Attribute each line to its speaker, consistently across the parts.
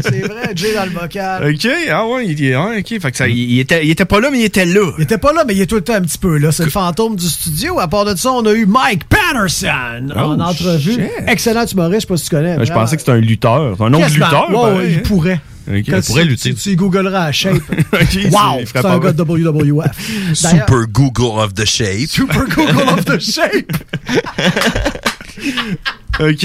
Speaker 1: C'est vrai, Jay dans le vocal.
Speaker 2: OK, ah ouais, il, est- ouais, ok. Fait que ça, il, il était, il était pas là, mais il était là.
Speaker 1: Il était pas là, mais il est tout le temps un petit peu là. C'est le fantôme du studio. À part de ça, on a eu Mike Patterson en
Speaker 2: Oh,
Speaker 1: entrevue.
Speaker 2: shit. Ben,
Speaker 1: Excellent humoriste, je sais pas si tu connais.
Speaker 2: Je pensais que c'était un lutteur. C'est un nom de
Speaker 1: Quasiment.
Speaker 2: lutteur.
Speaker 1: Ouais, ouais,
Speaker 2: pareil,
Speaker 1: il
Speaker 2: hein?
Speaker 1: pourrait.
Speaker 2: Ok,
Speaker 1: Quand
Speaker 2: il pourrait
Speaker 1: tu,
Speaker 2: lutter.
Speaker 1: Tu, tu googleras la shape.
Speaker 2: Ok, c'est-
Speaker 1: wow!
Speaker 2: il ferait
Speaker 1: C'est
Speaker 2: pas
Speaker 1: un gars
Speaker 2: mal.
Speaker 1: de WWF. D'ailleurs-
Speaker 3: Super Google of the shape.
Speaker 1: Super Google of the shape.
Speaker 2: OK.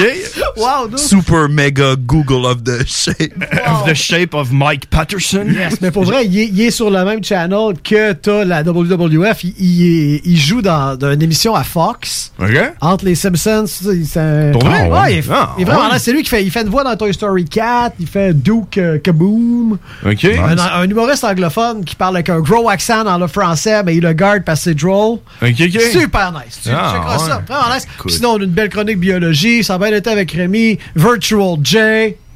Speaker 1: Wow, dude.
Speaker 3: Super mega Google of the shape.
Speaker 2: Of the shape of Mike Patterson.
Speaker 1: Yes, mais pour vrai, il est, il est sur le même channel que t'as la WWF. Il, il est- il joue dans, dans une émission à Fox.
Speaker 2: OK.
Speaker 1: Entre les Simpsons, tu sais, c'est un-
Speaker 2: Pour vrai?
Speaker 1: Ouais,
Speaker 2: Ah ouais.
Speaker 1: il, est-
Speaker 2: Ah
Speaker 1: il est vraiment
Speaker 2: ouais.
Speaker 1: là. C'est lui qui fait, il fait une voix dans Toy Story 4, il fait Duke euh, Kaboom.
Speaker 2: OK.
Speaker 1: Un, un humoriste anglophone qui parle avec un gros accent dans le français, mais il le garde parce que c'est drôle.
Speaker 2: OK, OK.
Speaker 1: Super nice. Tu
Speaker 2: Ah,
Speaker 1: checkeras
Speaker 2: ouais.
Speaker 1: ça. Vraiment nice. Puis sinon, on a une belle chronique biologie. Ça va être avec Rémi. Virtual J.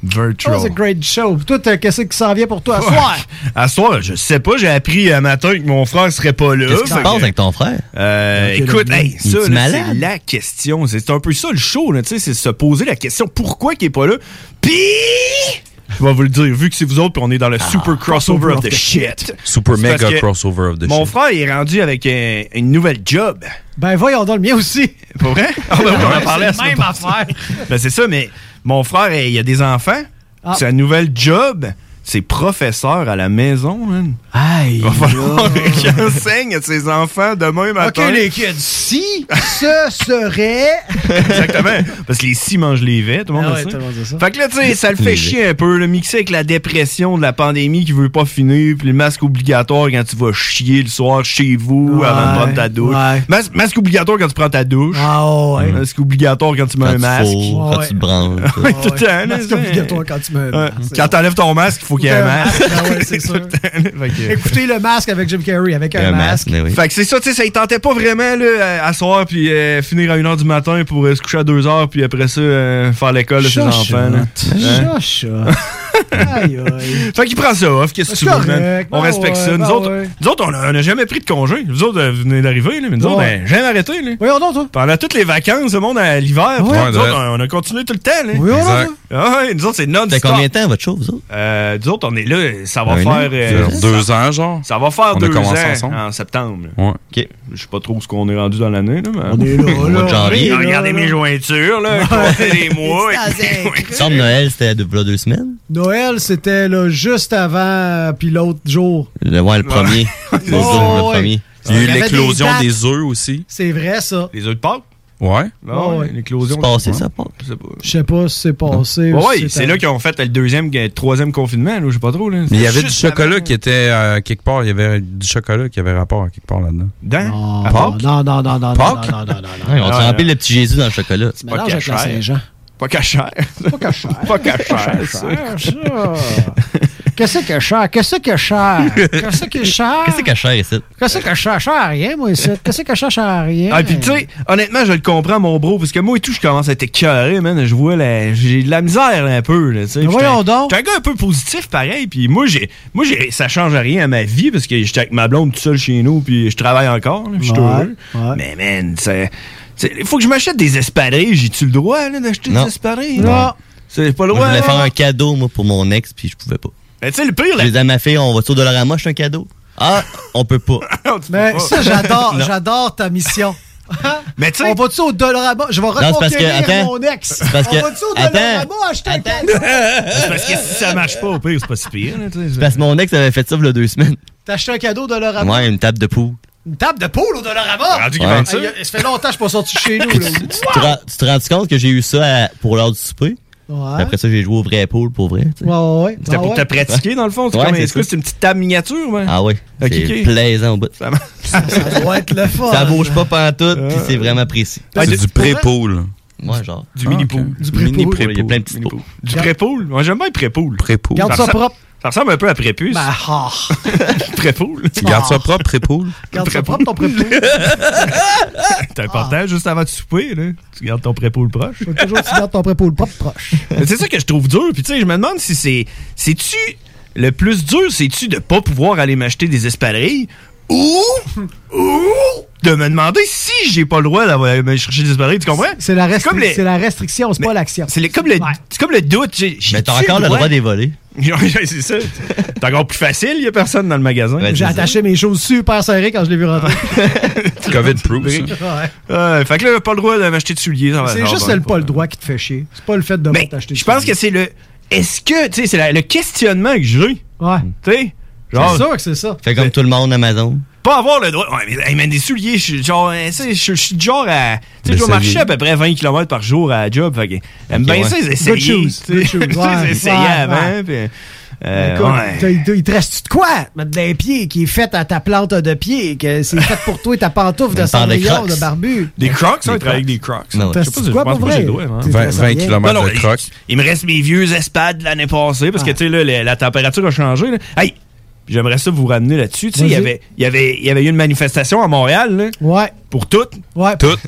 Speaker 1: That
Speaker 2: Virtual.
Speaker 1: was a great show. Toi, t'as- qu'est-ce qui s'en vient pour toi à
Speaker 2: Ouais.
Speaker 1: soir?
Speaker 2: À soir, je sais pas, j'ai appris un matin que mon frère serait pas là.
Speaker 4: Qu'est-ce qui se
Speaker 2: Fait que-
Speaker 4: passe avec ton frère?
Speaker 2: Euh,
Speaker 1: Ok,
Speaker 2: écoute,
Speaker 1: le
Speaker 2: hey,
Speaker 4: Il
Speaker 2: ça,
Speaker 4: est-tu
Speaker 2: là,
Speaker 4: malade?
Speaker 2: c'est la question. C'est un peu ça le show, là, tu sais, c'est se poser la question pourquoi qu'il est pas là. Puis, je vais vous le dire, vu que c'est vous autres, puis on est dans le
Speaker 4: Ah.
Speaker 2: super crossover of the shit.
Speaker 3: Super
Speaker 2: C'est
Speaker 3: mega
Speaker 2: parce que
Speaker 3: crossover of the
Speaker 2: Mon
Speaker 3: shape.
Speaker 2: frère il est rendu avec un- une nouvelle job.
Speaker 1: Ben voyons dans le mien aussi.
Speaker 2: Pas vrai? Ah, ben, on en parlait la semaine
Speaker 1: même
Speaker 2: passée.
Speaker 1: affaire.
Speaker 2: Ben, c'est ça, mais mon frère, eh, il a des enfants.
Speaker 1: Ah.
Speaker 2: C'est un nouvel job. C'est professeur à la maison, man.
Speaker 1: Aïe.
Speaker 2: Il va falloir qu'il enseigne à ses enfants demain
Speaker 1: Ok,
Speaker 2: matin.
Speaker 1: les kids, si ce serait.
Speaker 2: Exactement. Parce que les six mangent les vets, tout le monde
Speaker 1: Ah
Speaker 2: le
Speaker 1: ouais,
Speaker 2: sait.
Speaker 1: tout le monde dit ça.
Speaker 2: Fait que là, tu sais, ça le fait chier un peu, le mixer avec la dépression de la pandémie qui veut pas finir, puis le masque obligatoire quand tu vas chier le soir chez vous
Speaker 1: Ouais,
Speaker 2: avant de prendre ta douche.
Speaker 1: ouais.
Speaker 2: Mas- masque obligatoire quand tu prends ta douche. Mm.
Speaker 1: Ah ouais.
Speaker 2: Masque obligatoire quand tu mets
Speaker 4: Quand
Speaker 2: un
Speaker 4: tu
Speaker 2: masque.
Speaker 4: fourres, quand
Speaker 1: Ouais.
Speaker 4: tu te branles. tout.
Speaker 2: Ouais, tout le temps, là,
Speaker 1: C'est
Speaker 2: ça.
Speaker 1: obligatoire quand tu me.
Speaker 2: Ouais. Quand t'enlèves ton masque, il faut qu'il y ait un masque.
Speaker 1: Ah ouais, c'est sûr.
Speaker 2: Fait que-
Speaker 1: Écoutez le masque avec Jim Carrey, avec un,
Speaker 4: Un
Speaker 1: masque.
Speaker 4: masque, mais oui.
Speaker 2: Fait que c'est ça, tu sais, ça il tentait pas vraiment là, à, à soir puis euh, finir à 1h du matin pour euh, se coucher à 2h puis après ça euh, faire l'école de ses
Speaker 1: Chachotte.
Speaker 2: enfants. là. Hein?
Speaker 1: Chachotte. Aïe, aïe.
Speaker 2: Fait qu'il prend ça off, qu'est-ce que tu
Speaker 1: C'est
Speaker 2: veux,
Speaker 1: correct,
Speaker 2: man? On
Speaker 1: ben
Speaker 2: respecte
Speaker 1: ouais,
Speaker 2: ça. Nous
Speaker 1: ben
Speaker 2: autres,
Speaker 1: ouais.
Speaker 2: nous autres, on a- on n'a jamais pris de congé. Vous autres, euh, vous venez d'arriver, là, mais nous autres,
Speaker 1: Ouais.
Speaker 2: ben, jamais arrêté, là.
Speaker 1: Voyons donc, toi.
Speaker 2: Pendant toutes les vacances, le monde à l'hiver, puis
Speaker 3: Ouais,
Speaker 2: nous
Speaker 3: de
Speaker 2: autres,
Speaker 3: vrai.
Speaker 2: on, on a continué tout le temps, là.
Speaker 1: Voyons donc,
Speaker 3: Exact.
Speaker 1: toi.
Speaker 2: Ah ouais, nous autres, c'est
Speaker 4: Fait
Speaker 2: non-stop.
Speaker 4: combien de temps votre show, vous autres?
Speaker 2: Euh, nous autres, on est là, ça va
Speaker 4: Un an?
Speaker 2: faire... euh,
Speaker 4: Deux
Speaker 2: ça-
Speaker 3: Deux ans, genre.
Speaker 2: Ça va faire
Speaker 3: On a
Speaker 2: deux ans
Speaker 3: commencé ensemble.
Speaker 2: en septembre. là.
Speaker 3: Ouais.
Speaker 4: OK.
Speaker 2: Je sais pas trop ce qu'on est rendu dans l'année, là, mais...
Speaker 1: On est là,
Speaker 4: Au mois de
Speaker 1: là.
Speaker 4: janvier.
Speaker 1: on est là,
Speaker 2: Regardez
Speaker 1: là.
Speaker 2: mes jointures, là, comptez les mois.
Speaker 4: Il me semble Noël, c'était de voilà deux semaines.
Speaker 1: Noël, c'était là juste avant, puis l'autre jour.
Speaker 4: Le, ouais, le premier. C'est ça,
Speaker 1: Oh,
Speaker 4: le
Speaker 1: ouais.
Speaker 4: premier.
Speaker 3: Il y a eu
Speaker 1: Il y avait
Speaker 3: l'éclosion
Speaker 1: des dates.
Speaker 3: des œufs aussi.
Speaker 1: C'est vrai, ça.
Speaker 2: Les œufs de Pâques?
Speaker 3: Ouais.
Speaker 2: Non,
Speaker 1: ouais.
Speaker 2: l'éclosion.
Speaker 4: C'est passé, ça, Paul?
Speaker 2: Je sais pas.
Speaker 1: Je sais pas si c'est passé. ou
Speaker 2: Ouais,
Speaker 1: si
Speaker 2: ouais, c'est là qu'ils ont fait le deuxième, le troisième confinement, là, je sais pas trop. Là.
Speaker 3: Mais il y avait du
Speaker 2: Juste
Speaker 3: chocolat
Speaker 2: avant-
Speaker 3: qui était euh, quelque part. Il y avait du chocolat qui avait rapport à quelque part là-dedans.
Speaker 2: Dans?
Speaker 1: Non,
Speaker 2: à Pâques?
Speaker 1: non, non, non, non, non,
Speaker 2: Pâques?
Speaker 1: non, non, non, non, non.
Speaker 4: Ouais, on
Speaker 2: Ah,
Speaker 4: s'est rempli le petit Jésus dans le chocolat.
Speaker 1: Tu mélanges avec
Speaker 2: cachère.
Speaker 1: la Saint-Jean.
Speaker 2: Pas cachère.
Speaker 1: Pas cachère.
Speaker 2: Pas cachère, ça.
Speaker 1: Qu'est-ce que cher? Qu'est-ce que cher? Qu'est-ce que cher?
Speaker 4: Qu'est-ce que cher ici?
Speaker 1: Qu'est-ce que cher? Cher rien, moi, ici. Qu'est-ce que cher? Cher rien.
Speaker 2: Ah, puis tu sais, honnêtement, je le comprends, mon bro, parce que moi et tout, je commence à être écœuré, man. Je vois, la... j'ai de la misère, là, un peu, là, tu sais.
Speaker 1: Mais
Speaker 2: J'étais-
Speaker 1: voyons donc.
Speaker 2: J'étais un gars un peu positif, pareil, puis moi, j'ai... Moi, j'ai... ça change rien à ma vie, parce que j'étais avec ma blonde tout seul chez nous, puis je travaille encore, là, puis je suis
Speaker 1: Ouais,
Speaker 2: heureux.
Speaker 1: ouais.
Speaker 2: Mais, man, c'est... c'est- Il faut que je m'achète des espadrilles. J'ai-tu le droit, là, d'acheter
Speaker 4: Non.
Speaker 2: des espadrilles?
Speaker 1: Non.
Speaker 2: C'est pas le
Speaker 4: Moi,
Speaker 2: droit,
Speaker 4: je voulais
Speaker 2: là.
Speaker 4: faire un cadeau, moi, pour mon ex, puis je pouvais pas.
Speaker 2: Mais tu sais, le pire,
Speaker 4: Je
Speaker 2: là,
Speaker 4: J'ai dit à ma fille, on va sur Dollarama, je suis un cadeau. Ah, on peut pas.
Speaker 2: Non, tu peux
Speaker 1: Mais
Speaker 2: pas.
Speaker 1: ça, j'adore, j'adore ta mission.
Speaker 2: Mais tu sais,
Speaker 1: On va-tu au Dollarama? Je vais
Speaker 4: c'est parce que-
Speaker 1: reconquérir
Speaker 4: attends.
Speaker 1: mon ex.
Speaker 4: C'est parce que-
Speaker 1: On va-tu au
Speaker 4: attends.
Speaker 1: Dollarama acheter un
Speaker 4: Attends.
Speaker 1: cadeau?
Speaker 2: c'est parce que si ça marche pas, au pire, c'est pas si pire. là, tu sais.
Speaker 4: Parce que mon ex avait fait ça il y a deux semaines.
Speaker 1: T'as acheté un cadeau au Dollarama?
Speaker 4: Ouais, une table de poule.
Speaker 1: Une table de poule au Dollarama?
Speaker 2: Rendu qu'ils
Speaker 4: Ouais.
Speaker 2: vendent ça.
Speaker 1: Hey, euh, ça fait longtemps que je suis pas sorti chez nous. Là.
Speaker 4: Tu te, rends- tu te rends compte que j'ai eu ça à- pour l'heure du souper?
Speaker 1: Ouais.
Speaker 4: Après ça, j'ai joué au vrai pool pour vrai. tu sais.
Speaker 1: Ouais, ouais, ouais.
Speaker 2: C'était
Speaker 1: Ah
Speaker 2: pour
Speaker 1: ouais.
Speaker 2: te pratiquer, dans le fond. C'est
Speaker 4: Ouais,
Speaker 2: comme,
Speaker 4: c'est
Speaker 2: est-ce que
Speaker 4: ça.
Speaker 2: c'est une petite table miniature? Ouais.
Speaker 4: Ah ouais.
Speaker 2: Ah,
Speaker 4: C'est
Speaker 2: kiké.
Speaker 4: plaisant au bout. Ça,
Speaker 1: Ça doit être le fun.
Speaker 4: bouge pas pantoute, puis c'est vraiment précis.
Speaker 1: Parce que
Speaker 3: C'est du
Speaker 1: pour vrai-
Speaker 3: pré-pool.
Speaker 4: Ouais, genre.
Speaker 2: Du mini-pool.
Speaker 1: Du pré-pool.
Speaker 4: Mini
Speaker 1: pré-pool.
Speaker 4: Il y a plein de petits pots.
Speaker 2: Du pré-pool. Moi, j'aime bien pré-pool.
Speaker 3: Pré-pool.
Speaker 1: Garde ça
Speaker 2: Ça Bah. ressemble-
Speaker 1: propre.
Speaker 2: Ça ressemble un peu à prépuce.
Speaker 1: Ben, ah,
Speaker 2: Pré-pool.
Speaker 3: Garde ça propre, pré-pool.
Speaker 1: garde ça propre ton pré-pool.
Speaker 2: C'est important, juste avant de souper, là. Tu gardes ton pré-pool proche.
Speaker 1: Faut toujours que tu gardes ton pré-pool propre proche.
Speaker 2: Mais c'est ça que je trouve dur. Puis tu sais, je me demande si c'est. C'est-tu. Le plus dur, c'est-tu de pas pouvoir aller m'acheter des espadrilles ou. ou. de me demander si j'ai pas le droit d'aller me chercher des espadrilles. Tu comprends?
Speaker 1: C'est la, restri-
Speaker 2: comme les-
Speaker 1: c'est la restriction, c'est
Speaker 2: Mais
Speaker 1: pas l'action.
Speaker 2: C'est le- comme le,
Speaker 1: Ouais.
Speaker 2: c'est comme le doute. J'ai, j'ai
Speaker 4: Mais t'as encore le droit des voler.
Speaker 2: c'est ça. C'est encore plus facile, il n'y a personne dans le magasin.
Speaker 4: Ouais,
Speaker 1: J'ai
Speaker 4: c'est
Speaker 1: attaché mes choses super serrées quand je l'ai vu rentrer.
Speaker 3: Covid-proof. ça.
Speaker 1: Ouais.
Speaker 2: Ouais, fait que là, pas le droit de m'acheter de souliers. ça va-
Speaker 1: C'est
Speaker 2: ça va
Speaker 1: juste
Speaker 2: bien.
Speaker 1: le pas le droit qui te fait chier. C'est pas le fait de
Speaker 2: Mais
Speaker 1: pas t'acheter.
Speaker 2: je pense que c'est le. Est-ce que. Tu sais, c'est la- le questionnement que j'ai.
Speaker 1: Ouais.
Speaker 2: Tu sais?
Speaker 1: Hmm. C'est
Speaker 2: Genre,
Speaker 1: sûr que c'est ça.
Speaker 4: Fait comme tout le monde Amazon.
Speaker 2: pas avoir le droit. Ouais, mais, hey, man, des souliers, je suis genre. hein, tu sais, Je je suis du genre à. Tu sais, je vais
Speaker 3: D'essayer.
Speaker 2: marcher à peu près 20 km par jour à la job. Fait que. J'aime bien
Speaker 4: ouais.
Speaker 2: ça, les
Speaker 1: Good
Speaker 2: essayer.
Speaker 1: shoes, good shoes, ouais,
Speaker 2: essayer
Speaker 1: ouais,
Speaker 2: avant. puis, euh,
Speaker 1: Écoute,
Speaker 2: ouais.
Speaker 1: t'as- il te- il te reste-tu de quoi? Mettre d'un pied qui est fait à ta plante de pied, que c'est fait pour toi et ta pantoufle de
Speaker 4: Une paire de
Speaker 1: cendrillon,
Speaker 4: Crocs.
Speaker 1: de barbu.
Speaker 2: Des crocs, ça,
Speaker 4: Des
Speaker 2: il travaille avec
Speaker 4: Crocs.
Speaker 2: des crocs.
Speaker 4: Non, ouais.
Speaker 2: Je sais pas
Speaker 1: T'as-tu
Speaker 2: si-
Speaker 1: de
Speaker 2: je
Speaker 1: quoi
Speaker 2: pense
Speaker 1: pour
Speaker 2: pas que j'ai
Speaker 1: vrai?
Speaker 2: le droit, non.
Speaker 1: T'es
Speaker 3: 20,
Speaker 1: très
Speaker 3: 20
Speaker 1: bien.
Speaker 3: km
Speaker 2: Non, non,
Speaker 3: de crocs.
Speaker 2: Il, il me reste mes vieux espades de l'année passée parce
Speaker 1: Ah.
Speaker 2: que, tu sais, là, la, la température a changé. là. Hey, j'aimerais ça vous ramener là-dessus. Tu sais, il y
Speaker 1: Vas-y.
Speaker 2: avait, il y, avait, il y avait eu une manifestation à Montréal là,
Speaker 1: Ouais,
Speaker 2: pour toutes.
Speaker 1: ouais.
Speaker 2: Toutes.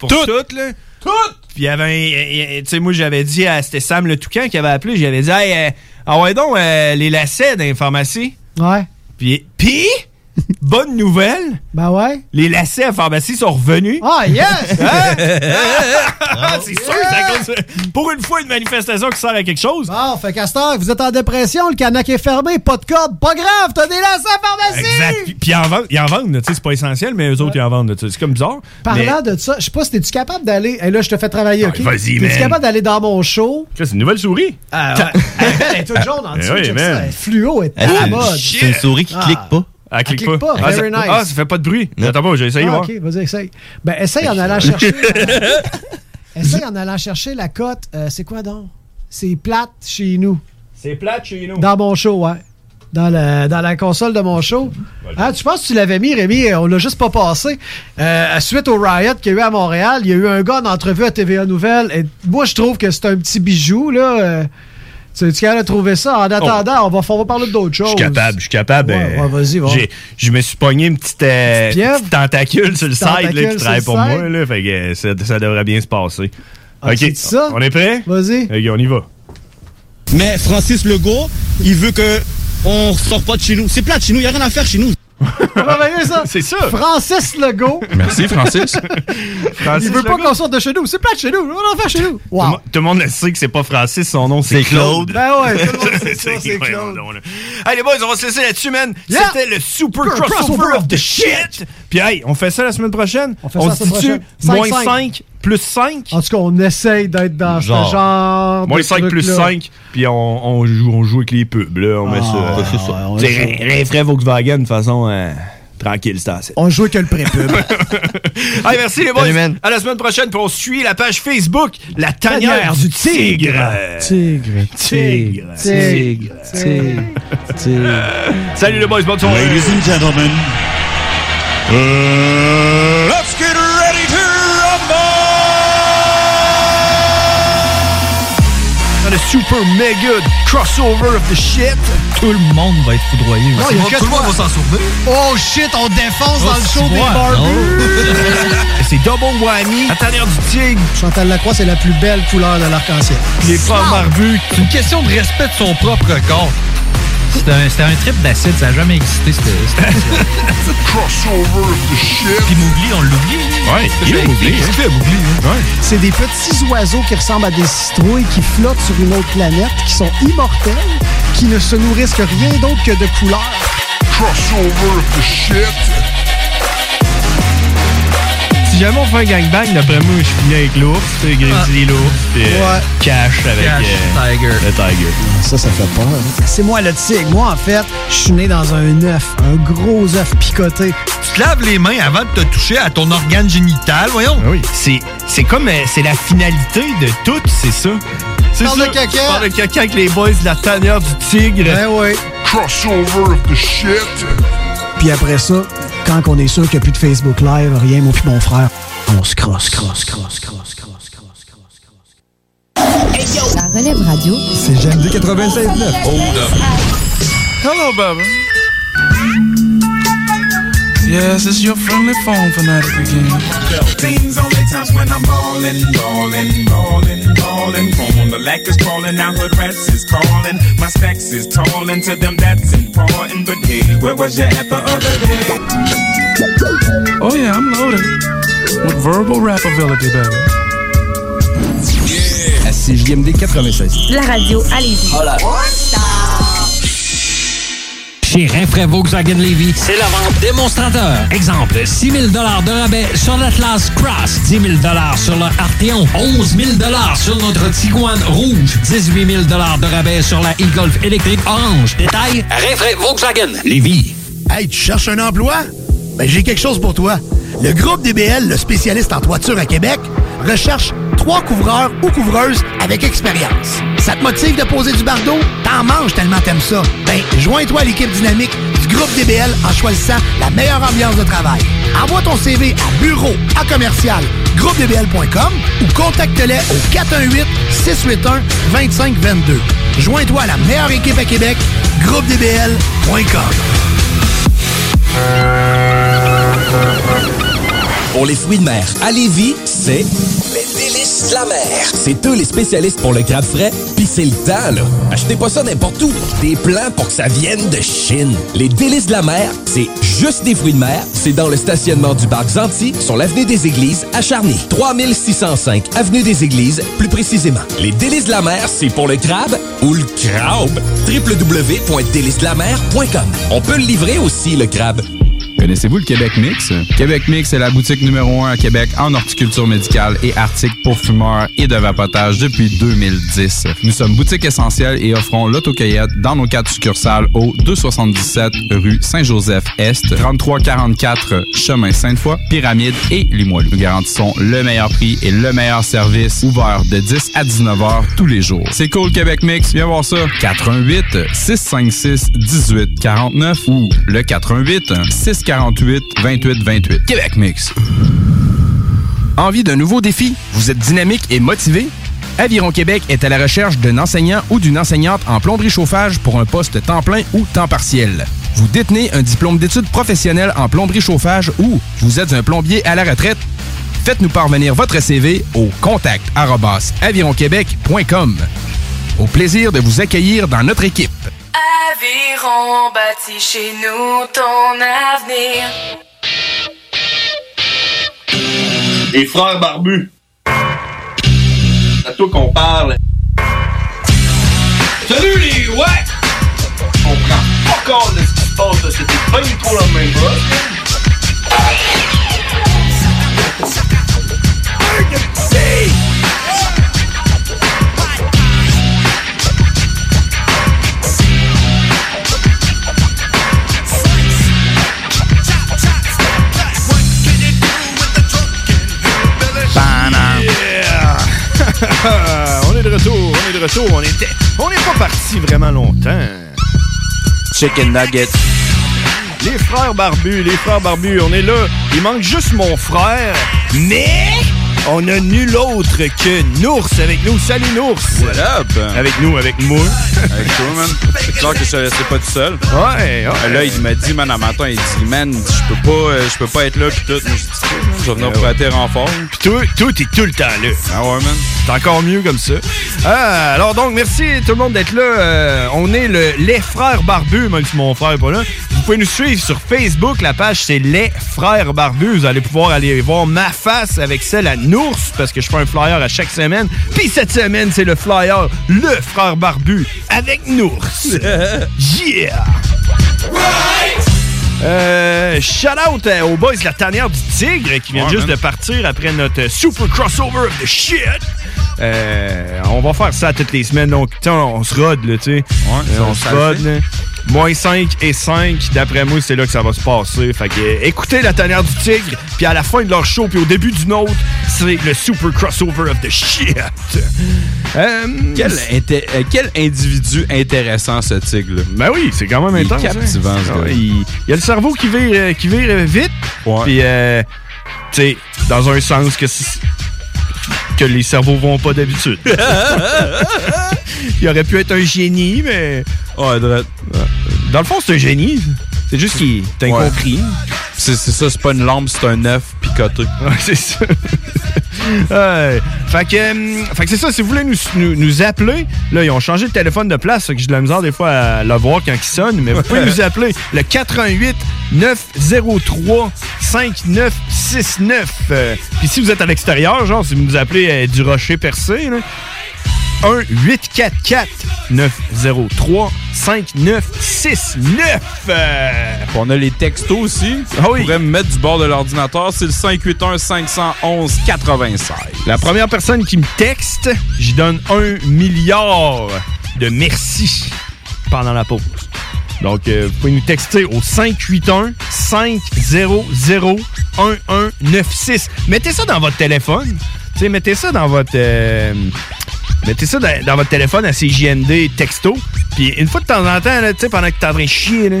Speaker 2: Pour toutes. là. Toutes. Puis il y avait, un- il- il- tu sais, moi, j'avais dit à, c'était Sam Le Toucan qui avait appelé, j'avais dit, hey, euh, ah ouais, donc, euh, les lacets dans les pharmacies.
Speaker 1: Ouais.
Speaker 2: Puis, puis, bonne nouvelle,
Speaker 1: Ben ouais.
Speaker 2: les lacets à pharmacie sont revenus.
Speaker 1: Ah, yes!
Speaker 2: Ah, c'est sûr, c'est à cause- pour une fois, une manifestation qui sert à quelque chose.
Speaker 1: Bon, fait Castor, vous êtes en dépression, le canac est fermé, pas de corde, pas grave, t'as des lancers à la pharmacie!
Speaker 2: Exact. Puis- Puis ils en vendent, ils en vendent, là, tu sais, c'est pas essentiel, mais eux autres, ils en vendent. là, tu sais, C'est comme bizarre. mais-
Speaker 1: Parlant de ça, je sais pas si t'es-tu capable d'aller. Hey, là, je te fais travailler,
Speaker 2: Ah,
Speaker 1: OK?
Speaker 2: vas-y,
Speaker 1: T'es-tu
Speaker 2: man.
Speaker 1: capable d'aller dans mon show?
Speaker 2: Chris, c'est une nouvelle souris.
Speaker 1: Ah, ouais. Elle est toute jaune en dessous,
Speaker 2: Ah, Ben oui,
Speaker 1: check
Speaker 2: man.
Speaker 1: ça, elle est Fluo elle est
Speaker 4: Ah,
Speaker 1: à la
Speaker 4: c'est une-
Speaker 1: mode.
Speaker 4: C'est une souris qui
Speaker 1: Ah.
Speaker 4: clique pas.
Speaker 2: Ah,
Speaker 1: clique clique pas. pas.
Speaker 2: Ah, ça,
Speaker 1: Very nice.
Speaker 2: ah, ça fait pas de bruit.
Speaker 4: Non.
Speaker 2: Attends pas, j'ai essayé.
Speaker 1: Ah,
Speaker 2: voir.
Speaker 1: ok, vas-y, essaye. Ben, essaye en allant chercher. euh, essaye en allant chercher la cote. euh, c'est quoi donc? C'est plate chez nous.
Speaker 2: C'est plate chez nous.
Speaker 1: Dans mon show, ouais. Dans, le- dans la console de mon show. Ah, tu penses que tu l'avais mis, Rémi? On l'a juste pas passé. Euh, suite au riot qu'il y a eu à Montréal, il y a eu un gars en entrevue à TVA Nouvelle. Et moi, je trouve que c'est un petit bijou, là. euh, tu tu as trouvé ça. En attendant, on, va, on va parler d'autres choses.
Speaker 2: Oh. Je suis capable, je suis capable.
Speaker 1: Ouais,
Speaker 2: euh,
Speaker 1: ouais, vas-y, va.
Speaker 2: j'ai- Je me suis pogné une petite, euh,
Speaker 1: Petite pieuvre.
Speaker 2: petite tentacule sur le
Speaker 1: Petite
Speaker 2: site là,
Speaker 1: tentacule
Speaker 2: qui travaille
Speaker 1: sur
Speaker 2: pour
Speaker 1: le
Speaker 2: moi.
Speaker 1: side.
Speaker 2: Là, fait que euh, ça, ça devrait bien se passer.
Speaker 1: Ah,
Speaker 2: OK.
Speaker 1: tu dis ça?
Speaker 2: On est prêt?
Speaker 1: Vas-y.
Speaker 2: OK, on y va.
Speaker 5: Mais Francis Legault, il veut que on sort pas de chez nous. C'est plat chez nous, il a rien à faire chez nous.
Speaker 1: Merveilleux, ça.
Speaker 2: C'est ça.
Speaker 1: Francis Legault.
Speaker 3: Merci, Francis.
Speaker 2: Francis
Speaker 1: Il veut pas
Speaker 2: Legault.
Speaker 1: qu'on sorte de chez nous. C'est plate chez nous. On en fait chez nous.
Speaker 2: Tout le
Speaker 1: Wow.
Speaker 2: mo- Tout le monde le sait que c'est pas Francis, son nom c'est
Speaker 4: C'est
Speaker 2: Claude.
Speaker 4: Claude.
Speaker 1: Ben ouais, tout le monde sait ça,
Speaker 2: C'est
Speaker 1: c'est
Speaker 2: vraiment
Speaker 1: Claude.
Speaker 2: drôle, là. Hey les boys, on va se laisser là-dessus, man.
Speaker 1: Yeah.
Speaker 2: C'était le super
Speaker 1: Super
Speaker 2: crossover,
Speaker 1: crossover
Speaker 2: of the shit. Puis hey, on fait ça la semaine prochaine.
Speaker 1: On fait ça la
Speaker 2: se
Speaker 1: semaine
Speaker 2: dit-tu
Speaker 1: prochaine. Cinq,
Speaker 2: moins
Speaker 1: cinq.
Speaker 2: 5 plus 5?
Speaker 1: En tout cas, on essaye d'être dans
Speaker 4: Genre.
Speaker 1: ce genre.
Speaker 2: Moins
Speaker 1: de
Speaker 2: 5 plus
Speaker 1: truc-là.
Speaker 2: 5, puis on, on joue, on joue avec les pubs, là. On met ça. euh,
Speaker 4: ouais, c'est ça.
Speaker 2: Tu sais, rien- rien frais Volkswagen, de toute façon, euh, tranquille, c'est assez.
Speaker 1: On jouait que le prépub.
Speaker 2: Hey, merci les boys.
Speaker 4: Salut, man.
Speaker 2: À la semaine prochaine, puis on suit la page Facebook, La Tanière du Tigre.
Speaker 3: Tigre,
Speaker 2: Tigre,
Speaker 1: tigre,
Speaker 3: tigre, tigre.
Speaker 2: Salut les boys, bonne soirée.
Speaker 5: Ladies and gentlemen, euh, let's get ready to rumble!
Speaker 2: Dans le super méga crossover of the shit.
Speaker 5: Tout le monde va être foudroyé.
Speaker 1: il y a que toi.
Speaker 5: s'en souvenir.
Speaker 1: oh shit, on défonce dans le show
Speaker 5: tu
Speaker 1: des
Speaker 5: vois,
Speaker 1: barbus.
Speaker 2: C'est double whammy. La Tanière du Tigre.
Speaker 1: Chantal Lacroix, c'est la plus belle couleur de l'arc-en-ciel.
Speaker 2: Les femmes barbues.
Speaker 5: C'est une question de respect de son propre corps. C'était un, c'était un trip d'acide, ça n'a jamais existé. C'était, crossover of the shit. Puis Mougli, on l'oublie.
Speaker 2: Ouais, il est oublié.
Speaker 6: hein?
Speaker 5: fait Mougli?
Speaker 1: C'est des petits oiseaux qui ressemblent à des citrouilles qui flottent sur une autre planète, qui sont immortels, qui ne se nourrissent que rien d'autre que de couleurs.
Speaker 2: Crossover of the shit. si jamais on fait un gangbang, d'après moi, je finis avec l'ours, tu sais, Grizzly l'ours, puis euh,
Speaker 6: Ouais.
Speaker 2: Cash avec
Speaker 6: Cash,
Speaker 2: euh,
Speaker 6: Tiger.
Speaker 2: le Tiger.
Speaker 6: Ça, ça fait peur. hein.
Speaker 1: C'est moi le tigre. Moi, en fait, je suis né dans un œuf, un gros œuf picoté.
Speaker 7: Tu te laves les mains avant de te toucher à ton organe génital, voyons.
Speaker 2: Ah
Speaker 7: C'est, c'est comme, euh, c'est la finalité de tout, c'est ça. C'est
Speaker 2: Parle
Speaker 7: ça.
Speaker 2: de caca.
Speaker 7: Tu parles de caca avec les boys de la tanière du tigre.
Speaker 1: Ben ouais.
Speaker 7: Crossover of the shit.
Speaker 1: Puis après ça, quand on est sûr qu'il n'y a plus de Facebook Live, rien, moi puis mon frère, on se crosse, crosse, crosse, crosse, crosse, crosse, crosse, crosse. La relève radio.
Speaker 6: C'est GMD 96.9.
Speaker 8: Hold up.
Speaker 2: Oh,
Speaker 8: Hello, Bubba. Yes, it's your friendly phone fanatic again.
Speaker 9: Things only times when I'm ballin', ballin', ballin', ballin'. From the lack is crawling, now hood rats is crawling. My stacks is tallin' to them, that's important. But hey, where was you at the other day?
Speaker 8: Oh yeah, I'm loaded with verbal rap ability, baby.
Speaker 6: À CJMD 96.
Speaker 10: La radio à Lévis.
Speaker 11: Chez Renfrais Volkswagen Levy, c'est la vente démonstrateur. Exemple, 6 000 de rabais sur l'Atlas Cross, 10 000 sur le Arteon, 11 000 sur notre Tiguan Rouge, 18 000 de rabais sur la e-Golf électrique orange. Détail, Renfrais Volkswagen Levy.
Speaker 12: Hey, tu cherches un emploi? Ben, j'ai quelque chose pour toi. Le groupe DBL, le spécialiste en toiture à Québec, recherche trois couvreurs ou couvreuses avec expérience. Ça te motive de poser du bardeau? T'en manges tellement t'aimes ça. Ben, joins-toi à l'équipe dynamique du groupe DBL en choisissant la meilleure ambiance de travail. Envoie ton CV à bureau à commercial groupedbl.com ou contacte-les au 418-681-2522. Joins-toi à la meilleure équipe à Québec, groupedbl.com.
Speaker 13: Pour les fruits de mer à Lévis, c'est les délices de la mer. C'est eux les spécialistes pour le crabe frais, puis c'est le temps, là. Achetez pas ça n'importe où. Des plans pour que ça vienne de Chine. Les délices de la mer, c'est juste des fruits de mer. C'est dans le stationnement du parc Zanti, sur l'avenue des Églises, à Charny. 3605 avenue des Églises, plus précisément. Les délices de la mer, c'est pour le crabe ou le crabe. www.délice-de-la-mer.com On peut le livrer aussi, le crabe.
Speaker 3: Connaissez-vous le Québec Mix? Québec Mix est la boutique numéro 1 à Québec en horticulture médicale et arctique pour fumeurs et de vapotage depuis 2010. Nous sommes boutique essentielle et offrons l'autocueillette dans nos quatre succursales au 277 rue Saint-Joseph-Est, 3344 chemin Sainte-Foy, Pyramide et Limoilou. Nous garantissons le meilleur prix et le meilleur service ouvert de 10 à 19 heures tous les jours. C'est cool Québec Mix, viens voir ça. 418 656 1849 ou le 418 648 28 28. Québec Mix.
Speaker 14: Envie d'un nouveau défi? Vous êtes dynamique et motivé? Aviron Québec est à la recherche d'un enseignant ou d'une enseignante en plomberie chauffage pour un poste temps plein ou temps partiel. Vous détenez un diplôme d'études professionnelles en plomberie chauffage ou vous êtes un plombier à la retraite? Faites-nous parvenir votre CV au contact avironquebec.com. Au plaisir de vous accueillir dans notre équipe.
Speaker 15: Aviron bâti chez nous ton avenir.
Speaker 16: Les frères barbus. C'est à toi qu'on parle. Salut les ouais! On prend pas compte de ce qui se passe, là. c'était pas du tout la même
Speaker 2: Yeah! on est de retour, on est de retour. On était, on n'est pas parti vraiment longtemps.
Speaker 14: Chicken Nuggets.
Speaker 2: Les frères barbus, les frères barbus, on est là. Il manque juste mon frère, mais on a nul autre que Nours avec nous. Salut Nours.
Speaker 17: What up?
Speaker 2: Avec nous, avec moi.
Speaker 17: Avec toi, man. C'est clair que je te laissais pas tout seul. Euh,
Speaker 2: Ouais, ouais.
Speaker 17: Là, il m'a dit, man, un matin, il dit, man, je peux pas, euh, je peux pas être là, pis tout. Moi, j'ai dit, je vais venir
Speaker 2: Eh Ouais,
Speaker 17: pour
Speaker 2: ouais.
Speaker 17: tes renforts.
Speaker 2: Puis toi, toi, t'es tout le temps là. Ah ouais, man. T'es encore mieux comme ça. Ah, alors donc, merci tout le monde d'être là. Euh, on est le Les Frères Barbus, même si mon frère est pas là. Vous pouvez nous suivre sur Facebook. La page, c'est Les Frères Barbus. Vous allez pouvoir aller voir ma face avec celle à Nours, parce que je fais un flyer à chaque semaine. Puis cette semaine, c'est le flyer Le Frère Barbu avec Nours. yeah! Euh, shout out euh, aux boys de la tanière du tigre qui viennent
Speaker 18: Ouais,
Speaker 2: juste
Speaker 18: man.
Speaker 2: de partir après notre euh, super crossover of the shit. Euh, on va faire ça toutes les semaines, donc tu sais, on, on se rode, là, tu sais. Euh,
Speaker 18: ça-
Speaker 2: on
Speaker 18: ça
Speaker 2: se
Speaker 18: le
Speaker 2: rode,
Speaker 18: fait.
Speaker 2: là. Moins 5 et 5, d'après moi, c'est là que ça va se passer. Fait que euh, écoutez la tanière du tigre, puis à la fin de leur show, puis au début du nôtre, c'est le super crossover of the shit. Euh,
Speaker 3: Quel, inté- euh, quel individu intéressant, ce tigre-là.
Speaker 2: Ben oui, c'est quand même intense,
Speaker 3: Il est captivant,
Speaker 2: hein.
Speaker 3: ce gars-là.
Speaker 2: Ouais, il, il y a le cerveau qui vire, euh, qui vire euh, vite. Puis, euh, tu sais, dans un sens que, c- que les cerveaux vont pas d'habitude. il aurait pu être un génie, mais. Dans le fond, c'est un génie. C'est juste qu'il t'a
Speaker 3: Ouais.
Speaker 2: incompris.
Speaker 3: C'est c'est ça, c'est pas une lampe, c'est un œuf picoté.
Speaker 2: c'est ça. Ouais. fait que, euh, fait que c'est ça, si vous voulez nous, nous, nous appeler, là, ils ont changé de téléphone de place, fait que j'ai de la misère des fois à le voir quand il sonne, mais vous pouvez nous appeler le 88 903 5969. Euh, Puis si vous êtes à l'extérieur, genre, si vous nous appelez euh, du rocher percé, là, 1 844 903 5969. euh!
Speaker 3: On a les textos aussi. Ah oui. me mettre du bord de l'ordinateur. C'est le 581 511 96.
Speaker 2: La première personne qui me texte, j'y donne un milliard de merci pendant la pause. Donc, euh, vous pouvez nous texter au 581-500-1196. Mettez ça dans votre téléphone. Tu sais, mettez ça dans votre... euh, mettez ça dans, dans votre téléphone à CJMD texto. Puis une fois de temps en temps, là, tu sais, pendant que t'es en train de chier, là,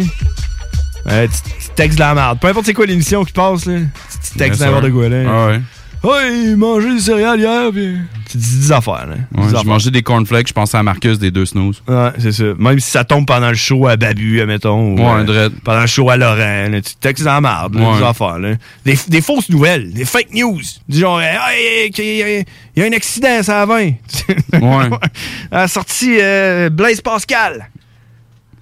Speaker 2: euh, tu tu textes de la merde. Peu importe c'est quoi l'émission qui passe, là, tu- tu textes
Speaker 3: Bien sûr.
Speaker 2: n'importe quoi. Là.
Speaker 3: Ah ouais.
Speaker 2: Hey, manger des céréales hier, puis. Tu dis des affaires, là.
Speaker 3: Ouais,
Speaker 2: Des
Speaker 3: j'ai
Speaker 2: affaires.
Speaker 3: mangé des cornflakes, je pensais à Marcus des deux snooze.
Speaker 2: Ouais, c'est ça. Même si ça tombe pendant le show à Babu, admettons. Ou,
Speaker 3: Ouais,
Speaker 2: euh,
Speaker 3: un dread.
Speaker 2: Pendant le show à Laurent, là, tu textes dans la marde, là,
Speaker 3: Ouais.
Speaker 2: des affaires, là. Des, des fausses nouvelles, des fake news. Du genre, hey, hey, qu'il y a- il y a un accident, ça va. Ouais. à la sortie, euh, Blaise Pascal.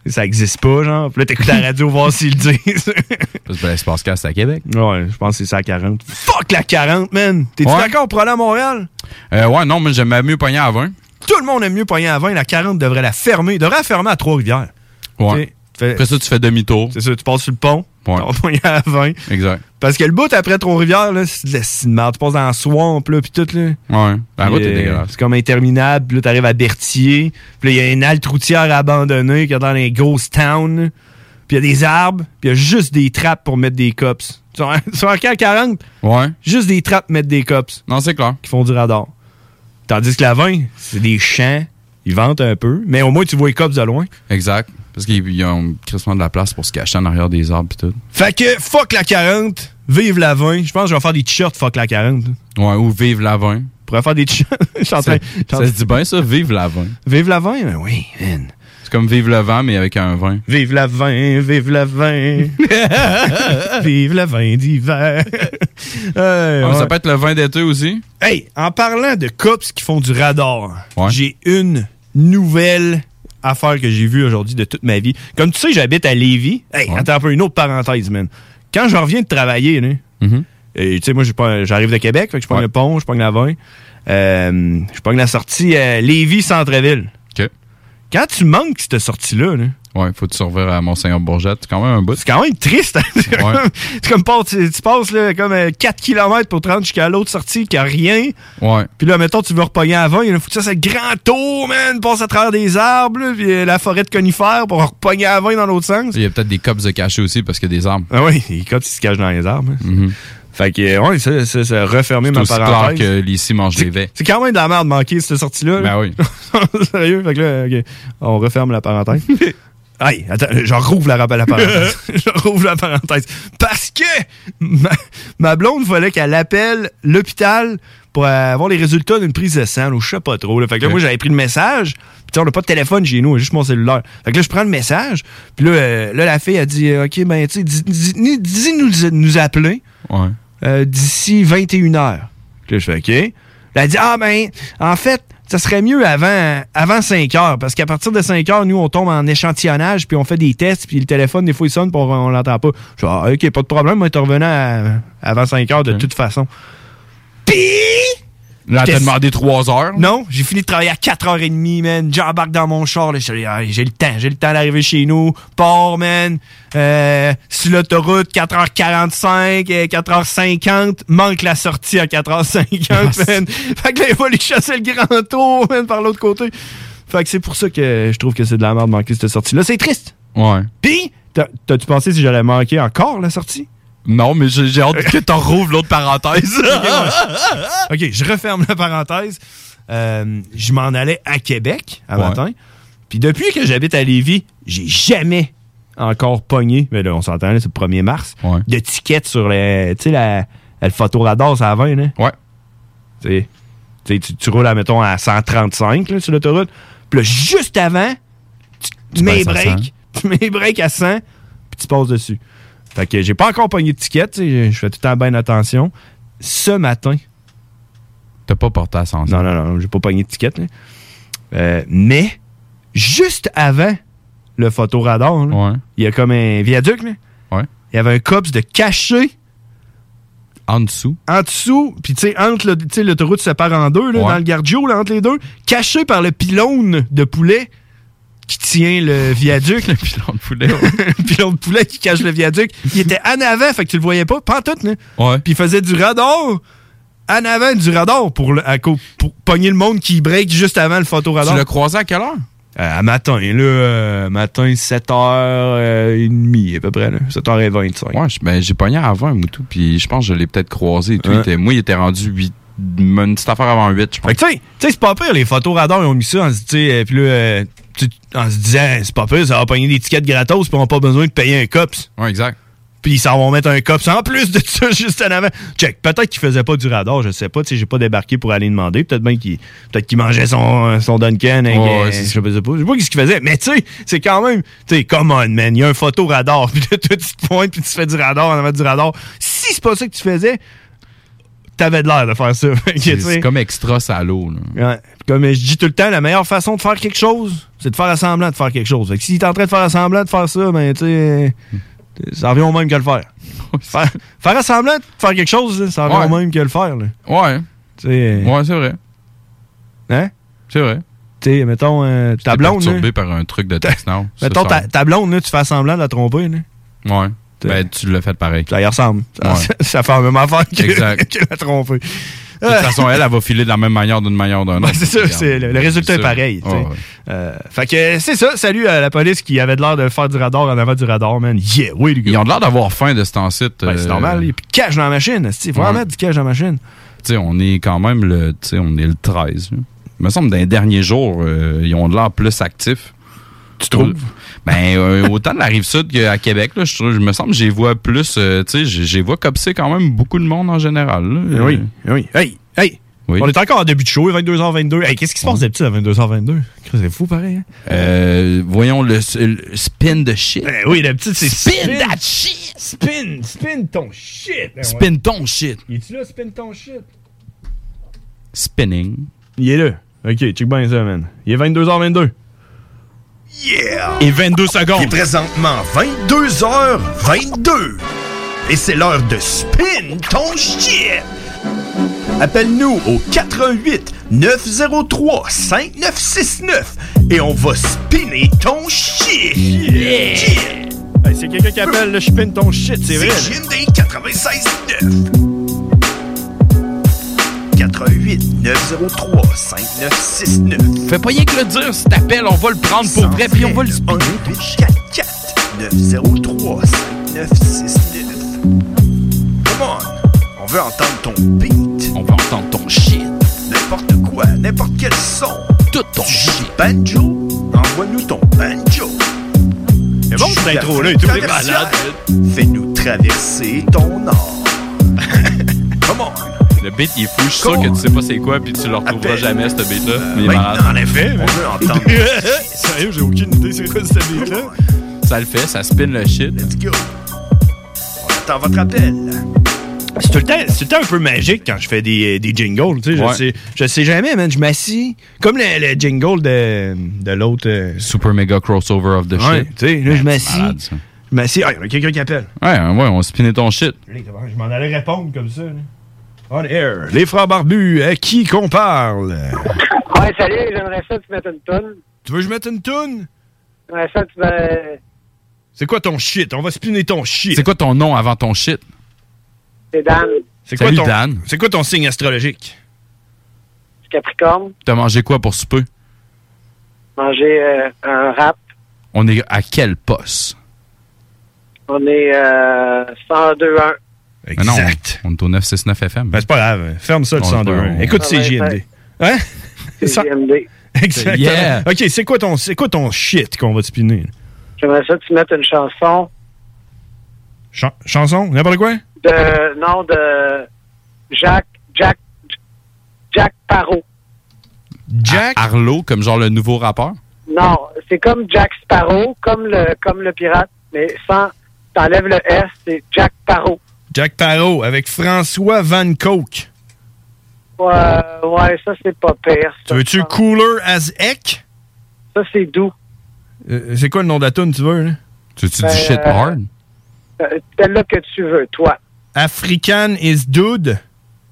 Speaker 2: Ça existe pas, genre. Puis là, t'écoutes la radio voir s'ils le disent.
Speaker 3: Parce que Blaise Pascal, c'est à Québec.
Speaker 2: Ouais, je pense que c'est ça à 40. Fuck la 40, man! T'es-tu
Speaker 3: Ouais.
Speaker 2: d'accord pour aller à Montréal?
Speaker 3: Euh, ouais, non, mais j'aimais mieux pogner à 20.
Speaker 2: Tout le monde aime mieux pogner à 20. La 40 devrait la fermer. Devrait la fermer à Trois-Rivières.
Speaker 3: Ouais. Après ça, tu fais demi-tour.
Speaker 2: C'est ça, tu passes sur le pont.
Speaker 3: Ouais.
Speaker 2: On va pogner à 20.
Speaker 3: Exact.
Speaker 2: Parce que le bout après Trois-Rivières, là, c'est de la c'est de merde. Tu passes dans le swamp, là, pis tout, là.
Speaker 3: Ouais. La
Speaker 2: Puis,
Speaker 3: route est
Speaker 2: euh,
Speaker 3: dégueulasse.
Speaker 2: C'est comme interminable. Puis là, t'arrives à Berthier. Puis là, il y a une halte routière abandonnée qui est dans les ghost towns. Puis il y a des arbres. Puis il y a juste des trappes pour mettre des cops. Sur un sur un camp 40,
Speaker 3: ouais.
Speaker 2: juste des trappes pour mettre des cops.
Speaker 3: Non, c'est clair.
Speaker 2: Qui font du radar. Tandis que la 20, c'est des champs. Ils vantent un peu. Mais au moins, tu vois les cops de loin.
Speaker 3: Exact. Parce qu'ils ils ont crissement de la place pour se cacher en arrière des arbres pis tout.
Speaker 2: Fait que fuck la 40, vive la 20. Je pense que je vais faire des t-shirts fuck la 40.
Speaker 3: Ouais, ou vive la 20.
Speaker 2: pourrais faire des t-shirts. Je suis en train-
Speaker 3: Ça,
Speaker 2: je suis en
Speaker 3: ça
Speaker 2: train-
Speaker 3: se dit bien, ça, vive la 20.
Speaker 2: Vive la 20, ben oui, man.
Speaker 3: C'est comme vive le vent, mais avec un vin.
Speaker 2: Vive la 20, vive la 20. vive la 20 d'hiver. Hey,
Speaker 3: Ah, mais
Speaker 2: ouais.
Speaker 3: Ça peut être le vin d'été aussi.
Speaker 2: Hey, en parlant de cops qui font du radar, j'ai une nouvelle affaire que j'ai vue aujourd'hui de toute ma vie. Comme tu sais, j'habite à Lévis. Hey, attends un peu, une autre parenthèse, man. Quand je reviens de travailler, là,
Speaker 3: Mm-hmm.
Speaker 2: et, tu sais, moi, j'ai pas- j'arrive de Québec, fait que je prends le pont, je prends la 20, euh, je prends la sortie à Lévis-Centreville. Quand tu manques cette sortie-là, là,
Speaker 3: Ouais, faut te survivre à Monseigneur Bourgette. C'est quand même un bout. C'est
Speaker 2: quand même triste. hein, C'est
Speaker 3: Ouais.
Speaker 2: comme- c'est comme pas- tu, tu passes là, comme 4 km pour te rendre jusqu'à l'autre sortie qui a rien.
Speaker 3: Ouais.
Speaker 2: Puis là, mettons, tu veux repogner avant, il faut que tu fasses un grand tour, man, passe à travers des arbres, là, puis euh, la forêt de conifères pour repogner avant dans l'autre sens.
Speaker 3: Il y a peut-être des cops de cachés aussi parce qu'il y a des arbres. Mm-hmm.
Speaker 2: Ah oui, les cops, ils se cachent dans les arbres. hein. Fait que, euh, ouais, ça, ça, ça a refermé
Speaker 3: C'est
Speaker 2: ma
Speaker 3: aussi clair
Speaker 2: parenthèse.
Speaker 3: que l'ici mange des vets.
Speaker 2: C'est quand même de la merde manquer cette sortie-là.
Speaker 3: Ben oui.
Speaker 2: Sérieux, fait que là, ok, on referme la parenthèse. Aïe, attends, j'en rouvre la, la parenthèse. je rouvre la parenthèse. Parce que ma, ma blonde, fallait qu'elle appelle l'hôpital pour euh, avoir les résultats d'une prise de sang. là, ou Je sais pas trop. là. Fait que là,
Speaker 3: Ok.
Speaker 2: moi, j'avais pris le message. Puis tu sais, on n'a pas de téléphone chez nous, on a juste mon cellulaire. Fait que là, je prends le message. Puis là, euh, là, la fille, elle dit euh, OK, ben, tu sais, dis- dis- dis- dis-nous de nous appeler
Speaker 3: Ouais.
Speaker 2: euh, d'ici 21h. Puis là, je fais OK. Là, elle dit Ah, ben, en fait, ça serait mieux avant, avant 5 heures, parce qu'à partir de 5 heures, nous, on tombe en échantillonnage, puis on fait des tests, puis le téléphone, des fois, il sonne, puis on, on l'entend pas. Je fais Ah, OK, pas de problème, moi, intervenant à- avant 5 heures, de toute façon.
Speaker 3: Là, t'as
Speaker 2: Qu'est-ce-
Speaker 3: demandé trois heures.
Speaker 2: Non, j'ai fini de travailler à 4h30, man. J'embarque dans mon char. là. Je suis allé, Ah, J'ai le temps. J'ai le temps d'arriver chez nous. Port, man. Euh, sur l'autoroute, 4h45, euh, 4h50. Manque la sortie à
Speaker 3: Ah,
Speaker 2: 4h50, man. Fait que là, il va aller chasser le grand tour, man, par l'autre côté. Fait que c'est pour ça que je trouve que c'est de la merde de manquer cette sortie-là. C'est triste.
Speaker 3: Ouais.
Speaker 2: Pis, t'as- t'as-tu pensé si j'allais manquer encore la sortie?
Speaker 3: Non, mais j'ai j'ai hâte que t'en rouvres l'autre parenthèse.
Speaker 2: OK, je referme la parenthèse. Euh, je m'en allais à Québec un
Speaker 3: Ouais.
Speaker 2: matin. Puis depuis que j'habite à Lévis, j'ai jamais encore pogné, mais là, on s'entend, là, c'est le 1er mars, de tickets sur le, tu sais, la, le photoradar, c'est à 20, là.
Speaker 3: Ouais.
Speaker 2: hein? Tu sais, tu sais, tu, tu roules, admettons, à 135, là, sur l'autoroute. Puis là, juste avant, tu,
Speaker 3: Tu
Speaker 2: mets
Speaker 3: passes à
Speaker 2: break, tu mets break à 100, puis tu passes dessus. Fait que j'ai pas encore pogné de ticket, tu sais, je fais tout le temps bien attention. Ce matin.
Speaker 3: T'as pas porté à 100
Speaker 2: Non, non, non, j'ai pas pogné de ticket, là. Euh, mais, juste avant le photoradar, là, il y a comme un viaduc, là. Il y avait un cops de caché.
Speaker 3: En dessous.
Speaker 2: En dessous, puis tu sais, entre le- tu sais, l'autoroute se sépare en deux, là,
Speaker 3: Ouais.
Speaker 2: dans le gardio, là, entre les deux, caché par le pylône de poulet qui tient le viaduc. le
Speaker 3: pylône de poulet,
Speaker 2: Le pylône de poulet qui cache le viaduc. Il était en avant, fait que tu le voyais pas, pas tout, Puis il faisait du radar en avant du radar pour, le- à co- pour pogner le monde qui break juste avant le photoradar.
Speaker 3: Tu l'as croisé à quelle heure?
Speaker 2: Euh, à matin, là, euh, matin euh, 7h30 à peu près, là. 7h25.
Speaker 3: Ouais, je- ben, j'ai pogné avant un moutou, puis je pense que je l'ai peut-être croisé et tout.
Speaker 2: Ouais.
Speaker 3: Il était- moi, il était rendu 8, une petite affaire avant 8, je pense.
Speaker 2: Fait que tu sais, tu sais, c'est pas pire, les photos radars, ils ont mis ça en, se- tu sais, euh, puis là, euh, tu- en se disant, c'est pas pire, ça va pogner des tickets gratos, puis on n'a pas besoin de payer un COPS.
Speaker 3: Ouais, exact.
Speaker 2: Puis ils s'en vont mettre un COPS en plus de ça, juste en avant. Check, peut-être qu'ils faisaient pas du radar, je sais pas, tu sais, j'ai pas débarqué pour aller demander, peut-être bien qu'il peut qu'il mangeait son, son Duncan, hein,
Speaker 3: Ouais,
Speaker 2: euh,
Speaker 3: ouais,
Speaker 2: je
Speaker 3: c'est
Speaker 2: sais pas, je sais pas, je sais pas ce qu'il faisait, mais tu sais, c'est quand même, tu sais, come on, man, il y a un photo radar, puis là, toi, tu te pointes, puis tu fais du radar en avant du radar. Si c'est pas ça que tu faisais, t'avais de l'air de faire ça. Fait que,
Speaker 3: C'est
Speaker 2: tu sais,
Speaker 3: c'est comme extra salaud. là.
Speaker 2: Ouais. Comme je dis tout le temps, la meilleure façon de faire quelque chose, c'est de faire la semblant de faire quelque chose. Fait que s'il est en train de faire la semblant de faire ça, ben, tu sais, ça revient au même que le faire. faire, faire la semblant de faire quelque chose, là, ça revient
Speaker 3: Ouais.
Speaker 2: au même que le faire, là. euh,
Speaker 3: Ouais. Ouais, c'est vrai.
Speaker 2: Hein?
Speaker 3: C'est vrai.
Speaker 2: Tu sais, mettons, euh, ta
Speaker 3: T'es
Speaker 2: blonde, là,
Speaker 3: perturbé par un truc de texte, non? Ça,
Speaker 2: mettons,
Speaker 3: ça-
Speaker 2: ta, ta blonde, là, tu fais semblant de la tromper, là.
Speaker 3: Ouais. Ben, tu l'as fait pareil.
Speaker 2: Ça y ressemble. Ça, ça fait la même affaire que,
Speaker 3: Exact.
Speaker 2: que la tromper.
Speaker 3: De toute façon, elle, elle va filer de la même manière d'une manière ou d'une autre.
Speaker 2: Ouais, c'est ça,
Speaker 3: Regarde.
Speaker 2: c'est le, le résultat est,
Speaker 3: C'est ça.
Speaker 2: pareil. tu sais.
Speaker 3: Ouais, ouais.
Speaker 2: Euh, fait que c'est ça. Salut à la police qui avait de l'air de faire du radar en avant du radar, man. Yeah, oui, les gars.
Speaker 3: Ils ont de l'air d'avoir faim de cet site.
Speaker 2: Ben, c'est normal. Il cash dans la machine. Il faut en
Speaker 3: Ouais.
Speaker 2: mettre du cash dans la machine.
Speaker 3: Tu sais, on est quand même le, tu sais, on est le 13. là. Il me semble que dans les derniers jours, euh, ils ont de l'air plus actifs. Tu trouves? Ben, euh, autant de la rive sud qu'à Québec, là, je, trouve- je me semble que j'y vois plus. euh, tu sais, j'y j'y vois copser quand même beaucoup de monde en général. là.
Speaker 2: Eh Oui, oui. Hey, hey! On est encore en début de show, il est 22h22. Hey, qu'est-ce qui se passe d'habitude à 22h22? Christ, C'est fou, pareil. hein?
Speaker 3: Euh, voyons le, le spin de shit.
Speaker 2: Ben oui, d'habitude, c'est
Speaker 3: spin. that
Speaker 2: shit! Spin! Spin ton shit! Ben
Speaker 3: Spin
Speaker 2: ouais.
Speaker 3: ton shit.
Speaker 2: Il est-tu là, spin ton shit?
Speaker 3: Spinning.
Speaker 2: Il est là. Ok, check bien ça, man. Il est 22h22.
Speaker 12: Et 22 secondes. Il est présentement 22h22. Et c'est l'heure de spin ton shit. Appelle-nous au 88 903 5969 et on va spinner ton shit.
Speaker 2: Hey, c'est quelqu'un qui appelle le spin ton shit, c'est vrai. là.
Speaker 12: JMD 96.9. 88 903 5969.
Speaker 3: Fais pas rien que le dire, cet appel, on va le prendre pour vrai, puis on va le spinner.
Speaker 12: 4 903 5969. Come on! On veut entendre ton beat.
Speaker 3: On veut entendre ton shit.
Speaker 12: N'importe quoi, n'importe quel son.
Speaker 3: Tout ton
Speaker 12: shit. Banjo? Envoie-nous ton banjo.
Speaker 2: C'est bon, cette intro-là, et tout, les malades.
Speaker 12: Fais-nous traverser ton or. Come on!
Speaker 3: Le beat, il est fou. Je suis sûr que tu sais pas c'est quoi, puis tu le retrouveras jamais, ce beat-là. Ben, Mais il est
Speaker 12: maintenant,
Speaker 3: malade.
Speaker 12: en effet, on veut entendre.
Speaker 2: Sérieux, j'ai aucune idée c'est quoi cette beat-là.
Speaker 3: Ça le fait, ça spin le Eh, shit.
Speaker 12: Let's go. On attend votre appel.
Speaker 2: C'est tout, le temps, c'est tout le temps un peu magique quand je fais des, euh, des jingles. Tu sais,
Speaker 3: Ouais.
Speaker 2: je, sais, je sais jamais, man. Je m'assis. Comme le, le jingle de, de l'autre. euh,
Speaker 3: Super mega crossover of the
Speaker 2: ouais,
Speaker 3: shit.
Speaker 2: tu sais, là, je m'assis.
Speaker 3: malade, ça.
Speaker 2: Je
Speaker 3: hein,
Speaker 2: m'assis. Ah, il y a quelqu'un qui appelle.
Speaker 3: Ouais, ouais, on spinait ton shit.
Speaker 2: Je m'en allais répondre comme ça. là. On air. Les frères barbus, à qui qu'on parle?
Speaker 1: Ouais, salut, j'aimerais ça que tu mettes une toune.
Speaker 2: Tu veux que je mette une toune?
Speaker 1: J'aimerais ça que tu mettes...
Speaker 2: C'est quoi ton shit? On va spinner
Speaker 3: Oh,
Speaker 2: ton shit.
Speaker 3: C'est quoi ton nom avant ton shit?
Speaker 1: C'est Dan,
Speaker 2: C'est quoi,
Speaker 3: Salut,
Speaker 2: ton,
Speaker 3: Dan.
Speaker 2: c'est quoi ton signe astrologique?
Speaker 1: du Capricorne,
Speaker 3: T'as mangé quoi pour souper?
Speaker 1: manger euh, un rap.
Speaker 3: On est à quel poste?
Speaker 1: On est euh, 102-1.
Speaker 3: Mais non, on- on est au 969 FM.
Speaker 2: Ben, c'est pas grave. Ferme ça, le
Speaker 3: On-
Speaker 2: 102.
Speaker 3: on-
Speaker 2: Écoute
Speaker 1: Ah ouais,
Speaker 2: CJMD.
Speaker 1: ouais.
Speaker 2: Hein?
Speaker 1: CJMD.
Speaker 2: Exactement.
Speaker 1: Yeah.
Speaker 2: OK, c'est quoi, ton, c'est quoi ton shit qu'on va te spinner?
Speaker 1: J'aimerais ça que tu mettes une chanson
Speaker 2: Chan- chanson? N'importe quoi?
Speaker 1: de... Non, de... Jacques... Jack... Jack Parot. ben,
Speaker 2: Jack?
Speaker 3: Arlo, comme genre le nouveau rappeur?
Speaker 1: Non, c'est comme Jack Sparrow, comme le, comme le pirate, mais sans... T'enlèves le S, c'est Jack Parot.
Speaker 2: Jack Tarot avec François Van Coke.
Speaker 1: Ouais, ouais, ça, c'est pas pire.
Speaker 2: Tu veux-tu Cooler as Heck?
Speaker 1: Ça, c'est doux.
Speaker 2: Euh, c'est quoi le nom de la toune, tu veux? Là?
Speaker 3: Tu veux-tu
Speaker 1: du Ben, shit euh, hard? Euh, Celle-là que tu veux, toi.
Speaker 2: African is dude.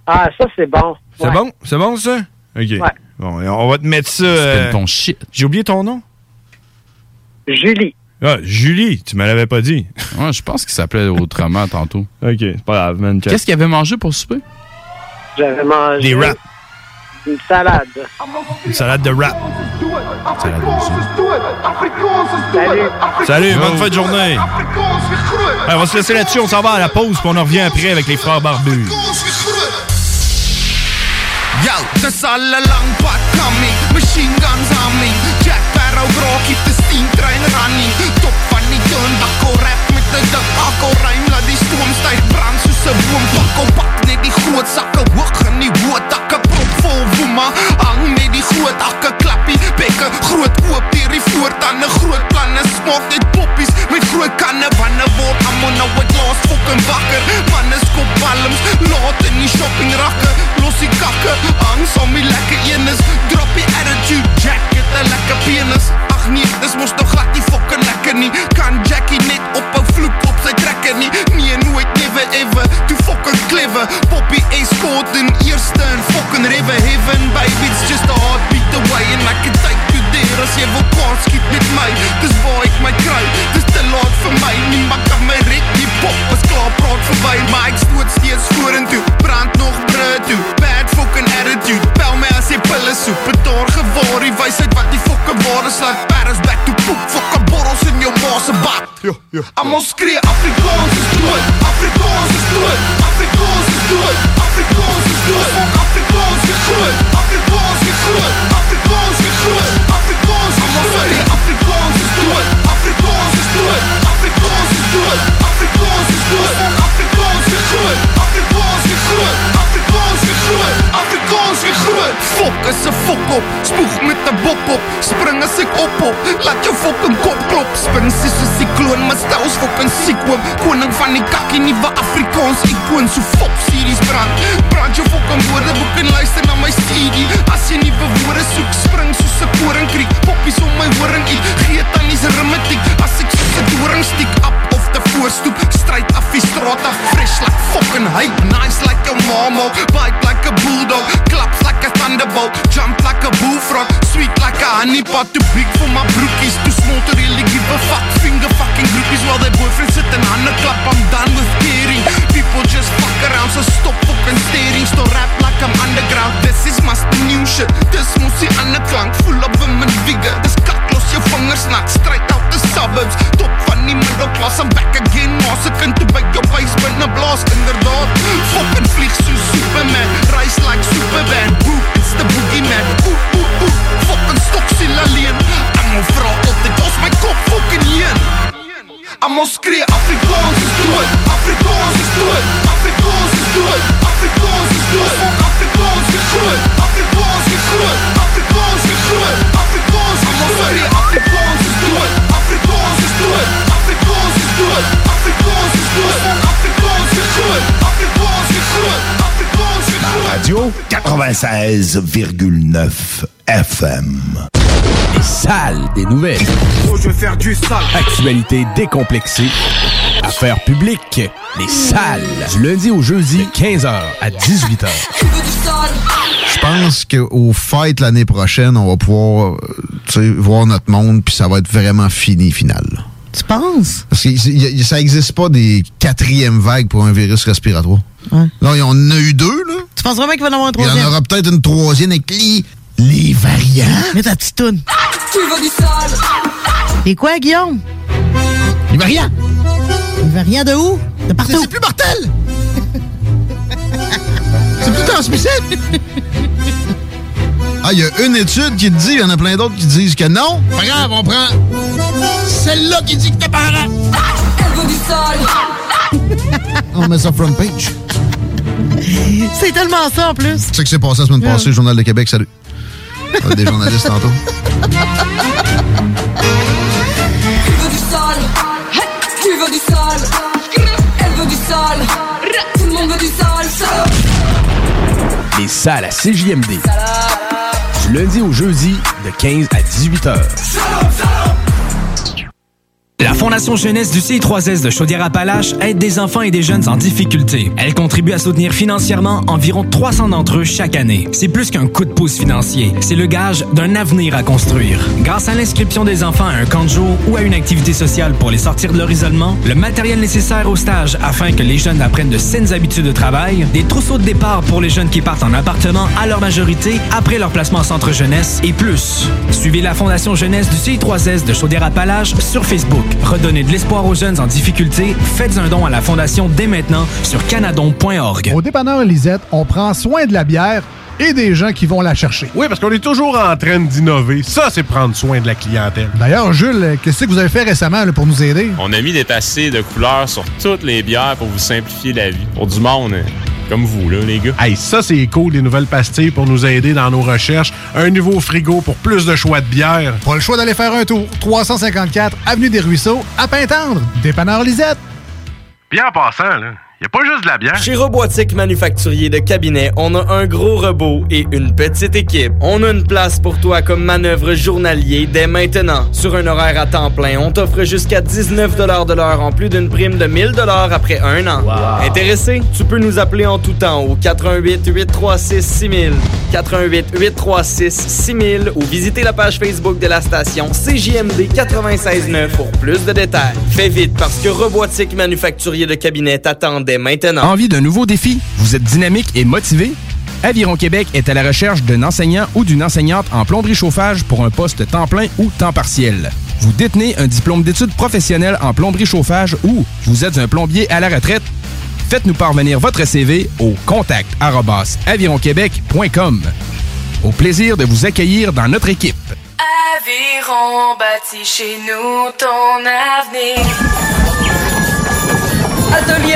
Speaker 1: Ah, ça, c'est bon.
Speaker 2: C'est bon? C'est bon, ça? OK. Bon, et on va te mettre ça... euh,
Speaker 3: ton shit.
Speaker 2: J'ai oublié ton nom?
Speaker 1: Julie.
Speaker 2: Ah, Julie, tu me l'avais pas dit.
Speaker 3: Ouais, je pense qu'il s'appelait autrement tantôt.
Speaker 2: OK, c'est pas grave, man.
Speaker 3: Qu'est-ce qu'il avait mangé pour souper?
Speaker 1: J'avais mangé...
Speaker 3: Des wraps.
Speaker 1: Une salade.
Speaker 2: Une salade de rap. Salut,
Speaker 1: Salut,
Speaker 2: bonne fin de journée. Ouais, on va se laisser là-dessus, on s'en va à la pause, puis on en revient après avec les frères barbus.
Speaker 19: Yo, that's all along but coming Machine guns on me Jack Barrow bro, keep the steam train running Top van die dun, bakko rap met de ding Akko ruim, laat die stoom stijg brand soos een boom Bakko pak net die groot sakke hoog in die hoed Akke prop vol woema, hang met die groot Akke klappie, bekke groot oop dier die voortande Groot planne, smok net poppies met groot kanne Wanne word ammo, nou het laas fucking wakker Manne skop palms, laat in die shopping rakke Los die kakke, hang saam die lekker enes Drop die attitude, Jack het een lekker penis Ach nee, dis mos nog glad nie fucking lekker nie Kan Jackie net ophou vloek op sy trekker nie Nee, nooit, never ever, too fucking clever Poppy escort in eerste en fucking river Heaven, baby, it's just a heartbeat away En ek het tyd to dare as jy wil kaart skiet met my Dis waar ek my kry, dis te laat vir my Nie maar kan my red, die pop is klaar praat verby Maar ek stoot steeds vorentoe, brand nog brand toe Bad fucking attitude, bel my as jy pille soep Betaar gewaar, die wysheid wat die fucking ware slaat Paris back to poep, fucking borrels in jou ma se bad I'm on skree, Afrikaans is dood Afrikaans is dood, Afrikaans is dood Afrikaans is dood, Fuck, Afrikaans is groot Afrikaans is groot, Afrikaans is groot Afrikaans is groot Afrikaans is dood, Afrikaans is dood Afrikaans is dood, Afrikaans is dood Fuck, Afrikaans is groot, Afrikaans is groot Afrikaans is groot, Afrikaans is groot Fok is 'n fok op, spoeg met 'n bok op Spring as ek op op, laat jou fucking kop klop Spring sies soos 'n sikloon, maar stel ons fucking siek oom Koning van die kakkie, nuwe Afrikaans ikoon So fop series brand, brand jou fucking woordeboek En luister na my CD, as jy nuwe woorde soek Spring soos 'n koringkriek, poppies om my horingie Gee tannies rimmetiek, as ek soos 'n doringstiek Up of the voorstoep, stryd af die straat af Fresh like fucking hype, nice like jou mama Bite like a bulldog, klaps like a thunderbolt Jump like a bullfrog, sweet like a honeypot Too big for my broekies, too small to really give a fuck Finger fucking groupies while their boyfriends sit in handen klap I'm done with caring, people just fuck around So stop fucking staring, still rap like I'm underground This is must be new shit, dis moes die ander klank Full of women vigor, dis kak los jou vingers nat Straight out the suburbs, top van die middelklas I'm back again, maas ek in toe by jou huis binne blaas Inderdaad, fucking vlieg soos Superman Rise like Superman, boop, it's the boogeyman Boop, boop, boop, fucking stoksiel alleen Engel vra altyd, ons my kop fucking heen I'm ons skree, Afrikaans is dood Afrikaans is dood, Afrikaans is dood Afrikaans is dood, fuck Afrikaans is groot Afrikaans is groot, Afrikaans is groot Afrikaans is groot Afrikaans is dood, Afrikaans is dood Afrikaans is dood, Afrikaans is dood Fuck Afrikaans is groot, Afrikaans is groot Afrikaans is groot
Speaker 20: Radio 96,9 FM.
Speaker 14: Les salles des nouvelles.
Speaker 19: Oh, je vais faire du sale.
Speaker 14: Actualité décomplexée. Affaires publiques, les salles. Du lundi au jeudi, 15h à 18h.
Speaker 21: Je pense qu'au fête l'année prochaine, on va pouvoir euh, tu sais, voir notre monde, puis ça va être vraiment fini, final.
Speaker 12: Tu penses?
Speaker 21: Parce que y- y- ça n'existe pas des quatrièmes vagues pour un virus respiratoire. Là, il y en a eu deux, là.
Speaker 12: Tu penses vraiment qu'il va en avoir un
Speaker 21: Il y
Speaker 12: troisième?
Speaker 21: en aura peut-être une troisième avec les, les variants.
Speaker 12: Mets ta petite toune. Et quoi, Guillaume?
Speaker 21: Il va rien.
Speaker 12: Il va rien de où? De partout.
Speaker 21: C'est plus mortel! C'est plus transmissible! Ah, il y a une étude qui te dit, il y en a plein d'autres qui disent que non. Pas grave, on prend celle-là qui dit que t'es parent. On met ça front page.
Speaker 12: C'est tellement ça en plus.
Speaker 21: C'est ce qui s'est passé la semaine passée,
Speaker 12: Ouais.
Speaker 21: le Journal de Québec, salut. On a Des journalistes tantôt.
Speaker 5: veut du sale, tu veux du sale, elle veut du sale, tout le monde veut du sale, sale.
Speaker 14: Les salles à CJMD. Du lundi au jeudi, de 15 à 18h.
Speaker 22: La Fondation Jeunesse du CI3S de Chaudière-Appalaches aide des enfants et des jeunes en difficulté. Elle contribue à soutenir financièrement environ 300 d'entre eux chaque année. C'est plus qu'un coup de pouce financier, c'est le gage d'un avenir à construire. Grâce à l'inscription des enfants à un camp de jour ou à une activité sociale pour les sortir de leur isolement, le matériel nécessaire au stage afin que les jeunes apprennent de saines habitudes de travail, des trousseaux de départ pour les jeunes qui partent en appartement à leur majorité après leur placement en centre jeunesse et plus. Suivez la Fondation Jeunesse du CI3S de Chaudière-Appalaches sur Facebook. Redonnez de l'espoir aux jeunes en difficulté. Faites un don à la Fondation dès maintenant sur canadon.org.
Speaker 23: Au dépanneur Lisette, on prend soin de la bière et des gens qui vont la chercher.
Speaker 8: Oui, parce qu'on est toujours en train d'innover. Ça, c'est prendre soin de la clientèle.
Speaker 23: D'ailleurs, Jules, qu'est-ce que vous avez fait récemment là, pour nous aider?
Speaker 24: On a mis des passés de couleurs sur toutes les bières pour vous simplifier la vie. Pour du monde, hein, comme vous, là, les gars.
Speaker 8: Hey, ça, c'est cool, les nouvelles pastilles pour nous aider dans nos recherches. Un nouveau frigo pour plus de choix de bière.
Speaker 23: Pas le choix d'aller faire un tour. 354 Avenue des Ruisseaux, à Pintendre, dépanneur Lisette.
Speaker 8: Bien en passant, là, y a pas juste de la bière.
Speaker 25: Chez Robotique Manufacturier de Cabinet, on a un gros robot et une petite équipe. On a une place pour toi comme manœuvre journalier dès maintenant. Sur un horaire à temps plein, on t'offre jusqu'à 19 de l'heure en plus d'une prime de 1000 après un an. Intéressé? Tu peux nous appeler en tout temps au 88 836 6000, 88 836 6000 ou visiter la page Facebook de la station CJMD 969 pour plus de détails. Fais vite parce que Robotique Manufacturier de Cabinet t'attendait maintenant.
Speaker 14: Envie d'un nouveau défi? Vous êtes dynamique et motivé? Aviron Québec est à la recherche d'un enseignant ou d'une enseignante en plomberie chauffage pour un poste temps plein ou temps partiel. Vous détenez un diplôme d'études professionnelles en plomberie chauffage ou vous êtes un plombier à la retraite? Faites-nous parvenir votre CV au contact arobase avironquebec.com. Au plaisir de vous accueillir dans notre équipe.
Speaker 15: Aviron bâti chez nous ton avenir.
Speaker 5: Atelier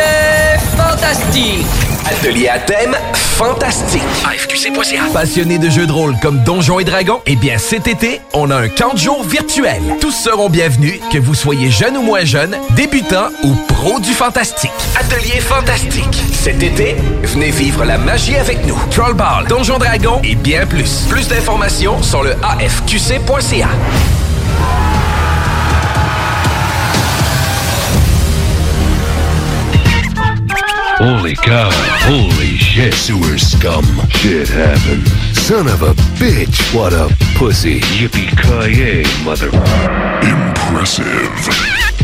Speaker 5: fantastique.
Speaker 13: Atelier à thème fantastique. AFQC.ca. Passionné de jeux de rôle comme Donjons et Dragons, eh bien cet été, on a un camp de jour virtuel. Tous seront bienvenus, que vous soyez jeune ou moins jeune, débutant ou pro du fantastique. Atelier fantastique. Cet été, venez vivre la magie avec nous. Trollball, Donjons Dragons et bien plus. Plus d'informations sur le AFQC.ca.
Speaker 20: Holy cow. Holy shit. Sewer scum. Shit happened. Son of a bitch. What a pussy. Yippee-ki-yay, mother... Impressive.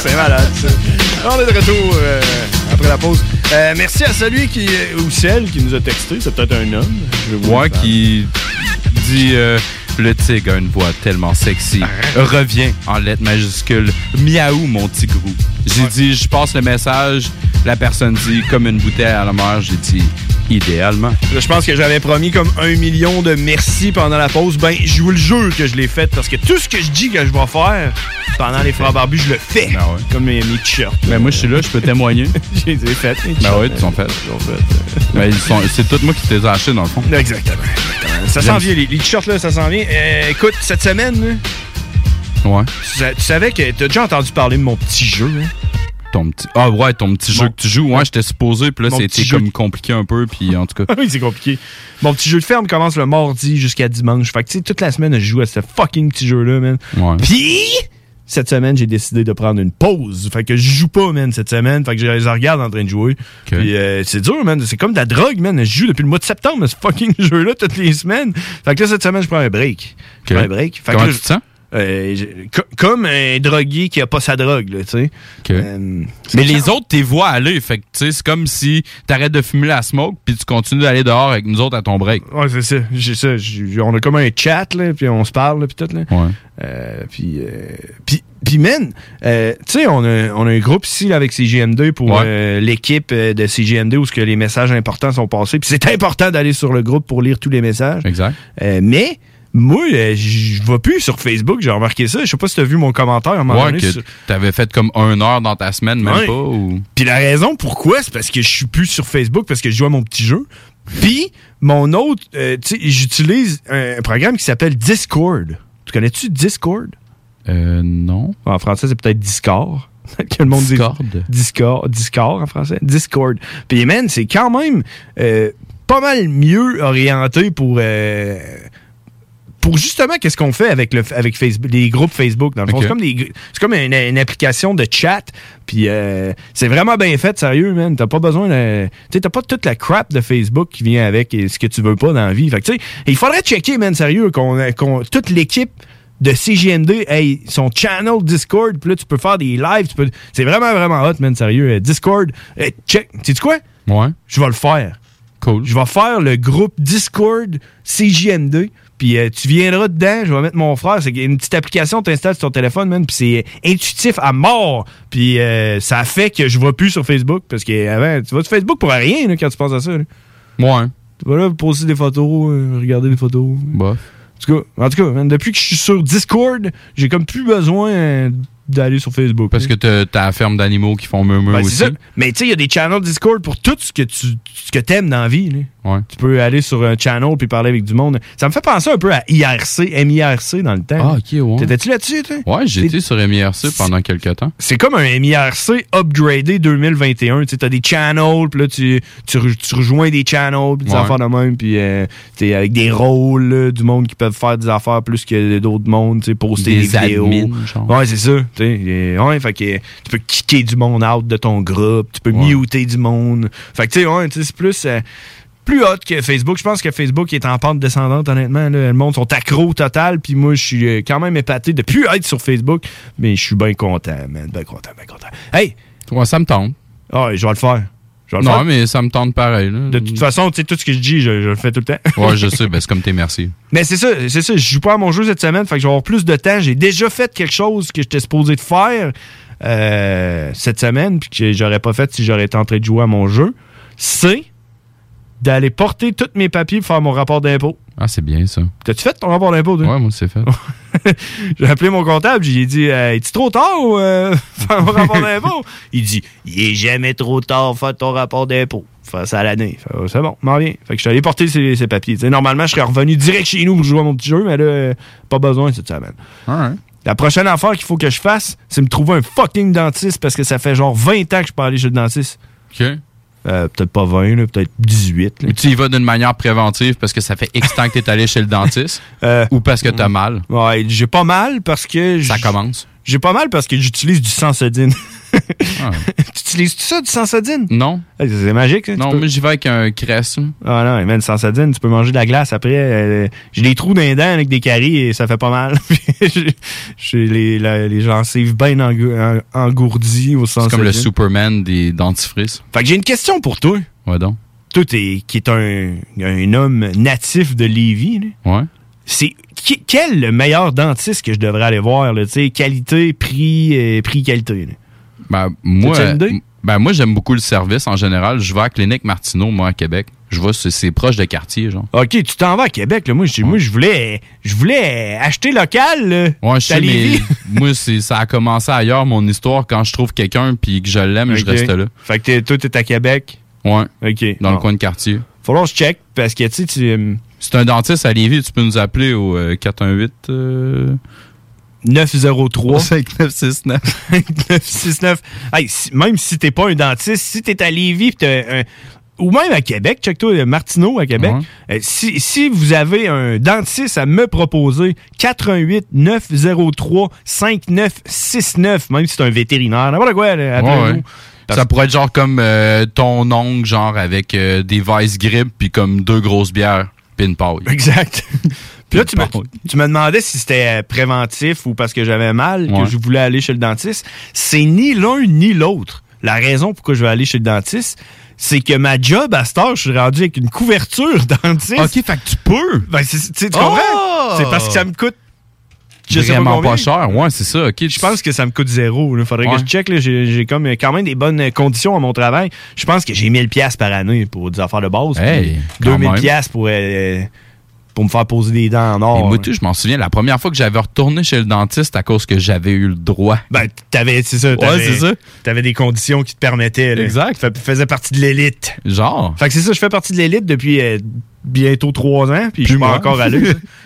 Speaker 2: C'est malade, ça. On est de retour euh, après la pause. Euh, merci à celui qui, euh, ou celle qui nous a texté. C'est peut-être un homme. Je vois
Speaker 3: Moi qui dit euh, le tigre a une voix tellement sexy. Reviens en lettres majuscules. Miaou, mon tigrou. J'ai dit, je passe le message. La personne dit, comme une bouteille à la mer, j'ai dit, idéalement.
Speaker 2: Je pense que j'avais promis comme un million de merci pendant la pause. Ben, je vous le jure que je l'ai fait parce que tout ce que je dis que je vais faire pendant les frères barbus, je le fais. Comme mes, mes t-shirts.
Speaker 3: Ben moi, je suis là, je peux témoigner.
Speaker 2: J'ai fait. mes
Speaker 3: Ben
Speaker 2: t-shirts.
Speaker 3: oui, tu sont fait. Ben, ils sont- c'est tout moi qui t'ai acheté, dans le fond.
Speaker 2: Exactement. Ça
Speaker 3: J'aime
Speaker 2: s'en vient, les, les t-shirts, là, ça s'en vient. Euh, écoute, cette semaine, là,
Speaker 3: Ouais.
Speaker 2: tu, sa- tu savais que t'as déjà entendu parler de mon petit jeu, hein?
Speaker 3: ton petit. Ah ouais, ton petit jeu que tu joues. Ouais, j'étais supposé, puis là,
Speaker 2: Mon
Speaker 3: c'était
Speaker 2: petit jeu
Speaker 3: comme compliqué un peu, puis en tout cas.
Speaker 2: oui, c'est compliqué. Mon petit jeu de ferme commence le mardi jusqu'à dimanche. Fait que, tu sais, toute la semaine, je joue à ce fucking petit jeu-là, man.
Speaker 3: Ouais.
Speaker 2: Puis, cette semaine, j'ai décidé de prendre une pause. Fait que je joue pas, man, cette semaine. Fait que je les regarde en train de jouer. Puis, euh, c'est dur, man. C'est comme de la drogue, man. Je joue depuis le mois de septembre, ce fucking jeu-là, toutes les semaines. Fait que là, cette semaine, je prends un break. Je
Speaker 3: Ok.
Speaker 2: prends un break. Fait que
Speaker 3: Comment
Speaker 2: là,
Speaker 3: tu te sens?
Speaker 2: euh, je- co- comme un drogué qui a pas sa drogue, là, tu sais. Euh,
Speaker 3: Mais les autres, t'es vois aller. Fait que, tu sais, c'est comme si t'arrêtes de fumer la smoke, puis tu continues d'aller dehors avec nous autres à ton break.
Speaker 2: Ouais, c'est ça. J'ai ça. J'ai- on a comme un chat, là, puis on se parle, là, puis tout, là. Euh, puis, euh, puis, puis, man, euh, tu sais, on a, on a un groupe ici, là, avec CGM2 pour euh, l'équipe euh, de CGM2 où ce que les messages importants sont passés. Puis c'est important d'aller sur le groupe pour lire tous les messages. Euh,
Speaker 3: Exact.
Speaker 2: mais, moi, euh, je vais plus sur Facebook, j'ai remarqué ça. Je sais pas si t'as vu mon commentaire à un moment
Speaker 3: Ouais,
Speaker 2: donné
Speaker 3: que
Speaker 2: sur-
Speaker 3: t'avais fait comme une heure dans ta semaine, même
Speaker 2: Ouais.
Speaker 3: pas, ou.
Speaker 2: Puis la raison pourquoi, c'est parce que je suis plus sur Facebook parce que je joue à mon petit jeu. Puis mon autre, euh, tu sais, j'utilise un programme qui s'appelle Discord. Tu connais-tu Discord?
Speaker 3: Euh, non.
Speaker 2: En français, c'est peut-être Discord. Peut-être que le monde dit-
Speaker 3: Discord.
Speaker 2: Discord. Discord en français. Discord. Puis man, c'est quand même euh, pas mal mieux orienté pour. euh, pour justement, qu'est-ce qu'on fait avec, le, avec Facebook, les groupes Facebook, dans le fond.
Speaker 3: Ok.
Speaker 2: C'est comme, des gr- c'est comme une, une application de chat. Puis euh, c'est vraiment bien fait, sérieux, man. T'as pas besoin de. Tu sais, t'as pas toute la crap de Facebook qui vient avec et ce que tu veux pas dans la vie. Fait que, tu sais, il faudrait checker, man, sérieux, qu'on, qu'on- toute l'équipe de CGMD, hey, son channel Discord, puis là, tu peux faire des lives. Tu peux, c'est vraiment, vraiment hot, man, sérieux. Euh, Discord, euh, check. Tu sais quoi?
Speaker 3: Ouais.
Speaker 2: Je vais le faire.
Speaker 3: Cool.
Speaker 2: Je vais faire le groupe Discord CJM2. Puis euh, tu viendras dedans, je vais mettre mon frère. C'est une petite application, tu installes sur ton téléphone, man. Puis c'est intuitif à mort. Puis euh, ça fait que je ne vais plus sur Facebook. Parce que avant, tu vas sur Facebook pour rien là, quand tu penses à ça. Là.
Speaker 3: Ouais.
Speaker 2: Tu vas là poster des photos, euh, regarder des photos.
Speaker 3: Bof.
Speaker 2: En tout cas, en tout cas man, depuis que je suis sur Discord, j'ai comme plus besoin euh, d'aller sur Facebook.
Speaker 3: Parce que t'as t'as la ferme d'animaux qui font murmure
Speaker 2: Ben, c'est
Speaker 3: aussi.
Speaker 2: ça. Mais tu sais, il y a des channels Discord pour tout ce que tu ce que t'aimes dans la vie. là. Tu peux aller sur un channel puis parler avec du monde. Ça me fait penser un peu à IRC, MIRC dans le temps.
Speaker 3: Ah, ok, ouais.
Speaker 2: T'étais-tu là-dessus, toi?
Speaker 3: Ouais, j'étais sur MIRC pendant quelques temps.
Speaker 2: C'est comme un MIRC upgradé 2021. Tu sais, t'as des channels, puis là, tu, tu, re- tu rejoins des channels, puis des
Speaker 3: Ouais.
Speaker 2: affaires de même, puis euh, t'es avec des rôles là, du monde qui peuvent faire des affaires plus que d'autres mondes, tu sais, poster des,
Speaker 3: Des
Speaker 2: vidéos.
Speaker 3: admins, genre.
Speaker 2: Ouais, c'est ça. tu sais, et, ouais, fait que euh, tu peux kicker du monde out de ton groupe, tu peux muter du monde. Fait que, tu sais, ouais, tu sais, c'est plus... euh, plus hot que Facebook. Je pense que Facebook est en pente descendante, honnêtement. là. Le monde sont accro total. Puis moi, je suis euh, quand même épaté de plus être sur Facebook. Mais je suis bien content, man. Bien content, bien content. Hey!
Speaker 3: Ouais, ça me tente.
Speaker 2: Ah, je vais le faire. Je vais le
Speaker 3: Non,
Speaker 2: faire.
Speaker 3: mais ça me tente pareil. là.
Speaker 2: De toute façon, tu sais, tout ce que je dis, je, je le fais tout le temps.
Speaker 3: Ouais, je sais, ben, c'est comme tes merci.
Speaker 2: Mais c'est ça, c'est ça. Je joue pas à mon jeu cette semaine, fait que je vais avoir plus de temps. J'ai déjà fait quelque chose que j'étais supposé de faire euh, cette semaine, puis que j'aurais pas fait si j'aurais été en train de jouer à mon jeu. C'est d'aller porter tous mes papiers pour faire mon rapport d'impôt.
Speaker 3: Ah, c'est bien ça.
Speaker 2: T'as-tu fait ton rapport d'impôt, toi?
Speaker 3: Ouais, moi, c'est fait.
Speaker 2: J'ai appelé mon comptable, j'ai dit euh, Est-tu trop tard ou euh, faire mon rapport d'impôt Il dit Il est jamais trop tard, faire ton rapport d'impôt. Face à l'année. Fait, oh, C'est bon, m'en viens. Fait que je suis allé porter ces, ces papiers. Tu sais, normalement, je serais revenu direct chez nous pour jouer à mon petit jeu, mais là, euh, pas besoin cette semaine. La prochaine affaire qu'il faut que je fasse, c'est me trouver un fucking dentiste parce que ça fait genre 20 ans que je suis pas allé chez le dentiste.
Speaker 3: OK.
Speaker 2: Euh, peut-être pas 20, là, peut-être 18. là.
Speaker 3: Ou tu y vas d'une manière préventive parce que ça fait X temps que t'es allé chez le dentiste ou parce que t'as mal.
Speaker 2: Euh, Ouais, j'ai pas mal parce que. Ça
Speaker 3: commence.
Speaker 2: J'ai pas mal parce que j'utilise du sansodine. tu utilises tout ça, du sansodine?
Speaker 3: Ah. Non.
Speaker 2: C'est c'est magique. hein, tu
Speaker 3: Non,
Speaker 2: peux-
Speaker 3: mais j'y vais avec un cresse.
Speaker 2: Ah non, man, sans sardine, tu peux manger de la glace après. euh, j'ai des trous dans les dents avec des caries et ça fait pas mal. Puis j'ai- j'ai les, la- les gencives bien engou- en- engourdies au sens.
Speaker 3: C'est comme le
Speaker 2: sardine.
Speaker 3: Superman des dentifrices.
Speaker 2: Fait que j'ai une question pour toi.
Speaker 3: Ouais, donc.
Speaker 2: Toi, t'es- qui est un, un homme natif de Lévis.
Speaker 3: là.
Speaker 2: C'est qui- quel le meilleur dentiste que je devrais aller voir, là, tu sais, qualité, prix, euh, prix, qualité. là?
Speaker 3: Ben, moi,
Speaker 2: T'as-tu une idée?
Speaker 3: ben, moi j'aime beaucoup le service en général. Je vais à la Clinique Martineau, moi, à Québec. Je vois, c'est- c'est proche de quartier, genre.
Speaker 2: OK, tu t'en vas à Québec. Là. Moi, je moi, je voulais, je voulais acheter local. là.
Speaker 3: Ouais, je
Speaker 2: T'as
Speaker 3: sais, mais
Speaker 2: Lévis.
Speaker 3: moi, c'est- ça a commencé ailleurs, mon histoire. Quand je trouve quelqu'un puis que je l'aime, je
Speaker 2: Ok.
Speaker 3: reste là.
Speaker 2: Fait que t'es- toi, t'es à Québec.
Speaker 3: Ouais.
Speaker 2: OK.
Speaker 3: Dans
Speaker 2: Bon.
Speaker 3: le coin de quartier.
Speaker 2: Falloir que je check parce que, tu sais, tu.
Speaker 3: C'est un dentiste à Lévis, tu peux nous appeler au euh, 418. euh,
Speaker 2: 903
Speaker 3: 5969
Speaker 2: 5969. Hey, si- même si t'es pas un dentiste, si t'es à Lévis, pis t'as un- ou même à Québec, check-toi euh, Martineau à Québec. Euh, si, si vous avez un dentiste à me proposer, 88 903 5969, même si c'est un vétérinaire, n'importe quoi, là,
Speaker 3: Ouais,
Speaker 2: appelez-nous.
Speaker 3: ouais. Ça pourrait être genre comme euh, ton ongle, genre avec euh, des vice grip puis comme deux grosses bières, puis une paille.
Speaker 2: Exact. Puis là, tu me, tu me demandais si c'était euh, préventif ou parce que j'avais mal,
Speaker 3: Ouais.
Speaker 2: que je voulais aller chez le dentiste. C'est ni l'un ni l'autre. La raison pourquoi je vais aller chez le dentiste, c'est que ma job à cette heure, je suis rendu avec une couverture dentiste. OK, fait que tu peux. Ben, c'est- tu sais, tu comprends?
Speaker 3: Oh!
Speaker 2: C'est parce que ça me coûte. Je sais pas
Speaker 3: Vraiment
Speaker 2: combien.
Speaker 3: pas cher. Ouais, c'est ça. OK.
Speaker 2: Je pense que ça me coûte zéro. Il faudrait
Speaker 3: Ouais.
Speaker 2: que je check. là. J'ai j'ai comme euh, quand même des bonnes euh, conditions à mon travail. Je pense que j'ai 1000 pièces par année pour des affaires de base.
Speaker 3: Hey,
Speaker 2: puis
Speaker 3: quand
Speaker 2: 2000
Speaker 3: même.
Speaker 2: pièces pour euh, pour me faire poser des dents en or. hein.
Speaker 3: Et moi, tu sais, je m'en souviens, la première fois que j'avais retourné chez le dentiste à cause que j'avais eu le droit.
Speaker 2: Ben, t'avais, c'est ça.
Speaker 3: Ouais, c'est ça.
Speaker 2: T'avais des conditions qui te permettaient. là.
Speaker 3: Exact.
Speaker 2: Fait- faisais partie de l'élite.
Speaker 3: Genre.
Speaker 2: Fait que c'est ça, je fais partie de l'élite depuis euh, bientôt trois ans, puis je suis
Speaker 3: Plus
Speaker 2: pas
Speaker 3: moi.
Speaker 2: encore allé.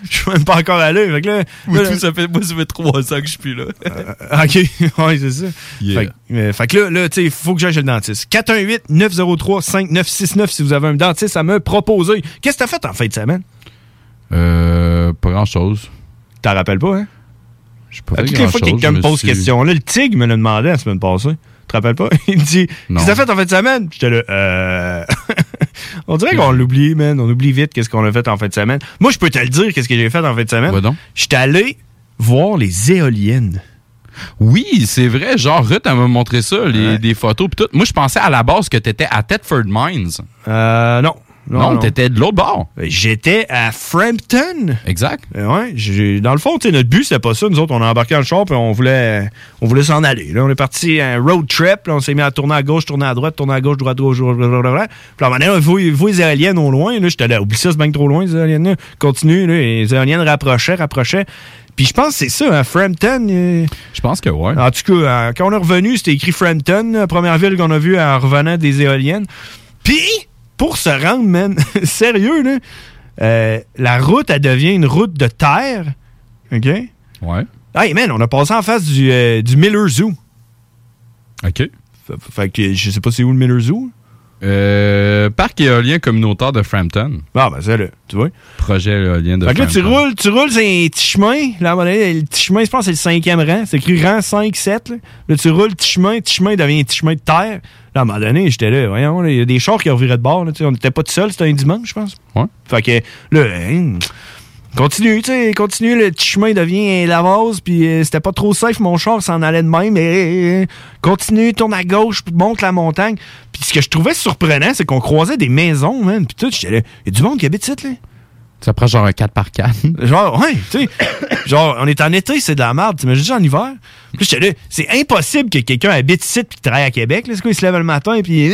Speaker 2: Je suis même pas encore allé. Ah, Fait que là, là, là-
Speaker 3: ça fait, moi, ça fait trois ans que je suis plus là.
Speaker 2: OK, ouais, c'est ça.
Speaker 3: Yeah.
Speaker 2: Fait, que- euh, fait que là, là tu sais, faut que j'aille chez le dentiste. 418-903-5969 si vous avez un dentiste à me proposer. Qu'est-ce que t'as fait en fin de semaine?
Speaker 3: Euh, pas grand-chose.
Speaker 2: T'en rappelles pas, hein?
Speaker 3: Je peux
Speaker 2: À
Speaker 3: pas
Speaker 2: toutes les fois que quelqu'un me pose question, là, le Tig me l'a demandé la semaine passée. Tu te rappelles pas? Il me dit Qu'est-ce que t'as fait en fin de semaine? J'étais là, euh. on dirait qu'on l'oublie, man. On oublie vite qu'est-ce qu'on a fait en fin de semaine. Moi, je peux te le dire, qu'est-ce que j'ai fait en fin de
Speaker 3: Bah
Speaker 2: semaine. J'étais allé voir les éoliennes.
Speaker 3: Oui, c'est vrai. Genre, Ruth, elle m'a montré ça, les, des photos pis tout. Moi, je pensais à la base que t'étais à Thetford Mines.
Speaker 2: Euh, non.
Speaker 3: Non, t'étais de l'autre bord.
Speaker 2: J'étais à Frampton. Euh,
Speaker 3: Exact.
Speaker 2: ouais, j'ai- dans le fond, tu sais, notre but, c'était pas ça. Nous autres, on a embarqué dans le char, puis on voulait, on voulait s'en aller. Là, on est parti un road trip. là, on s'est mis à tourner à gauche, tourner à droite, tourner à gauche, droite, gauche, droite, droite, droite. Puis à un moment donné, vous, vous, les éoliennes au loin. Là, j'étais là, oublie ça, c'est bien trop loin, les éoliennes. Là. Continue, là, et les éoliennes rapprochaient, rapprochaient. Puis je pense que c'est ça, hein, Frampton.
Speaker 3: Je pense que ouais.
Speaker 2: En tout cas, hein, quand on est revenu, c'était écrit Frampton, la première ville qu'on a vue en revenant des éoliennes. Puis, pour se rendre, man, sérieux, là, euh, la route, elle devient une route de terre. OK?
Speaker 3: Ouais.
Speaker 2: Hey, man, on a passé en face du, euh, du Miller Zoo.
Speaker 3: OK.
Speaker 2: Fait, fait que je sais pas c'est où le Miller Zoo.
Speaker 3: Euh, parc éolien communautaire de Frampton.
Speaker 2: Ah, ben c'est là, tu vois.
Speaker 3: Projet éolien de
Speaker 2: Fait que là,
Speaker 3: Frampton.
Speaker 2: tu roules, tu roules sur un petit chemin. Là, à un moment donné, le petit chemin, je pense que c'est le cinquième rang. C'est écrit rang 5, 7. Là, Là, tu roules, petit chemin, petit chemin devient petit chemin de terre. Là, à un moment donné, j'étais là, voyons, là, il y a des chars qui reviraient de bord. là, tu sais, on n'était pas tout seul, c'était un dimanche, je pense.
Speaker 3: Ouais.
Speaker 2: Fait que là, hein, continue, tu sais, continue, le petit chemin devient la vase, puis euh, c'était pas trop safe, mon char s'en allait de même, mais euh, continue, tourne à gauche, puis monte la montagne. Puis ce que je trouvais surprenant, c'est qu'on croisait des maisons, man, puis tout, j'étais là, il y a du monde qui habite ici, là.
Speaker 3: Ça prend genre un 4x4.
Speaker 2: Genre, ouais, tu sais. genre, on est en été, c'est de la merde. Tu imagines en hiver? Puis j'étais là, c'est impossible que quelqu'un habite ici puis qu'il travaille à Québec. Là, c'est quoi, il se lève le matin et puis.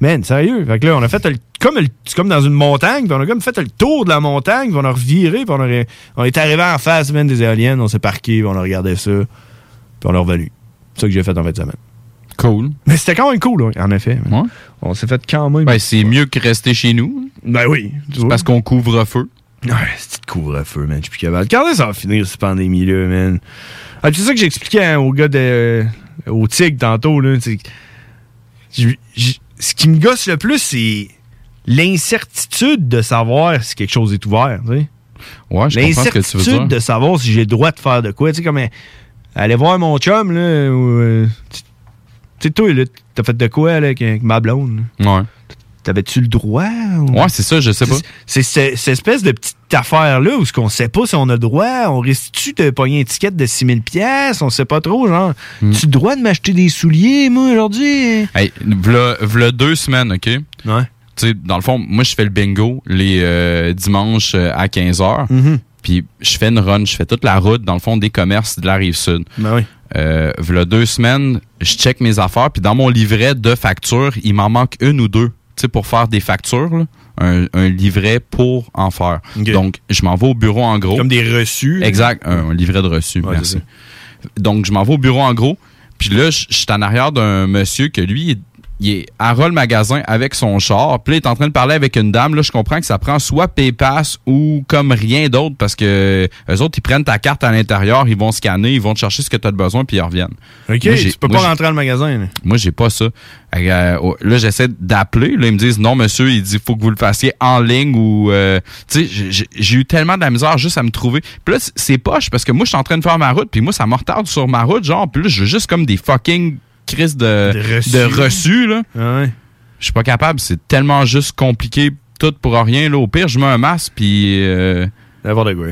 Speaker 2: Man, sérieux. Fait que là, on a fait le- comme, le- c'est comme dans une montagne, puis on a comme fait le tour de la montagne, puis on a reviré, puis on, a- on est arrivé en face, man, des éoliennes, on s'est parqué, puis on a regardé ça, puis on est revenu. C'est ça que j'ai fait en fin de semaine.
Speaker 3: Cool.
Speaker 2: Mais c'était quand même cool, ouais, en effet. man. On s'est fait quand même.
Speaker 3: Ben, c'est mieux que rester chez nous.
Speaker 2: Ben oui.
Speaker 3: C'est parce qu'on couvre feu.
Speaker 2: Ouais, c'est de couvre-feu, man. Je suis plus capable. Quand est-ce que ça va finir, cette pandémie-là, man? Ah, c'est ça que j'expliquais hein, au gars de. euh, au TIG tantôt, là. c'est que j'ai- j'ai- Ce qui me gosse le plus, c'est l'incertitude de savoir si quelque chose est ouvert, tu sais.
Speaker 3: Ouais, je comprends ce que tu veux dire.
Speaker 2: L'incertitude de savoir si j'ai le droit de faire de quoi. Tu sais, comme. euh, Aller voir mon chum, là. ou, euh, tu- tu sais, toi, là, t'as fait de quoi, là, avec, avec ma blonde?
Speaker 3: Ouais.
Speaker 2: T'avais-tu le droit?
Speaker 3: Ouais, c'est ça, je sais pas.
Speaker 2: C'est ce- cette espèce de petite affaire-là où ce qu'on sait pas si on a droit, on risque-tu de pogner une étiquette de 6000 pièces, on sait pas trop, genre,
Speaker 3: Hmm.
Speaker 2: tu droit de m'acheter des souliers, moi, aujourd'hui?
Speaker 3: Hey, v'là, v'là deux semaines, OK?
Speaker 2: Ouais.
Speaker 3: Tu sais, dans le fond, moi, je fais le bingo les euh, dimanches euh, à 15h.
Speaker 2: Mhm.
Speaker 3: Puis je fais une run, je fais toute la route, dans le fond, des commerces de la Rive-Sud.
Speaker 2: Ben oui.
Speaker 3: Euh, v'là deux semaines, je check mes affaires, puis dans mon livret de factures, il m'en manque une ou deux, tu sais, pour faire des factures, là. Un, un livret pour en faire. Donc, je m'en vais au bureau en gros.
Speaker 2: Comme des reçus.
Speaker 3: Exact, un, un livret de reçus, merci. Donc, je m'en vais au bureau en gros, puis là, je je suis en arrière d'un monsieur que lui, il- il est à le magasin avec son char, puis là, il est en train de parler avec une dame. Là, je comprends que ça prend soit PayPass ou comme rien d'autre parce que les autres, ils prennent ta carte à l'intérieur, ils vont scanner, ils vont te chercher ce que tu as de besoin, puis ils reviennent.
Speaker 2: OK,
Speaker 3: Moi, j'ai-
Speaker 2: tu peux
Speaker 3: moi,
Speaker 2: pas
Speaker 3: j'ai-
Speaker 2: rentrer dans le magasin. là.
Speaker 3: Moi, j'ai pas ça. Euh, oh, Là, j'essaie d'appeler. Là, ils me disent non, monsieur, il dit faut que vous le fassiez en ligne ou. euh, tu sais, j'ai- j'ai- j'ai eu tellement de la misère juste à me trouver. Puis là, c'est- c'est poche parce que moi, je suis en train de faire ma route, puis moi, ça me retarde sur ma route, genre. Puis là, je veux juste comme des fucking crises de,
Speaker 2: Des reçus.
Speaker 3: de reçus, là. Je suis pas capable. C'est tellement juste compliqué, tout pour rien, là. Au pire, je mets un masque, puis. Euh,
Speaker 2: N'importe quoi.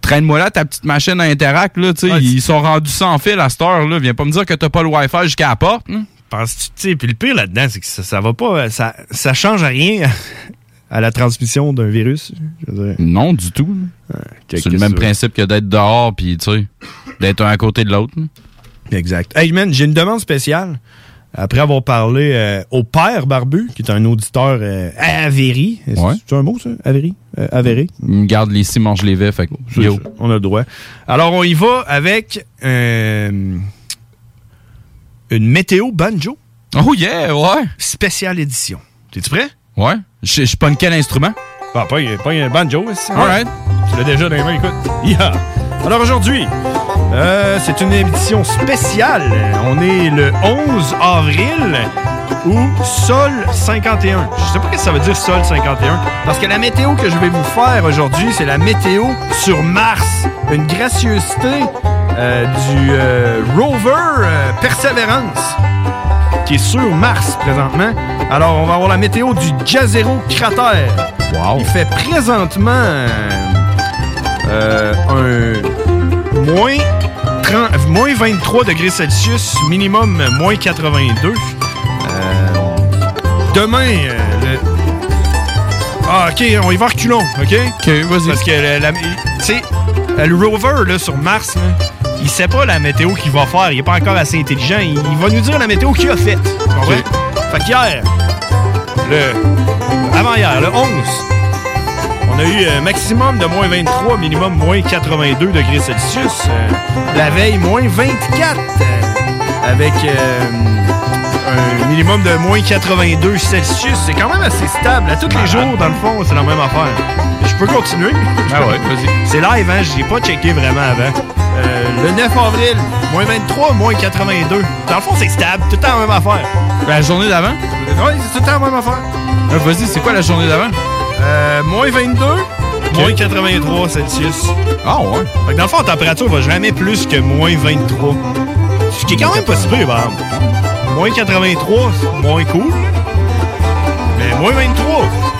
Speaker 3: Traîne-moi là ta petite machine à Interact, là, tu sais, ils sont rendus sans fil à cette heure, là. Viens pas me dire que t'as pas le Wi-Fi jusqu'à la porte, hein?
Speaker 2: Penses-tu, tu sais, puis le pire là-dedans, c'est que ça, ça va pas, ça, ça change rien à la transmission d'un virus.
Speaker 3: Non, du tout. C'est le même principe que d'être dehors, puis tu sais, d'être un à côté de l'autre.
Speaker 2: Exact. Hey man, j'ai une demande spéciale. Après avoir parlé euh, au père Barbu, qui est un auditeur euh, avéri. Est-ce que C'est un mot, ça? Avéri? Euh, avéré?
Speaker 3: Il me garde les six, mange les vets, fait que yo.
Speaker 2: On a le droit. Alors, on y va avec euh, une météo banjo.
Speaker 3: Oh yeah, ouais.
Speaker 2: Spéciale édition. T'es-tu prêt?
Speaker 3: Ouais. Je je pogne quel instrument?
Speaker 2: Bah, pas, un banjo. c'est ça.
Speaker 3: Alright.
Speaker 2: Tu l'as déjà dans les mains, écoute. Yeah. Alors aujourd'hui, euh, c'est une édition spéciale. On est le 11 avril ou Sol 51. Je sais pas ce que ça veut dire Sol 51 parce que la météo que je vais vous faire aujourd'hui, c'est la météo sur Mars, une gracieuseté euh, du euh, rover euh, Perseverance qui est sur Mars présentement. Alors, on va avoir la météo du Jazero cratère. Il fait présentement euh, un moins, 30 moins 23 degrés Celsius, minimum euh, moins 82. Euh, demain, euh, le- ah, OK, on y va en reculons, OK?
Speaker 3: OK, vas-y.
Speaker 2: Parce que, le- la- tu sais, le rover, là, sur Mars, là, il sait pas la météo qu'il va faire. Il est pas encore assez intelligent. Il, il va nous dire la météo qu'il a faite. Tu comprends? Fait qu'hier, le... Avant-hier, le 11, on a eu un maximum de moins 23, minimum moins 82 degrés Celsius. Euh, la veille, moins 24, euh, avec euh, un minimum de moins 82 Celsius. C'est quand même assez stable. À tous les jours, dans le fond, c'est la même affaire. Je peux continuer?
Speaker 3: Ah ouais, vas-y.
Speaker 2: C'est live, hein? J'ai pas checké vraiment avant. Euh, le 9 avril, moins 23, moins 82. Dans le fond, c'est stable. Tout le temps la même affaire.
Speaker 3: La journée d'avant?
Speaker 2: Oui, c'est tout le temps la même affaire.
Speaker 3: Ah, Vas-y, c'est quoi la journée d'avant?
Speaker 2: Euh, moins 22, moins 83 Celsius.
Speaker 3: Ah ouais?
Speaker 2: Fait que dans le fond, la température va jamais plus que moins 23. Ce qui est quand même pas si peu, par exemple. Moins 83, c'est moins cool. Mais moins 23.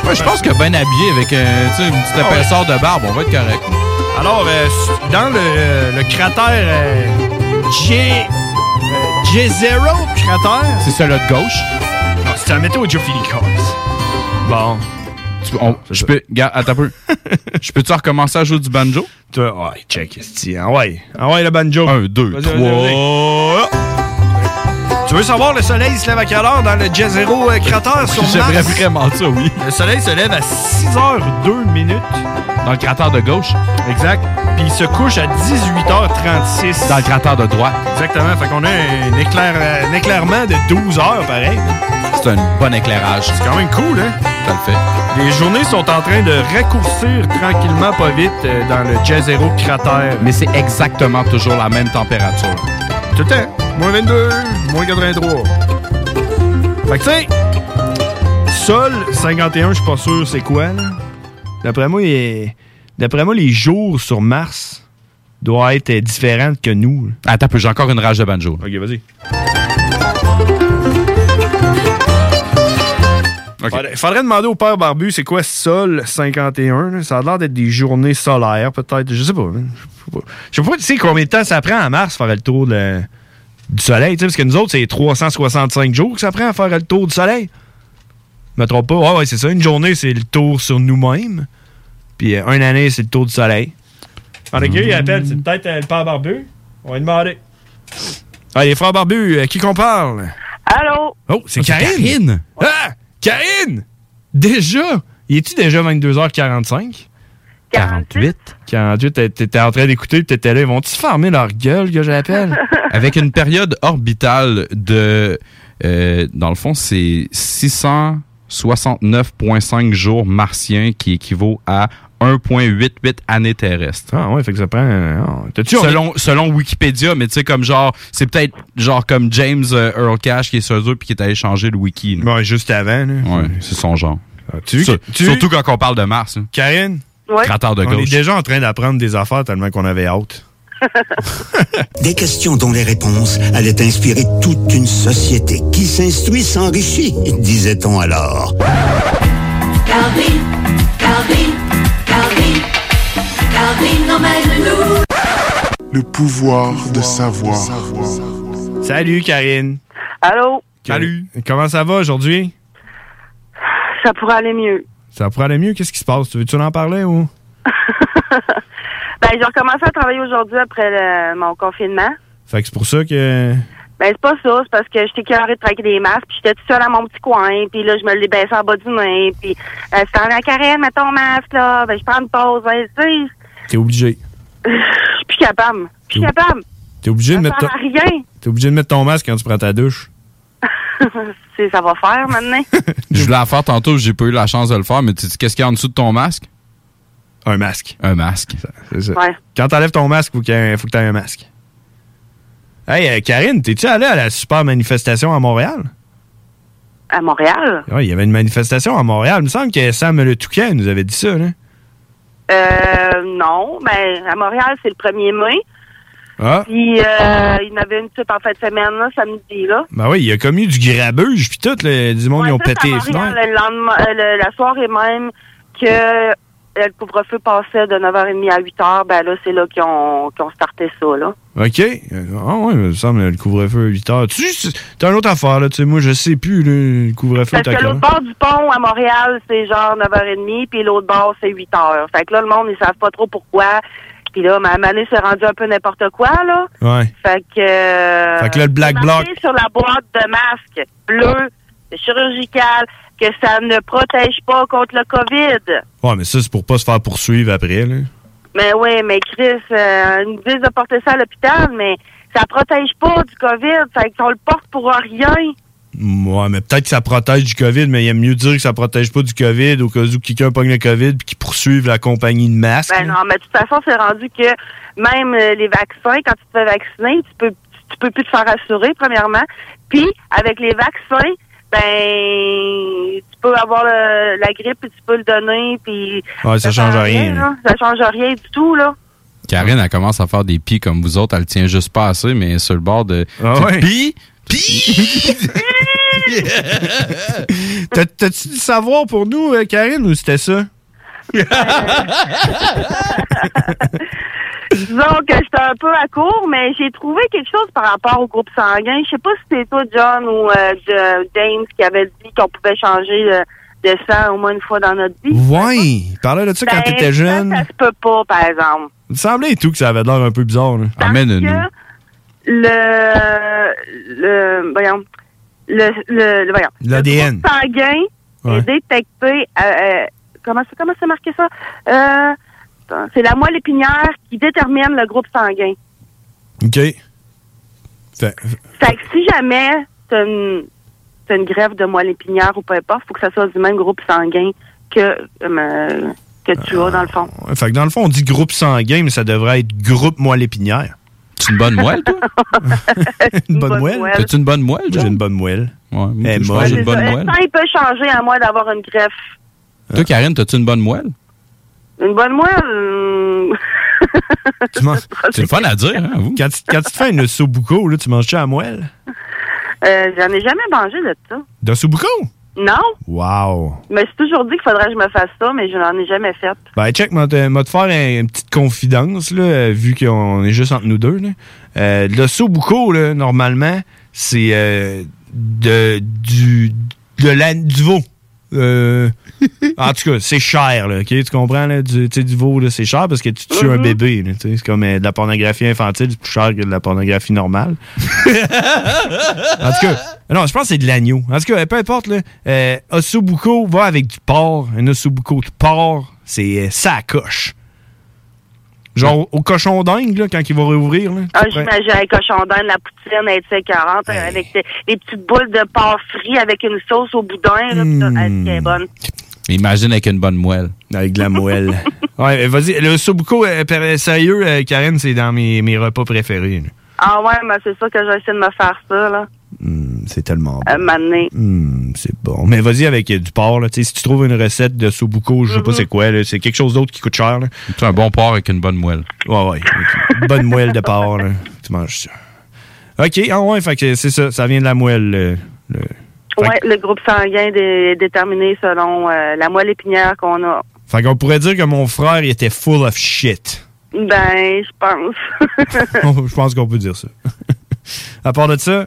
Speaker 3: Ouais, je pense que ben habillé avec euh, tu sais, une petite
Speaker 2: Ah ouais.
Speaker 3: épaisseur de barbe, on va être correct.
Speaker 2: Alors, euh, s- dans le, euh, le cratère euh, J... euh, J0, cratère...
Speaker 3: C'est celui-là de gauche.
Speaker 2: Non, c'est la météo de Joe Bon.
Speaker 3: Tu- on- je peux. Garde, attends un peu. Je peux-tu recommencer à jouer du banjo?
Speaker 2: ouais, oh, check, esti. Ah ouais. Ah ouais, le banjo.
Speaker 3: Un, deux,
Speaker 2: Vas-y, vas-y,
Speaker 3: trois.
Speaker 2: Tu veux savoir le soleil se lève à quelle heure dans le Jezero euh, cratère sur Mars?
Speaker 3: J'aimerais vraiment ça, oui.
Speaker 2: Le soleil se lève à 6h02 minutes.
Speaker 3: Dans le cratère de gauche.
Speaker 2: Exact. Puis il se couche à 18h36.
Speaker 3: Dans le cratère de droite.
Speaker 2: Exactement. Fait qu'on a un, éclair- un éclairement de 12 heures, pareil.
Speaker 3: C'est un bon éclairage. C'est
Speaker 2: quand même cool, hein?
Speaker 3: Ça le fait.
Speaker 2: Les journées sont en train de raccourcir tranquillement, pas vite, euh, dans le Jezero cratère.
Speaker 3: Mais c'est exactement toujours la même température.
Speaker 2: Tout le temps. Moins 22, moins 83. Fait que tu sais, Sol 51, je suis pas sûr c'est quoi, là. D'après moi, il- d'après moi, les jours sur Mars doivent être euh, différents que nous.
Speaker 3: Attends un peu, j'ai encore une rage de banjo.
Speaker 2: Ok, vas-y. Faudrait, faudrait demander au père Barbu c'est quoi Sol 51. là. Ça a l'air d'être des journées solaires, peut-être. Je sais pas. hein. Je sais pas. Je sais pas, tu sais combien de temps ça prend à Mars faire le tour de- du soleil, tu sais, parce que nous autres, c'est 365 jours que ça prend à faire le tour du soleil. Je me trompe pas. Ah ouais, c'est ça. Une journée, c'est le tour sur nous-mêmes. Puis euh, une année, c'est le tour du soleil. En accueil, il appelle. C'est peut-être euh, le père Barbu. On va lui demander. Ah, les frères Barbu, à qui qu'on parle?
Speaker 1: Allô?
Speaker 2: Oh, c'est Karine! Ah! Karine! Déjà! Y est-tu déjà 22h45? 48. 48, t'é- t'étais en train d'écouter, puis t'étais là, ils vont-tu fermer leur gueule que j'appelle?
Speaker 3: Avec une période orbitale de. euh, dans le fond, c'est 669,5 jours martiens qui équivaut à 1,88 années terrestres.
Speaker 2: Ah ouais, fait que ça prend. ah, t'as-tu-
Speaker 3: selon, selon Wikipédia, mais tu sais, comme genre, c'est peut-être genre comme James euh, Earl Cash qui est sur eux puis qui est allé changer le wiki.
Speaker 2: Ouais, juste avant.
Speaker 3: Ouais, c'est son genre.
Speaker 2: Ben, tu-
Speaker 3: Sur-
Speaker 2: tu-
Speaker 3: Surtout quand on parle de Mars. là.
Speaker 2: Karine?
Speaker 3: Ouais. Cratère de
Speaker 2: On est
Speaker 3: gauche.
Speaker 2: déjà en train d'apprendre des affaires tellement qu'on avait hâte.
Speaker 1: Des questions dont les réponses allaient inspirer toute une société qui s'instruit s'enrichit, disait-on alors.
Speaker 26: Calvin, Calvin, Calvin, Calvin, emmène-nous.
Speaker 4: Le pouvoir de savoir.
Speaker 2: Salut, Karine.
Speaker 5: Allô?
Speaker 2: Salut. Comment ça va aujourd'hui?
Speaker 5: Ça pourrait aller mieux.
Speaker 2: Ça pourrait aller mieux? Qu'est-ce qui se passe? Tu veux-tu en parler ou?
Speaker 5: Ben, j'ai recommencé à travailler aujourd'hui après le- mon confinement.
Speaker 2: Fait que c'est pour ça que.
Speaker 5: Ben, c'est pas ça, c'est parce que j'étais curée de traquer des masques, puis j'étais toute seule à mon petit coin, puis là, je me l'ai baissé en bas du nez, puis euh, c'était en carène, mets ton masque, là, ben, je prends une pause, ben, tu sais,
Speaker 2: T'es obligé.
Speaker 5: je suis plus capable. Je suis plus capable.
Speaker 2: T'es obligé
Speaker 5: Ça
Speaker 2: de mettre
Speaker 5: sert à
Speaker 2: ton...
Speaker 5: rien.
Speaker 2: T'es obligé de mettre ton masque quand tu prends ta douche.
Speaker 5: C'est- ça va faire maintenant.
Speaker 3: Je voulais la faire tantôt, j'ai pas eu la chance de le faire, mais tu dis qu'est-ce qu'il y a en dessous de ton masque?
Speaker 2: Un masque.
Speaker 3: Un masque.
Speaker 2: C'est ça.
Speaker 5: Ouais.
Speaker 2: Quand t'enlèves ton masque, faut qu'il y ait un- faut que t'aies un masque. Hey, euh, Karine, t'es-tu allée à la super manifestation à Montréal?
Speaker 5: À Montréal?
Speaker 2: Ouais, il y avait une manifestation à Montréal. Il me semble que Sam Le Toucan nous avait dit ça, là.
Speaker 5: Euh, non, ben, à Montréal, c'est le 1er mai,
Speaker 2: Ah.
Speaker 5: puis euh, il y en avait une type en fin de semaine, là, samedi, là.
Speaker 2: Ben oui, il a commis du grabuge, puis tout, là, du monde, Oh, ils ont
Speaker 5: Ça, c'est
Speaker 2: pété
Speaker 5: à
Speaker 2: les
Speaker 5: Montréal,
Speaker 2: fenêtres.
Speaker 5: le lendemain, euh, le- la soirée même que euh, le couvre-feu passait de 9h30 à 8h, ben là, c'est là qu'ils ont, qu'ils ont starté ça, là.
Speaker 2: OK. Euh, Ah ouais, il me semble, le couvre-feu à 8 heures. Tu sais, t'as une autre affaire, là, tu sais, moi, je sais plus, là, le couvre-feu,
Speaker 5: Parce
Speaker 2: t'as
Speaker 5: que
Speaker 2: quoi?
Speaker 5: l'autre bord du pont à Montréal, c'est genre 9h30, puis l'autre bord, c'est 8h. Fait que là, le monde, ils savent pas trop pourquoi. Puis là, ma manée s'est rendue un peu n'importe quoi, là.
Speaker 2: Ouais.
Speaker 5: Fait que... euh,
Speaker 2: Fait que là, le Black
Speaker 5: c'est marqué
Speaker 2: Bloc.
Speaker 5: sur la boîte de masque bleu, chirurgical, que ça ne protège pas contre le COVID.
Speaker 2: Ouais, mais ça, c'est pour pas se faire poursuivre après, là.
Speaker 5: Mais oui, mais Chris, euh, ils nous disent de porter ça à l'hôpital, mais ça protège pas du COVID. Fait qu'on le porte pour rien.
Speaker 2: Ouais, mais peut-être que ça protège du COVID, mais il aime mieux dire que ça protège pas du COVID au cas où quelqu'un pogne le COVID puis qu'il poursuive la compagnie de masques.
Speaker 5: Ben non, mais de toute façon, c'est rendu que même euh, les vaccins, quand tu te fais vacciner, tu peux tu peux plus te faire assurer, premièrement. Puis, avec les vaccins, ben tu peux avoir le- la grippe puis tu peux le donner, puis
Speaker 3: Ouais, ça change rien,
Speaker 5: là.
Speaker 3: hein?
Speaker 5: Ça change rien du tout, là.
Speaker 3: Karine, elle commence à faire des pis comme vous autres, elle le tient juste pas assez, mais sur le bord de.
Speaker 2: Ah ouais.
Speaker 3: Pis!
Speaker 2: T'as- T'as-tu du savoir pour nous, euh, Karine, ou c'était ça? Euh,
Speaker 5: Disons que j'étais un peu à court, mais j'ai trouvé quelque chose par rapport au groupe sanguin. Je sais pas si c'est toi, John, ou euh, de- James qui avait dit qu'on pouvait changer euh, de sang au moins une fois dans notre vie.
Speaker 2: ouais, il parlait de ça quand
Speaker 5: Ben,
Speaker 2: t'étais jeune.
Speaker 5: Ça, ça se peut pas, par exemple.
Speaker 2: Il me semblait et tout que ça avait l'air un peu bizarre. Amène-nous.
Speaker 5: Le, le, voyons, le, le, le- voyons.
Speaker 2: L'ADN.
Speaker 5: Sanguin
Speaker 2: Ouais.
Speaker 5: est détecté, euh, euh, comment, c'est- comment c'est marqué ça? Euh, attends, c'est la moelle épinière qui détermine le groupe sanguin.
Speaker 2: OK. Fait-
Speaker 5: Fait que si jamais t'as une, t'as une grève de moelle épinière ou peu importe, faut que ça soit du même groupe sanguin que, euh, que tu as dans le fond.
Speaker 2: ouais, fait que dans le fond, on dit groupe sanguin, mais ça devrait être groupe moelle épinière.
Speaker 3: Tu une bonne moelle, toi?
Speaker 2: une bonne, moelle?
Speaker 5: moelle.
Speaker 3: T'as-tu une bonne moelle,
Speaker 2: J'ai une bonne moelle. Eh,
Speaker 3: Ouais, moi,
Speaker 2: Elle est
Speaker 3: je pense
Speaker 2: molle.
Speaker 3: que j'ai une bonne
Speaker 5: Le
Speaker 3: moelle.
Speaker 5: sang, il peut changer à moins d'avoir une greffe.
Speaker 2: Ah.
Speaker 3: Toi, Karine, t'as-tu une bonne moelle?
Speaker 5: Une bonne moelle, hum,
Speaker 2: C'est le fun à dire, hein, vous? Quand tu, quand tu te fais une sobuco, là, tu manges-tu à la moelle?
Speaker 5: euh, j'en ai jamais mangé de ça.
Speaker 2: D'un sobuco?
Speaker 5: Non,
Speaker 2: Wow!
Speaker 5: je me suis toujours dit qu'il faudrait que je me fasse ça, mais je n'en ai jamais fait.
Speaker 2: Ben, check, m'a te m'a te faire un- une petite confidence, là, euh, vu qu'on est juste entre nous deux. Là. Euh, le sobuco, là, normalement, c'est euh, de, du, de la, du veau. Euh, en tout cas, c'est cher, là, OK? Tu comprends, là, du, tu sais, du veau, là, c'est cher parce que tu tues un bébé. là, tu sais, C'est comme euh, de la pornographie infantile, c'est plus cher que de la pornographie normale. En tout cas, non, je pense que c'est de l'agneau. En tout cas, peu importe, là, euh, Ossobuco va avec du porc. Un ossobuco de porc, c'est euh, ça coche. Genre au- au cochon dingue, là, quand il va réouvrir. Là,
Speaker 5: Ah,
Speaker 2: Après-
Speaker 5: j'imagine un cochon d'Inde, la poutine, elle est 40 avec des, des petites boules de porc frit avec une sauce au boudin. Là, pis ça, elle, c'est bonne.
Speaker 3: Imagine avec une bonne moelle.
Speaker 2: Avec de la moelle. ouais, mais vas-y. Le Subuco, euh, per- sérieux, euh, Karen, c'est dans mes, mes repas préférés. là.
Speaker 5: Ah ouais, mais c'est sûr que je vais essayer de me faire ça, là,
Speaker 2: Mm, c'est tellement
Speaker 5: à un moment donné.
Speaker 2: Mm, c'est bon. Mais vas-y avec euh, du porc. Là. Tu sais, Si tu trouves une recette de Subuco, je sais
Speaker 5: Mm-hmm.
Speaker 2: pas c'est quoi, là, c'est quelque chose d'autre qui coûte cher.
Speaker 3: Tu un bon porc avec une bonne moelle.
Speaker 2: Ouais, ouais. Avec une bonne moelle de porc. là. Tu manges ça. OK, ah ouais, fait que c'est ça. Ça vient de la moelle. le- le-
Speaker 5: Ouais, le groupe sanguin dé- est déterminé selon euh, la moelle épinière qu'on a.
Speaker 2: Fait qu'on pourrait dire que mon frère, il était full of shit.
Speaker 5: Ben, je pense.
Speaker 2: Je pense qu'on peut dire ça. à part de ça,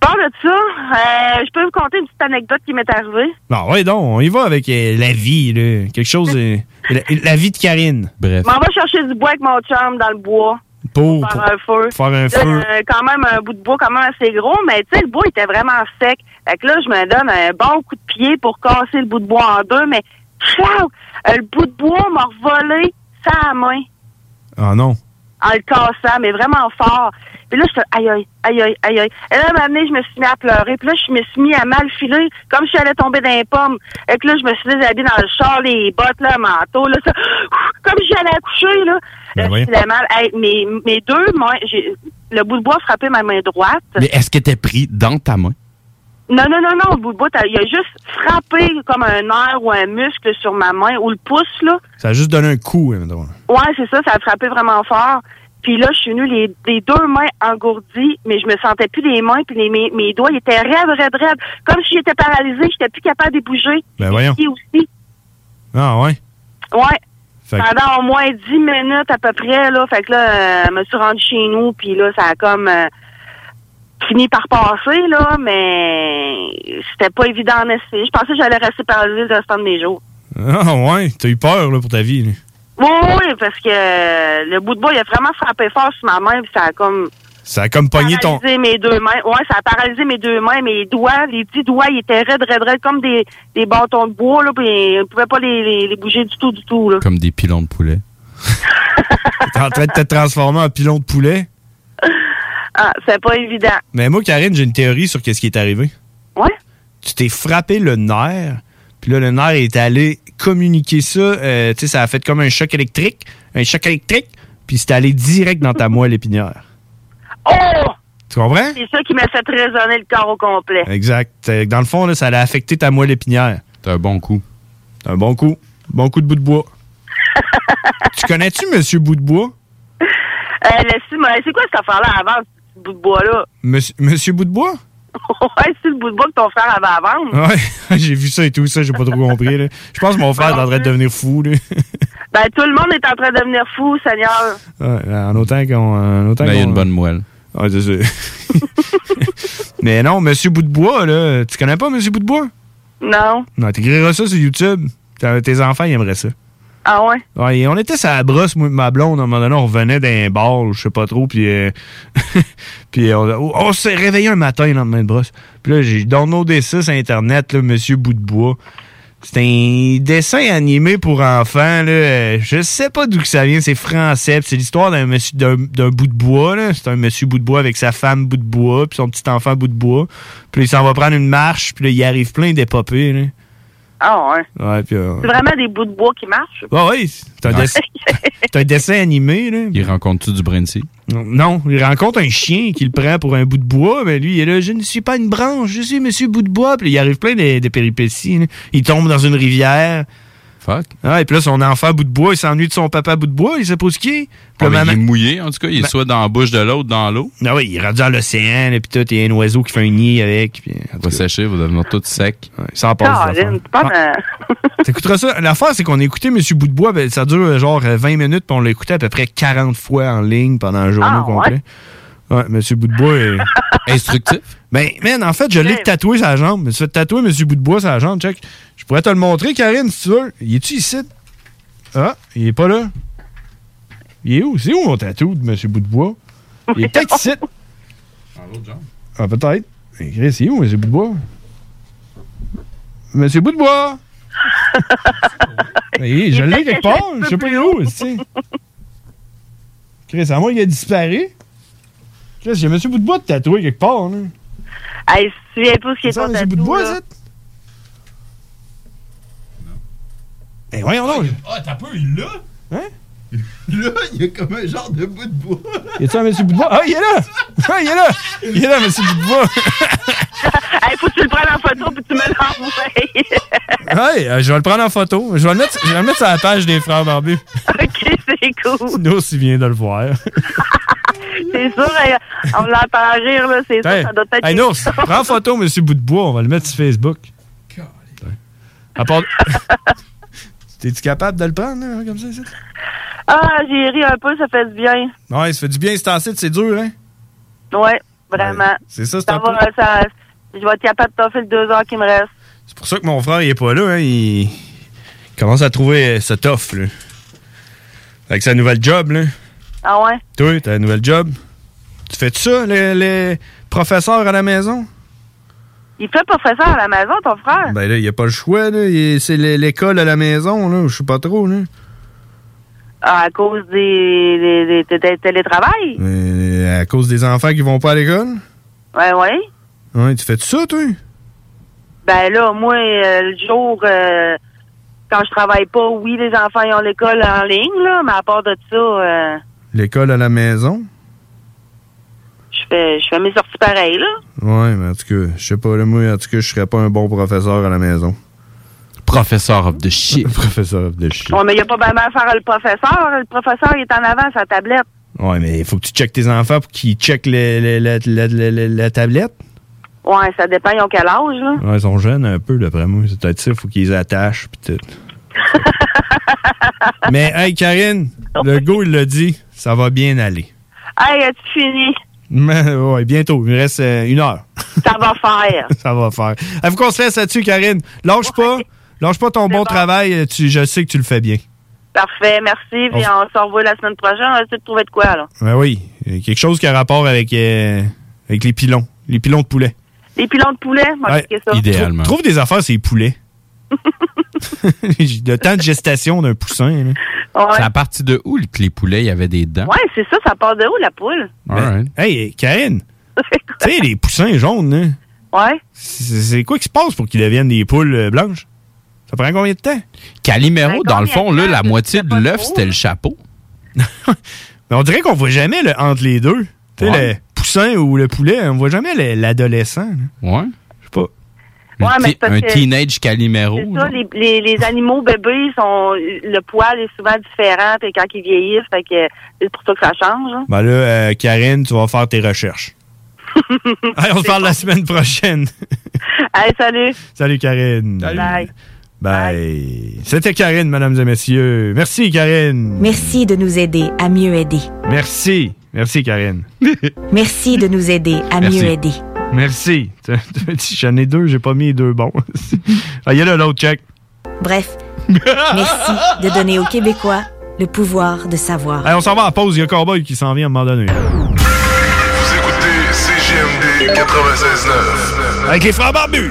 Speaker 5: Par de ça, euh, je peux vous conter une petite anecdote qui m'est arrivée.
Speaker 2: non, ouais, donc, on y va avec euh, la vie, là. Quelque chose. euh, la, la vie de Karine.
Speaker 3: Bref.
Speaker 5: M'en va chercher du bois avec mon chum dans le bois.
Speaker 2: Pour,
Speaker 5: faire
Speaker 2: pour-
Speaker 5: un feu.
Speaker 2: faire un
Speaker 5: Là,
Speaker 2: feu.
Speaker 5: euh, quand même un bout de bois quand même assez gros, mais tu sais, le bois était vraiment sec. Fait que là, je me donne un bon coup de pied pour casser le bout de bois en deux, mais tchao! Euh, Le bout de bois m'a volé ça à main
Speaker 2: Ah non.
Speaker 5: en le cassant, mais vraiment fort. Puis là, je fais aïe aïe, aïe aïe, aïe aïe. Et là, à un moment donné, je me suis mis à pleurer. Puis là, je me suis mis à mal filer, comme je suis allée tomber dans les pommes. Et que là, je me suis déshabillée dans le char, les bottes, là, le manteau, là, ça, comme je suis allée accoucher, là. Là,
Speaker 3: voyons.
Speaker 5: je faisais mal. Hey, mes, mes deux mains, j'ai- le bout de bois a frappé ma main droite.
Speaker 3: Mais est-ce que t'es pris dans ta main?
Speaker 5: Non, non, non, non, le bout de bois, t'as- il a juste frappé comme un nerf ou un muscle sur ma main ou le pouce, là.
Speaker 2: Ça a juste donné un coup, hein, mettons.
Speaker 5: Ouais, c'est ça, ça a frappé vraiment fort. Puis là, je suis venue les, les deux mains engourdies, mais je me sentais plus les mains, puis les, mes, mes doigts, ils étaient raides, raides, raides. Comme si j'étais paralysée, j'étais plus capable de bouger.
Speaker 2: Ben voyons.
Speaker 5: Et aussi,
Speaker 2: Ah ouais.
Speaker 5: ouais.
Speaker 2: Fait que-
Speaker 5: Pendant au moins dix minutes à peu près, là, fait que là, euh, je me suis rendue chez nous, puis là, ça a comme euh, fini par passer, là, mais c'était pas évident en essai. Je pensais que j'allais rester paralysée le restant de mes jours.
Speaker 2: Ah ouais. T'as eu peur, là, pour ta vie. là.
Speaker 5: Oui, oui, parce que euh, le bout de bois, il a vraiment frappé fort sur ma main, puis ça a comme
Speaker 2: Ça a comme pogné ton.
Speaker 5: paralysé mes deux mains. Ouais, ça a paralysé mes deux mains, mes doigts, les dix doigts, ils étaient raides, raides, raides, comme des, des bâtons de bois, là, puis on pouvait pas les, les, les bouger du tout, du tout, là.
Speaker 3: Comme des pilons de poulet.
Speaker 2: T'es en train de te transformer en pilon de poulet.
Speaker 5: Ah, c'est pas évident.
Speaker 2: Mais moi, Karine, j'ai une théorie sur qu'est-ce qui est arrivé.
Speaker 5: Ouais?
Speaker 2: Tu t'es frappé le nerf, puis là, le nerf est allé communiquer ça. euh, tu sais, ça a fait comme un choc électrique, un choc électrique, puis c'est allé direct dans ta moelle épinière.
Speaker 5: Oh!
Speaker 2: Tu comprends?
Speaker 5: C'est ça qui m'a fait résonner le corps au complet.
Speaker 2: Exact. Euh, Dans le fond, là, ça allait affecter ta moelle épinière.
Speaker 3: C'est un bon coup.
Speaker 2: C'est un bon coup. Bon coup de bout de bois. tu connais-tu Monsieur Bout de bois?
Speaker 5: Euh, laisse-moi, c'est quoi cette affaire-là avant, ce petit bout de bois-là?
Speaker 2: Monsieur, Monsieur Bout de bois?
Speaker 5: ouais, c'est le bout de bois que ton frère avait à vendre.
Speaker 2: Ouais, j'ai vu ça et tout ça, j'ai pas trop compris. là. Je pense que mon frère est en train de devenir fou. Là.
Speaker 5: Ben, tout le monde est en train de devenir fou, Seigneur.
Speaker 2: Ouais, en autant qu'on. en autant
Speaker 3: Ben, il y a
Speaker 2: qu'on-
Speaker 3: une bonne moelle.
Speaker 2: Ouais, c'est ça. Mais non, Monsieur Bout de bois, là, tu connais pas Monsieur Bout de bois?
Speaker 5: Non.
Speaker 2: Non, t'écriras ça sur YouTube. T'as- Tes enfants, ils aimeraient ça.
Speaker 5: Ah ouais?
Speaker 2: Ouais, et on était sur la brosse, moi et ma blonde, à un moment donné, on revenait d'un bar, ou je sais pas trop, puis euh, puis on, on s'est réveillé un matin, le lendemain de brosse. Puis là, j'ai downloadé ça sur Internet, là, Monsieur Bout de Bois. C'est un dessin animé pour enfants, là. euh, Je sais pas d'où que ça vient, c'est français, puis c'est l'histoire d'un monsieur d'un d'un bout de bois, là. C'est un monsieur bout de bois avec sa femme bout de bois, puis son petit enfant bout de bois. Puis là, il s'en va prendre une marche, puis là, il arrive plein d'épopées, là.
Speaker 5: Ah ouais.
Speaker 2: Ouais, puis... euh,
Speaker 5: C'est vraiment des bouts de bois qui marchent.
Speaker 2: Ouais, ouais, c'est un,
Speaker 3: Ouais.
Speaker 2: dessin- c'est un dessin animé, là.
Speaker 3: Il rencontre-tu du Brincy?
Speaker 2: Non, il rencontre un chien qui le prend pour un bout de bois, mais lui, il est là, je ne suis pas une branche, je suis monsieur bout de bois. Puis il arrive plein de, de péripéties. là. Il tombe dans une rivière. Ah,
Speaker 3: Fuck.
Speaker 2: et puis là, son enfant bout de bois, il s'ennuie de son papa bout de bois, il sait pas où ce qu'il est. Puis
Speaker 3: Ah,
Speaker 2: le
Speaker 3: mais
Speaker 2: maman-
Speaker 3: Il est mouillé, en tout cas. Il est
Speaker 2: Ben-
Speaker 3: soit dans la bouche de l'autre, dans l'eau.
Speaker 2: Ah oui, il est rendu à l'océan, là, puis tout, il y a un oiseau qui fait un nid avec. Puis, en tout
Speaker 3: va sécher, il va devenir tout sec.
Speaker 2: ça en passe. des affaires.
Speaker 5: Caroline, tu parles de-
Speaker 2: T'écouteras ça. L'affaire, c'est qu'on a écouté Monsieur Bout de Bois, ben, ça dure euh, genre euh, 20 minutes, puis on l'a écouté à peu près 40 fois en ligne pendant un journée
Speaker 5: Ah,
Speaker 2: complet. Ouais, Monsieur Bout de Bois est.
Speaker 3: Instructif?
Speaker 2: Ben, man, en fait, je l'ai tatoué sa jambe. Je me suis fait tatouer Monsieur Bout de Bois sa jambe, check. Je pourrais te le montrer, Karine, si tu veux. Il est-tu ici? Ah, il est pas là. Il est où? C'est où mon tatou de Monsieur Bout de Bois? Il est peut-être ici. Ah, peut-être. Mais Chris, il est où, Monsieur Bout de Bois? Monsieur Bout de Bois! Ben, il est- je l'ai quelque part, je sais pas où, tu sais. Chris, à moi, il a disparu. Chris, j'ai Monsieur Bout-de-Bois tatoué quelque part. Là.
Speaker 5: Hey, si tu viens pas ce qui est ton
Speaker 2: Monsieur
Speaker 5: tatou,
Speaker 2: Bout-de-Bois,
Speaker 5: là.
Speaker 2: Eh, voyons donc.
Speaker 19: Ah, t'as peu, il l'a?
Speaker 2: Hein?
Speaker 19: Là, il y a comme un genre de bout de bois.
Speaker 2: Y a-tu un Monsieur Bout-de-Bois? Ah, il est là! Ah, il est là! Il est là, Monsieur Bout-de-Bois!
Speaker 5: Hey, faut que tu le prennes en photo puis tu me l'envoies.
Speaker 2: Ouais, euh, je vais le prendre en photo. Je vais le mettre, je vais le mettre sur la page des frères barbus.
Speaker 5: OK, c'est cool.
Speaker 2: Nous aussi vient de le voir.
Speaker 5: C'est sûr, hey, on l'entend rire, là. C'est sûr,
Speaker 2: Hey,
Speaker 5: ça doit être.
Speaker 2: hey, Nours, prends en photo, Monsieur Bout-de-Bois. On va le mettre sur Facebook. À part... T'es-tu capable de le prendre, là, comme ça, ici?
Speaker 5: Ah, j'ai ri un peu, ça fait du bien.
Speaker 2: Ouais, ça fait du bien, c'est en site, c'est dur, hein?
Speaker 5: Ouais, vraiment.
Speaker 2: C'est ça, c'est
Speaker 5: Ça
Speaker 2: un peu...
Speaker 5: va, ça, je vais être capable de t'offrir le deux heures qui me restent.
Speaker 2: C'est pour ça que mon frère, il est pas là, hein? Il, il commence à trouver euh, ce tough, là. Avec sa nouvelle job, là.
Speaker 5: Ah ouais?
Speaker 2: Toi, t'as un nouvel job. Tu fais ça, les, les professeurs à la maison?
Speaker 5: Il fait professeur à la maison, ton frère?
Speaker 2: Ben là, il a pas le choix, là. Il- C'est l'é- l'école à la maison, là. Je sais pas trop, là.
Speaker 5: Ah, à cause des, des, des, des- des télétravail?
Speaker 2: Mais à cause des enfants qui vont pas à l'école?
Speaker 5: Ouais, ouais.
Speaker 2: Ouais, tu fais ça, toi?
Speaker 5: Ben là, moi, euh, le jour, euh, quand je travaille pas, oui, les enfants, ils ont l'école en ligne, là, mais à part de ça, euh,
Speaker 2: L'école à la maison?
Speaker 5: je fais, je fais mes sorties pareilles, là.
Speaker 2: Ouais, mais en tout cas, je sais pas, là, moi, en tout cas, je serais pas un bon professeur à la maison. Professeur of the shit. professeur of the shit.
Speaker 5: Ouais, mais il a pas vraiment affaire à le professeur. Le professeur, il est en avant, sa tablette.
Speaker 2: Ouais, mais il faut que tu checkes tes enfants pour qu'ils checkent le- le- la, la- la- la- la tablette.
Speaker 5: Ouais, ça dépend, ils ont quel âge, là.
Speaker 2: Ouais, ils sont jeunes un peu, d'après moi. C'est peut-être ça, il faut qu'ils les attachent, pis tout. mais, hey, Karine, le go, il l'a dit, ça va bien aller.
Speaker 5: Hey, as-tu fini?
Speaker 2: Mais, ouais, bientôt. Il me reste euh, une heure.
Speaker 5: Ça va faire.
Speaker 2: ça va faire. Il faut qu'on se laisse là-dessus, Karine. Lâche pas. Lâche pas ton bon, travail. Tu, je sais que tu le fais bien.
Speaker 5: Parfait, merci. Puis on, se revoit la semaine prochaine. On va essayer de trouver de quoi, là.
Speaker 2: Ben oui. Euh, Quelque chose qui a rapport avec, euh, avec les pilons. Les pilons de poulet.
Speaker 5: Les pilons de poulet, moi,
Speaker 2: Ouais,
Speaker 5: ça.
Speaker 2: Trou- Trouve des affaires, c'est les poulets. le temps de gestation d'un poussin. là.
Speaker 5: Ouais.
Speaker 3: C'est à partir de où que les poulets, il y avait des dents?
Speaker 5: Ouais, c'est ça, ça part de où, la poule?
Speaker 2: Ben, Hey, Karine. tu sais, les poussins jaunes, là,
Speaker 5: Ouais.
Speaker 2: c'est c'est quoi qui se passe pour qu'ils deviennent des poules euh, blanches? Ça prend combien de temps?
Speaker 5: Ben,
Speaker 3: Calimero, dans le fond, là, la moitié de l'œuf, c'était le chapeau.
Speaker 2: Mais on dirait qu'on voit jamais le, entre les deux. Tu sais,
Speaker 3: Ouais.
Speaker 2: le poussin ou le poulet, on voit jamais le- l'adolescent.
Speaker 3: Ouais.
Speaker 2: Je sais pas.
Speaker 5: Ouais, mais c'est parce
Speaker 3: un
Speaker 5: que-
Speaker 3: teenage Calimero.
Speaker 5: C'est ça, les, les, les animaux bébés, sont, le poil est souvent différent puis quand ils vieillissent, fait que c'est pour ça que ça change. hein.
Speaker 2: Ben là, euh, Karine, tu vas faire tes recherches. Allez, on se parle la semaine prochaine.
Speaker 5: Allez, salut.
Speaker 2: Salut, Karine.
Speaker 5: Bye.
Speaker 2: Bye. C'était Karine, mesdames et messieurs. Merci, Karine.
Speaker 10: Merci de nous aider à mieux aider.
Speaker 2: Merci. Merci, Karine.
Speaker 10: Merci de nous aider à
Speaker 2: Merci.
Speaker 10: mieux aider.
Speaker 2: Merci. T'as- t'as dit, J'en ai deux, j'ai pas mis les deux bons. Ah, Il y a là l'autre check.
Speaker 10: Bref, merci de donner aux Québécois le pouvoir de savoir.
Speaker 2: Allez, on s'en va à la pause. Il y a Cowboy qui s'en vient à un moment donné.
Speaker 8: Vous écoutez CGMD 96.9.
Speaker 2: Avec les frères barbus.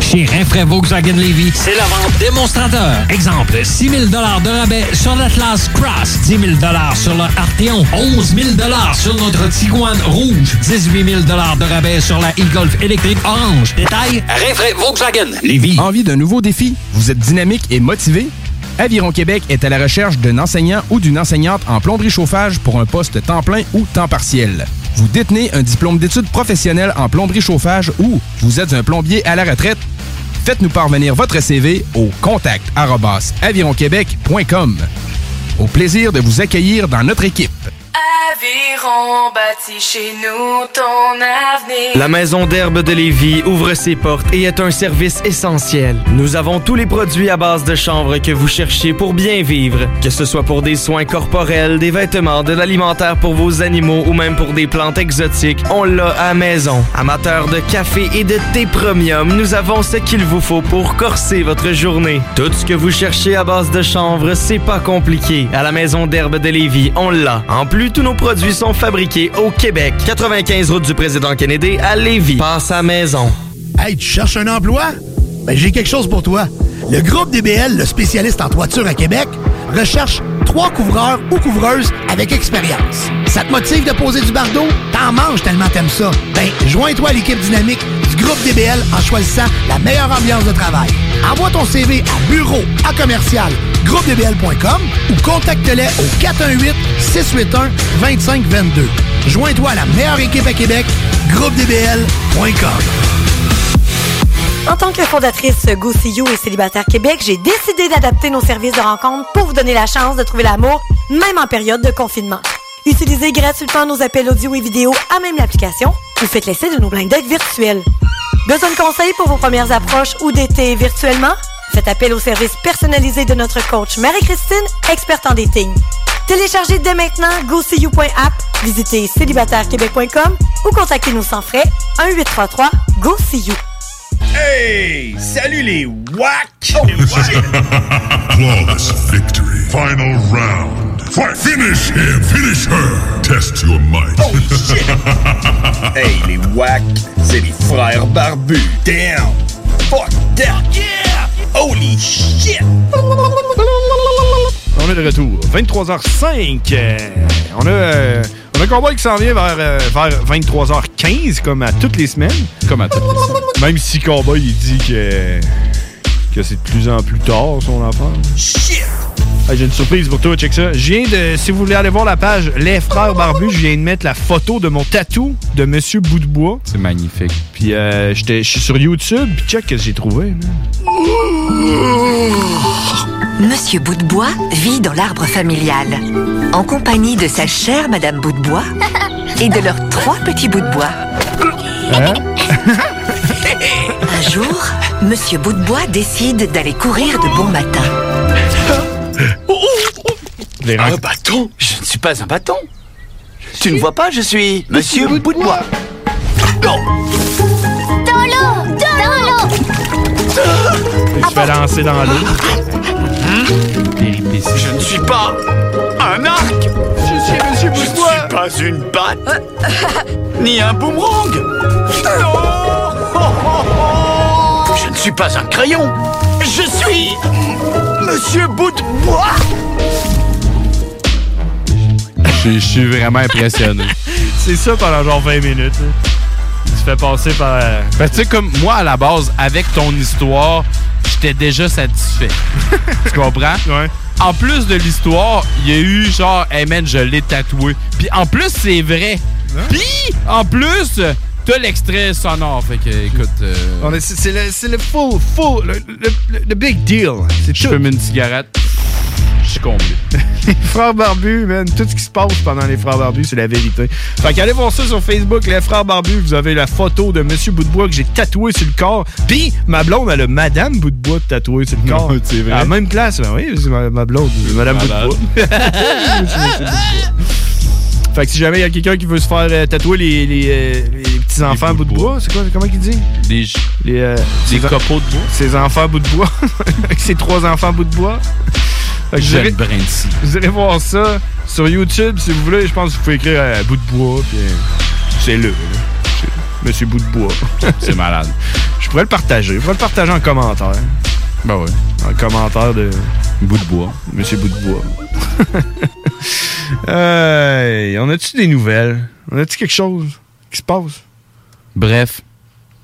Speaker 11: Chez Renfrais Volkswagen Levy, c'est la vente démonstrateur. Exemple, 6 000 de rabais sur l'Atlas Cross, 10 000 sur le Arteon, 11 000 sur notre Tiguan Rouge, 18 000 de rabais sur la e-Golf électrique orange. Détail, Renfrais Volkswagen
Speaker 14: Lévis. Envie d'un nouveau défi? Vous êtes dynamique et motivé? Aviron Québec est à la recherche d'un enseignant ou d'une enseignante en plomberie chauffage pour un poste temps plein ou temps partiel. Vous détenez un diplôme d'études professionnelles en plomberie chauffage ou vous êtes un plombier à la retraite? Faites-nous parvenir votre CV au contact avironquebec.com. Au plaisir de vous accueillir dans notre équipe.
Speaker 15: Aviron bâti chez nous ton avenir.
Speaker 25: La maison d'herbe de Lévis ouvre ses portes et est un service essentiel. Nous avons tous les produits à base de chanvre que vous cherchez pour bien vivre, que ce soit pour des soins corporels, des vêtements, de l'alimentaire pour vos animaux ou même pour des plantes exotiques. On l'a à maison. Amateurs de café et de thé premium, nous avons ce qu'il vous faut pour corser votre journée. Tout ce que vous cherchez à base de chanvre, c'est pas compliqué. À la maison d'herbe de Lévis, on l'a. En plus, tous nos produits sont fabriqués au Québec. 95 route du président Kennedy à Lévis. Passe à maison.
Speaker 12: Hey, tu cherches un emploi? Ben, j'ai quelque chose pour toi. Le groupe DBL, le spécialiste en toiture à Québec, recherche trois couvreurs ou couvreuses avec expérience. Ça te motive de poser du bardeau? T'en manges tellement t'aimes ça. Ben, joins-toi à l'équipe dynamique du groupe DBL en choisissant la meilleure ambiance de travail. Envoie ton CV à bureau à commercial groupedbl.com ou contacte-les au 418-681-2522. Joins-toi à la meilleure équipe à Québec, groupedbl.com.
Speaker 10: En tant que fondatrice Go See You et Célibataire Québec, j'ai décidé d'adapter nos services de rencontre pour vous donner la chance de trouver l'amour, même en période de confinement. Utilisez gratuitement nos appels audio et vidéo à même l'application ou faites l'essai de nos blindes dates virtuelles. Besoin de conseils pour vos premières approches ou d'été virtuellement? Faites appel au service personnalisé de notre coach Marie-Christine, experte en dating. Téléchargez dès maintenant GoSeeYou.app, visitez célibatairequebec.com ou contactez-nous sans frais 1-833-GO-SEE-YOU.
Speaker 6: Hey! Salut les WAC!
Speaker 20: Flawless victory. Final round. Fight. Finish him. Finish her. Test your might.
Speaker 6: Oh, hey les WAC, c'est les frères barbus. Damn! Fuck that! Yeah! Holy shit!
Speaker 2: On est de retour. 23h05. Euh, on a, euh, on a un combat qui s'en vient vers, euh, vers 23h15, comme à toutes les semaines.
Speaker 3: Comme à toutes les semaines.
Speaker 2: Même si Combat, il dit que, que c'est de plus en plus tard, son affaire. Shit! J'ai une surprise pour toi, check ça. Je viens de, si vous voulez aller voir la page Les Frères Barbus, je viens de mettre la photo de mon tatou de Monsieur Boudbois.
Speaker 3: C'est magnifique.
Speaker 2: Puis euh, j'étais- je suis sur YouTube, puis check ce que j'ai trouvé. man.
Speaker 6: Monsieur Boutbois vit dans l'arbre familial, en compagnie de sa chère Madame Boutbois et de leurs trois petits bouts de bois.
Speaker 8: Hein?
Speaker 6: Un jour, Monsieur Boutbois décide d'aller courir de bon matin.
Speaker 2: Un
Speaker 6: bâton Je ne suis pas un bâton. Tu ne vois pas, je suis Monsieur Boutbois.
Speaker 1: Dans l'eau Dans l'eau
Speaker 2: Et tu fais lancer dans l'eau.
Speaker 6: Ah, Je ne suis pas un arc. Je suis Monsieur Boutbois. Je ne suis pas une batte. ni un boomerang. Non. Je ne suis pas un crayon. Je suis Monsieur Boutbois.
Speaker 3: Je je suis vraiment impressionné.
Speaker 2: C'est ça pendant genre 20 minutes. hein. Tu te fais passer par. euh,
Speaker 3: Ben, tu sais, comme moi, à la base, avec ton histoire, j'étais déjà satisfait. tu comprends?
Speaker 2: Ouais.
Speaker 3: En plus de l'histoire, il y a eu genre, hey man, je l'ai tatoué. Puis en plus, c'est vrai. Puis en plus, t'as l'extrait sonore. Fait que, écoute. euh,
Speaker 2: on est- c'est- c'est le, c'est le full, full, le, le- le- le big deal. C'est
Speaker 3: je
Speaker 2: tout.
Speaker 3: fume une cigarette. Je suis comblé.
Speaker 2: les frères barbus, man. Tout ce qui se passe pendant les frères barbus, c'est la vérité. Fait qu'allez voir ça sur Facebook, les frères barbus. Vous avez la photo de Monsieur Boutbois que j'ai tatoué sur le corps. Puis ma blonde, elle a Madame Boutbois tatouée sur le corps.
Speaker 3: c'est vrai.
Speaker 2: À la même classe, ben oui, c'est ma, ma blonde, c'est Madame
Speaker 3: Malade.
Speaker 2: Boutbois. fait que si jamais il y a quelqu'un qui veut se faire euh, tatouer les, les, euh, les petits-enfants bout de bois, c'est quoi, comment qu'il dit?
Speaker 3: Des,
Speaker 2: les, euh,
Speaker 3: copeaux de bois.
Speaker 2: Ses enfants bout de bois. Ses trois enfants bout de bois. Fait que vous
Speaker 3: J'aime
Speaker 2: irez-
Speaker 3: bien ici.
Speaker 2: Vous allez voir ça sur YouTube si vous voulez. Je pense que vous pouvez écrire euh, bout de bois. Puis, euh, c'est le. là. C'est- Monsieur bout de bois.
Speaker 3: C'est malade.
Speaker 2: Je pourrais le partager. Je vais le partager en commentaire.
Speaker 3: Ben ouais.
Speaker 2: En commentaire de.
Speaker 3: Bout de bois.
Speaker 2: Monsieur Bout de bois. Hey, on a-tu des nouvelles? On a-tu quelque chose qui se passe?
Speaker 3: Bref.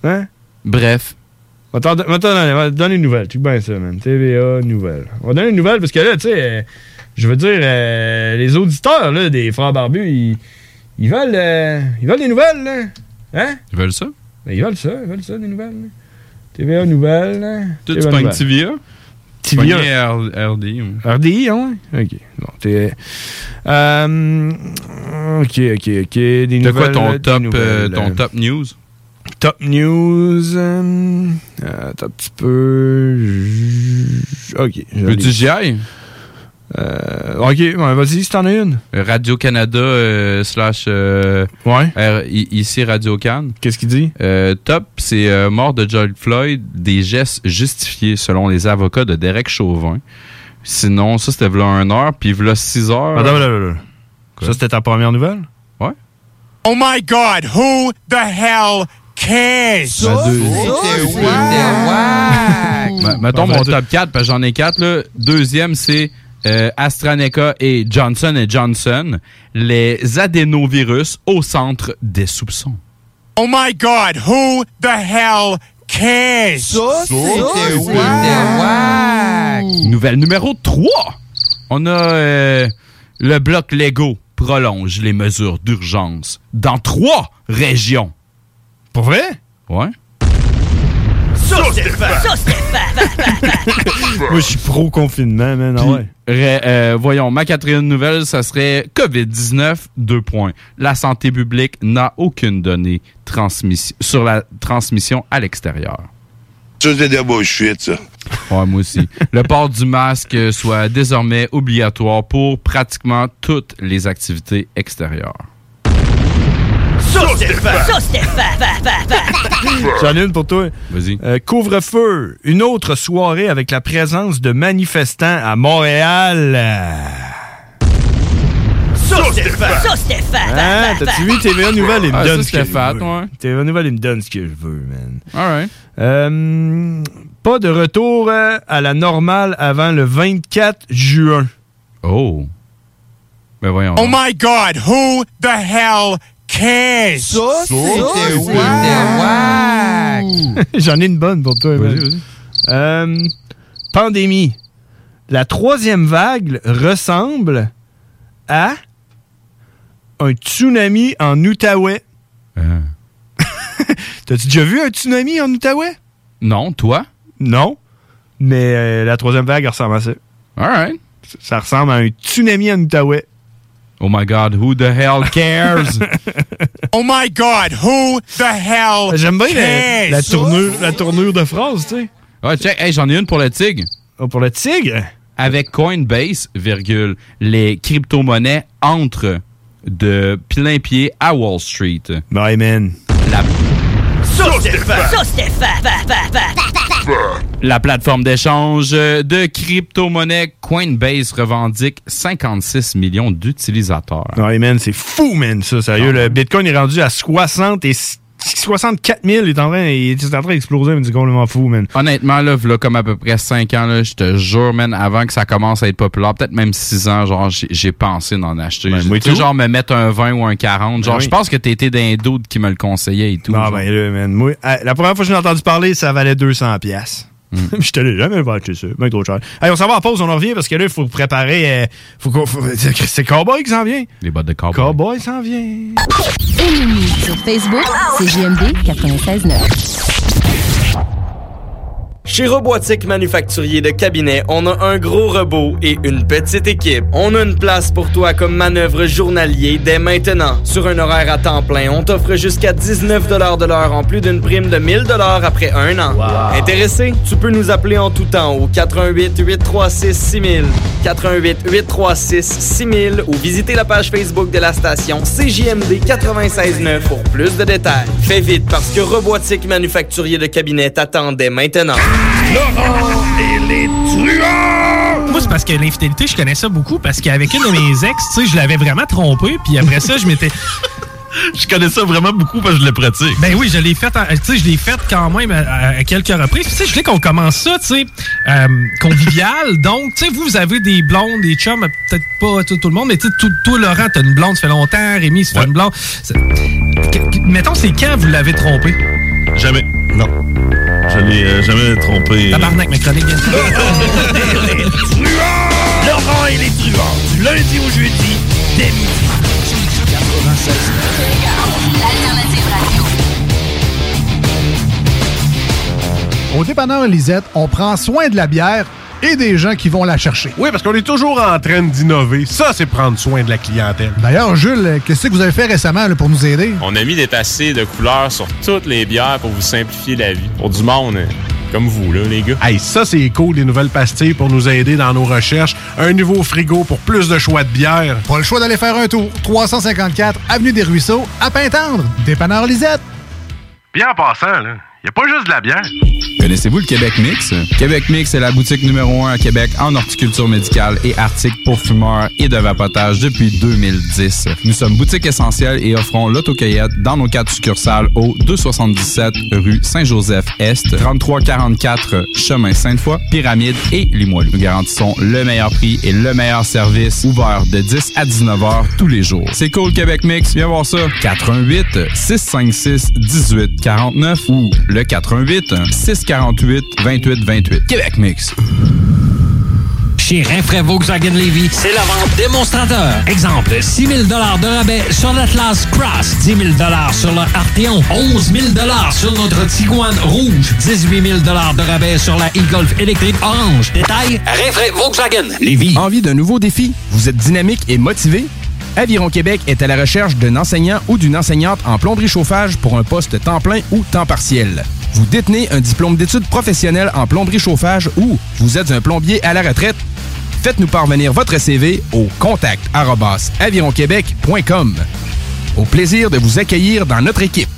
Speaker 2: Hein?
Speaker 3: Bref.
Speaker 2: On t'en don- on t'en donne, on va te donner une nouvelle. Tu bien ça, man. TVA, nouvelle. On va donner une nouvelle parce que là, tu sais, euh, je veux dire, euh, les auditeurs là, des Frères Barbus, ils, ils veulent euh, ils veulent des nouvelles, là. Hein?
Speaker 3: Ils veulent ça?
Speaker 2: Ben, ils veulent ça, ils veulent ça, des nouvelles. là. TVA, nouvelles. là.
Speaker 3: Tu
Speaker 2: TVA
Speaker 3: pognes euh,
Speaker 2: nouvelles.
Speaker 3: TVA?
Speaker 2: TVA.
Speaker 3: Tu pognes R- RDI. ouais.
Speaker 2: RDI, hein? ouais? OK. Bon, t'es... Euh, OK, OK, OK. Des
Speaker 3: De quoi
Speaker 2: nouvelles,
Speaker 3: ton
Speaker 2: des
Speaker 3: top, euh,
Speaker 2: nouvelles.
Speaker 3: ton top news?
Speaker 2: Top news. euh, euh, attends un petit peu. J- OK. Euh,
Speaker 3: Veux-tu que j'y aille?
Speaker 2: OK, ouais, vas-y, si t'en as une.
Speaker 3: Radio-Canada euh, slash euh, R- I- ici Radio-Can.
Speaker 2: Qu'est-ce qu'il dit?
Speaker 3: top, c'est euh, mort de George Floyd, des gestes justifiés selon les avocats de Derek Chauvin. Sinon, ça c'était v'là 1 heure, puis v'là 6 heures.
Speaker 2: Attends, attends, attends. Ça, c'était ta première nouvelle?
Speaker 3: Ouais.
Speaker 1: Oh my God, who the hell cares?
Speaker 3: Ma- mettons mon top 4, parce que j'en ai 4. Là. Deuxième, c'est euh, AstraNeca et Johnson Johnson, les adénovirus au centre des soupçons.
Speaker 1: Oh my God, who the hell cares?
Speaker 3: Nouvelle numéro 3. On a euh, le bloc Lego prolonge les mesures d'urgence dans trois régions.
Speaker 2: Pour vrai?
Speaker 3: Ouais.
Speaker 2: Moi, je suis pro-confinement, man. ah ouais.
Speaker 3: Ré- euh, voyons, ma quatrième nouvelle, ça serait COVID-19, deux points. La santé publique n'a aucune donnée transmissi- sur la transmission à l'extérieur.
Speaker 27: Ça, c'est de la bullshit, ça.
Speaker 3: Ouais, moi aussi. Le port du masque euh, soit désormais obligatoire pour pratiquement toutes les activités extérieures.
Speaker 2: J'en ai une pour toi.
Speaker 3: Vas-y.
Speaker 2: Euh, Couvre-feu, une autre soirée avec la présence de manifestants à Montréal. Hein? T'as-tu vu TVA Nouvelle, il me
Speaker 3: Ah,
Speaker 2: donne
Speaker 3: ça,
Speaker 2: ce que
Speaker 3: c'était fat,
Speaker 2: je veux.
Speaker 3: ouais.
Speaker 2: TVA Nouvelle, il me donne ce que je veux, man.
Speaker 3: Alright.
Speaker 2: Euh, pas de retour euh, à la normale avant le 24 juin.
Speaker 3: Oh. Ben voyons.
Speaker 1: Oh my God, who the hell cares?
Speaker 2: J'en ai une bonne pour toi. man. Euh, pandémie. La troisième vague ressemble à un tsunami en Outaouais.
Speaker 3: Ah.
Speaker 2: T'as-tu déjà vu un tsunami en Outaouais?
Speaker 3: Non, toi?
Speaker 2: Non. Mais euh, la troisième vague ressemble à ça.
Speaker 3: Alright.
Speaker 2: Ça ressemble à un tsunami en Outaouais.
Speaker 3: Oh my God, who the hell cares?
Speaker 1: Oh my God, who the hell
Speaker 2: J'aime bien la,
Speaker 1: cares?
Speaker 2: la tournure, la tournure de phrase, tu sais.
Speaker 3: Ouais, check. Hey, j'en ai une pour le tigre.
Speaker 2: Oh, pour le tigre?
Speaker 3: Avec Coinbase, virgule, les crypto-monnaies entrent de plein pied à Wall Street.
Speaker 2: Bye, man.
Speaker 3: La, la plateforme d'échange de crypto-monnaies Coinbase revendique 56 millions d'utilisateurs.
Speaker 2: Ouais, man, c'est fou, man, ça, sérieux. Le Bitcoin est rendu à 60 et 64 000. Il est en train, il est en train d'exploser, mais c'est complètement fou, man.
Speaker 3: Honnêtement, là, v'là comme à peu près 5 ans, là, je te jure, man, avant que ça commence à être populaire, peut-être même 6 ans, genre, j'ai- j'ai pensé d'en acheter.
Speaker 2: Ben,
Speaker 3: Tu
Speaker 2: moi
Speaker 3: sais,
Speaker 2: tout.
Speaker 3: genre, me mettre un 20 ou un 40. Genre,
Speaker 2: Ben oui.
Speaker 3: je pense que t'étais d'un d'autres qui me le conseillait et tout.
Speaker 2: Ah,
Speaker 3: genre.
Speaker 2: ben là, man. Moi, euh, la première fois que j'ai entendu parler, ça valait 200 pièces.
Speaker 3: Mm.
Speaker 2: Je te l'ai jamais pas acheté ça. Bien trop cher. Allez, on s'en va en pause, on en revient parce que là, il faut préparer. euh, faut qu'on- faut- c'est c'est Cowboy qui s'en vient.
Speaker 3: Les bottes de cowboy.
Speaker 2: Cowboy s'en vient.
Speaker 4: Et nous, sur Facebook, c'est JMD 96.9.
Speaker 25: Chez Robotique Manufacturier de Cabinet, on a un gros robot et une petite équipe. On a une place pour toi comme manœuvre journalier dès maintenant. Sur un horaire à temps plein, on t'offre jusqu'à 19 de l'heure en plus d'une prime de 1000 après un an. Intéressé? Tu peux nous appeler en tout temps au 88 836 6000, 88 836 6000 ou visiter la page Facebook de la station CJMD 969 pour plus de détails. Fais vite parce que Robotique Manufacturier de Cabinet t'attendait maintenant.
Speaker 22: Laurent et les truands! Moi, c'est parce que l'infidélité, je connais ça beaucoup parce qu'avec une de mes ex, tu sais, je l'avais vraiment trompé, puis après ça, je m'étais.
Speaker 28: Je connais ça vraiment beaucoup parce que je le pratique.
Speaker 22: Ben oui, je l'ai fait, en- tu sais, je l'ai fait quand même à, à quelques reprises. Puis, tu sais, je voulais qu'on commence ça, tu sais, euh, convivial. Donc, tu sais, vous, vous avez des blondes, des chums, peut-être pas tout, tout le monde, mais tu sais, tout- toi, Laurent, t'as une blonde, ça fait longtemps, Rémi, ça fait une blonde. C'est- que- que- Mettons, c'est quand vous l'avez trompé?
Speaker 28: Jamais. Non. Je l'ai euh, jamais trompé.
Speaker 22: Tabarnak, ma chronique.
Speaker 13: Laurent et les truands, du lundi au jeudi, dès midi. 96.
Speaker 23: Au dépanneur Lisette, on prend soin de la bière et des gens qui vont la chercher.
Speaker 8: Oui, parce qu'on est toujours en train d'innover. Ça, c'est prendre soin de la clientèle.
Speaker 23: D'ailleurs, Jules, qu'est-ce que vous avez fait récemment là, pour nous aider?
Speaker 24: On a mis des passés de couleurs sur toutes les bières pour vous simplifier la vie. Pour du monde euh, comme vous, là, les gars.
Speaker 8: Hey, ça, c'est cool, les nouvelles pastilles pour nous aider dans nos recherches. Un nouveau frigo pour plus de choix de bière.
Speaker 23: Pas le choix d'aller faire un tour. 354 Avenue des Ruisseaux, à Pintendre, dépanneur Lisette.
Speaker 8: Bien en passant, là, y a pas juste de la bière.
Speaker 3: Connaissez-vous le Québec Mix? Québec Mix est la boutique numéro 1 à Québec en horticulture médicale et arctique pour fumeurs et de vapotage depuis 2010. Nous sommes boutique essentielle et offrons l'autocueillette dans nos quatre succursales au 277 rue Saint-Joseph-Est, 3344 chemin Sainte-Foy, Pyramide et Limoilou. Nous garantissons le meilleur prix et le meilleur service ouvert de 10 à 19 heures tous les jours. C'est cool Québec Mix, viens voir ça. 418 656 1849 ou le 418 648 28 28. Québec Mix.
Speaker 11: Chez Renfrais Volkswagen Levy, c'est la vente démonstrateur. Exemple, 6 000 de rabais sur l'Atlas Cross, 10 000 sur le Arteon, 11 000 sur notre Tiguan Rouge, 18 000 de rabais sur la e-Golf électrique orange. Détail, Renfrais Volkswagen.
Speaker 14: Envie d'un nouveau défi? Vous êtes dynamique et motivé? Aviron Québec est à la recherche d'un enseignant ou d'une enseignante en plomberie chauffage pour un poste temps plein ou temps partiel. Vous détenez un diplôme d'études professionnelles en plomberie chauffage ou vous êtes un plombier à la retraite? Faites-nous parvenir votre CV au contact avironquebec.com. Au plaisir de vous accueillir dans notre équipe.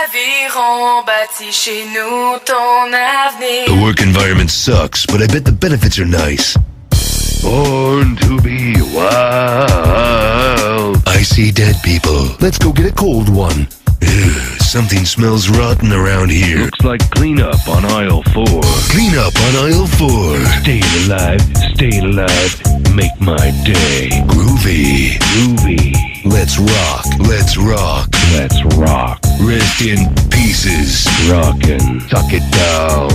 Speaker 15: Aviron bâti chez nous ton
Speaker 20: The
Speaker 15: avenir.
Speaker 20: work environment sucks, but I bet the benefits are nice. Born to be wild. I see dead people. Let's go get a cold one. Ugh, something smells rotten around here. Looks like cleanup on aisle four. Cleanup on aisle four. Staying alive, staying alive. Make my day. Groovy. Groovy. Let's rock. Let's rock. Let's rock. Rest in pieces. Rockin'. Tuck it down.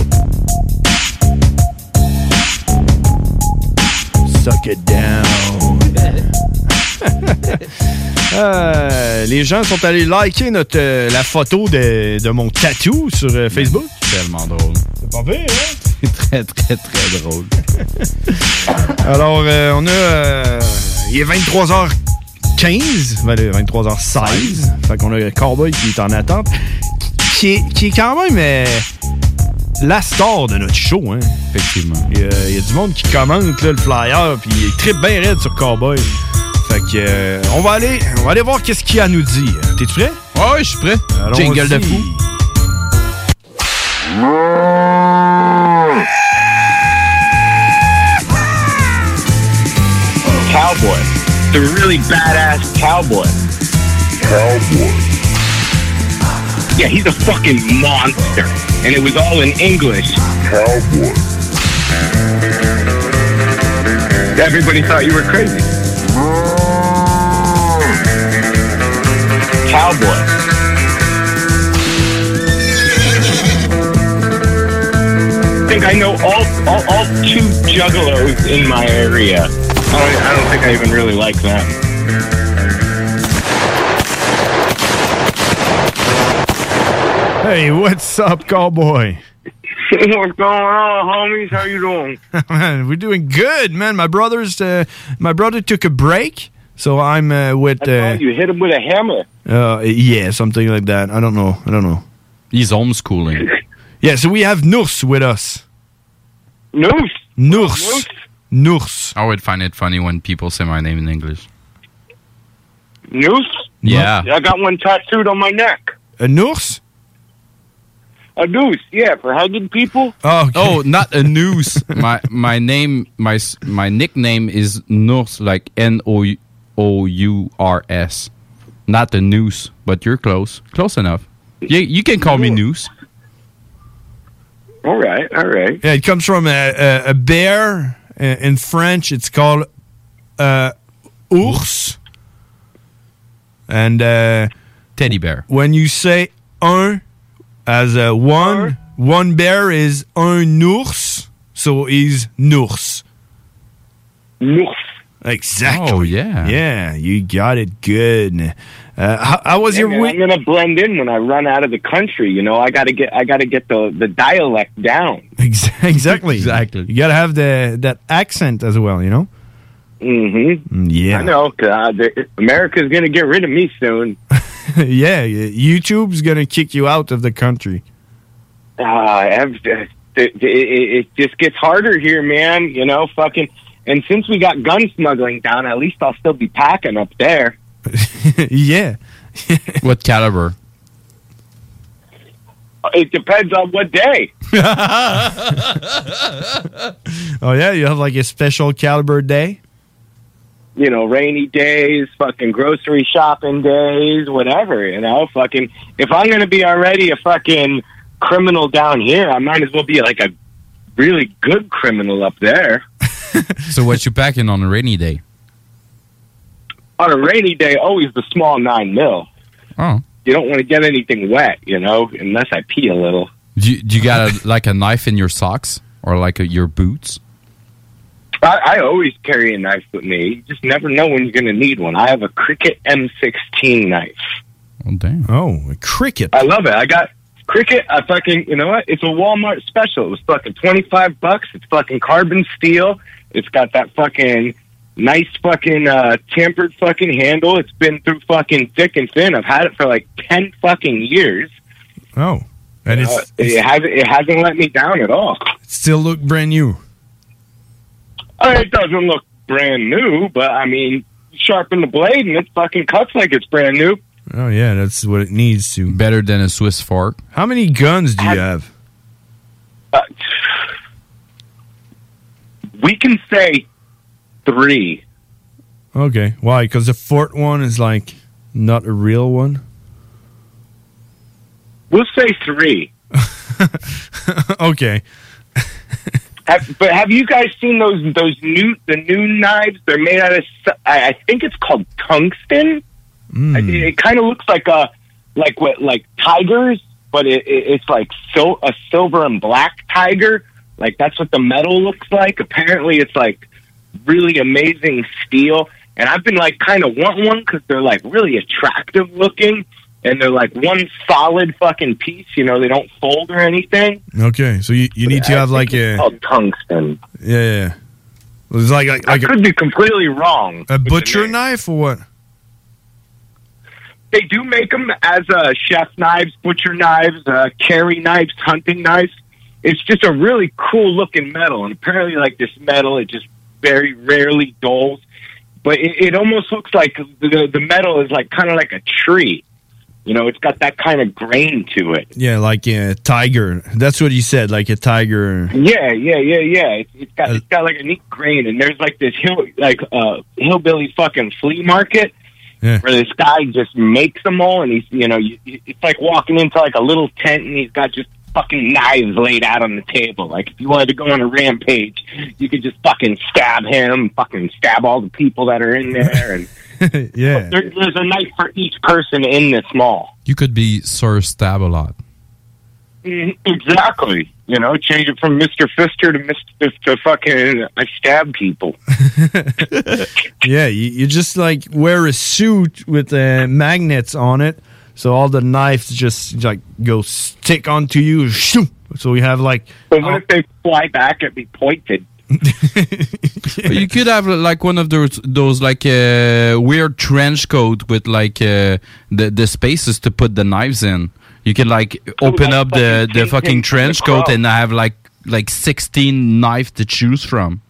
Speaker 9: Suck it down.
Speaker 2: Euh, les gens sont allés liker notre, euh, la photo de, de mon tatou sur euh, Facebook.
Speaker 3: Tellement drôle.
Speaker 2: C'est pas pire, hein?
Speaker 3: C'est très, très, très drôle.
Speaker 2: Alors, euh, on a. euh, il est 23h15, ben, euh, 23h16. Fait qu'on a le Cowboy qui est en attente. Qui est, qui est quand même euh, la star de notre show, hein?
Speaker 3: Effectivement.
Speaker 2: Il y a du monde qui commente là, le flyer, puis il tripe bien raide sur Cowboy. Fait que. euh, on, va aller, on va aller voir qu'est-ce qu'il a à nous dire. T'es-tu prêt?
Speaker 3: Ouais, je suis prêt. Jingle de fou.
Speaker 9: Cowboy. The really badass cowboy. Cowboy. Yeah, he's a fucking monster. And it was all in English. Cowboy. Everybody thought you were crazy. Cowboy. I think I know all, all, all two juggalos in my area. I don't, I don't think I even really like them.
Speaker 2: Hey, what's up, Cowboy?
Speaker 9: Oh
Speaker 13: What's going on, homies? How you doing?
Speaker 2: man, we're doing good, man. My brother's uh, my brother took a break, so I'm uh, with
Speaker 13: Oh,
Speaker 2: uh,
Speaker 13: you hit him with a hammer.
Speaker 2: uh, yeah something like that. I don't know. I don't know.
Speaker 3: He's homeschooling.
Speaker 2: Yeah, so we have Nurs with us.
Speaker 13: Nurs.
Speaker 2: Nurs. Nurs.
Speaker 3: I would find it funny when people say my name in English.
Speaker 13: Noose?
Speaker 3: Yeah.
Speaker 13: I got one tattooed on my neck.
Speaker 2: A Nurs?
Speaker 13: A noose, yeah, for hugging people.
Speaker 2: Oh,
Speaker 3: oh, not a noose. my my name my s- my nickname is Nurs, like N O O U R S. Not a noose, but you're close. Close enough. You, you can call me noose.
Speaker 9: All right, all right.
Speaker 2: Yeah, it comes from a, a, a bear. Uh, In French, it's called uh, ours. And uh,
Speaker 3: teddy bear.
Speaker 2: When you say un as a one, one bear is un ours, so is nours.
Speaker 9: Nours.
Speaker 2: Exactly. Oh yeah. Yeah, you got it good. Uh, how, how was
Speaker 9: Yeah,
Speaker 2: your
Speaker 9: man,
Speaker 2: week?
Speaker 9: I'm gonna blend in when I run out of the country. You know, I gotta get I gotta get the the dialect down.
Speaker 2: exactly. Exactly. You gotta have the that accent as well, you know. Mm,
Speaker 9: Mm-hmm.
Speaker 2: Yeah.
Speaker 9: I know. 'cause, uh, the- America's gonna get rid of me soon.
Speaker 2: yeah, y- YouTube's gonna kick you out of the country.
Speaker 9: Uh, I've- it, it, it just gets harder here, man. You know, fucking. And since we got gun smuggling down, at least I'll still be packing up there.
Speaker 2: yeah.
Speaker 3: what caliber?
Speaker 9: Uh, It depends on what day.
Speaker 2: Oh yeah, you have like a special caliber day.
Speaker 9: you know, rainy days, fucking grocery shopping days, whatever, you know, fucking if I'm gonna be already a fucking criminal down here, I might as well be like a really good criminal up there.
Speaker 3: So what you packing on a rainy day?
Speaker 9: On a rainy day, always the small nine mil.
Speaker 3: Oh.
Speaker 9: You don't want to get anything wet, you know, unless I pee a little.
Speaker 3: Do you, do you got a, like a knife in your socks or like a, your boots?
Speaker 9: I, I always carry a knife with me. You just never know when you're gonna need one. I have a cricket M sixteen knife.
Speaker 3: Oh damn.
Speaker 2: Oh, a cricket.
Speaker 9: I love it. I got cricket. I fucking you know what? It's a Walmart special. It was fucking twenty five bucks. It's fucking carbon steel. It's got that fucking nice fucking uh, tempered fucking handle. It's been through fucking thick and thin. I've had it for like ten fucking years.
Speaker 2: Oh, and
Speaker 9: Uh,
Speaker 2: it's,
Speaker 9: it
Speaker 2: it's
Speaker 9: hasn't it hasn't let me down at all.
Speaker 2: still look brand new.
Speaker 9: Uh, It doesn't look brand new, but I mean, sharpen the blade and it fucking cuts like it's brand new.
Speaker 2: Oh yeah, that's what it needs to.
Speaker 3: Better than a Swiss fork.
Speaker 2: How many guns do you have?
Speaker 9: Uh, We can say three.
Speaker 2: Okay, why? Because the fourth one is like not a real one.
Speaker 9: We'll say three.
Speaker 2: okay.
Speaker 9: Have, but have you guys seen those those new the new knives? They're made out of s- I, I think it's called tungsten. I- It, kind of looks like a like what like tigers, but it, it, it's like so a silver and black tiger. Like that's what the metal looks like. Apparently, it's like really amazing steel. And I've been like kind of want one because they're like really attractive looking, and they're like one solid fucking piece. You know, they don't fold or anything.
Speaker 2: Okay, so you, you need to have like a
Speaker 9: called tungsten.
Speaker 2: Yeah, yeah. yeah. It's like like, like
Speaker 9: I could be completely wrong.
Speaker 2: a, a butcher knife or what?
Speaker 9: They do make them as uh, chef knives, butcher knives, uh, carry knives, hunting knives. It's just a really cool looking metal, and apparently, like this metal, it just very rarely dulls. But it, it almost looks like the the metal is like kind of like a tree. You know, it's got that kind of grain to it.
Speaker 2: Yeah, like a tiger. That's what you said, like a tiger.
Speaker 9: Yeah, yeah, yeah, yeah. It's, it's
Speaker 2: Uh,
Speaker 9: got it's got like a neat grain, and there's like this hill like uh hillbilly fucking flea market
Speaker 2: Yeah.
Speaker 9: where this guy just makes them all, and he's you know you, you- it's like walking into like a little tent, and he's got just fucking knives laid out on the table. Like if you wanted to go on a rampage, you could just fucking stab him, fucking stab all the people that are in there, and
Speaker 2: yeah.
Speaker 9: there, there's a knife for each person in this mall.
Speaker 3: You could be Sir Stab a lot.
Speaker 9: Mhm, Exactly. You know, change it from Mister Fister to Mister to fucking I stab people.
Speaker 2: Yeah, you, you just like wear a suit with uh, magnets on it, so all the knives just like go stick onto you. Shoo! So you have like
Speaker 9: But what if they fly back and be pointed?
Speaker 3: But you could have like one of those those like uh, weird trench coat with like uh, the the spaces to put the knives in. You could like open up the the fucking trench coat and have like like sixteen knives to choose from.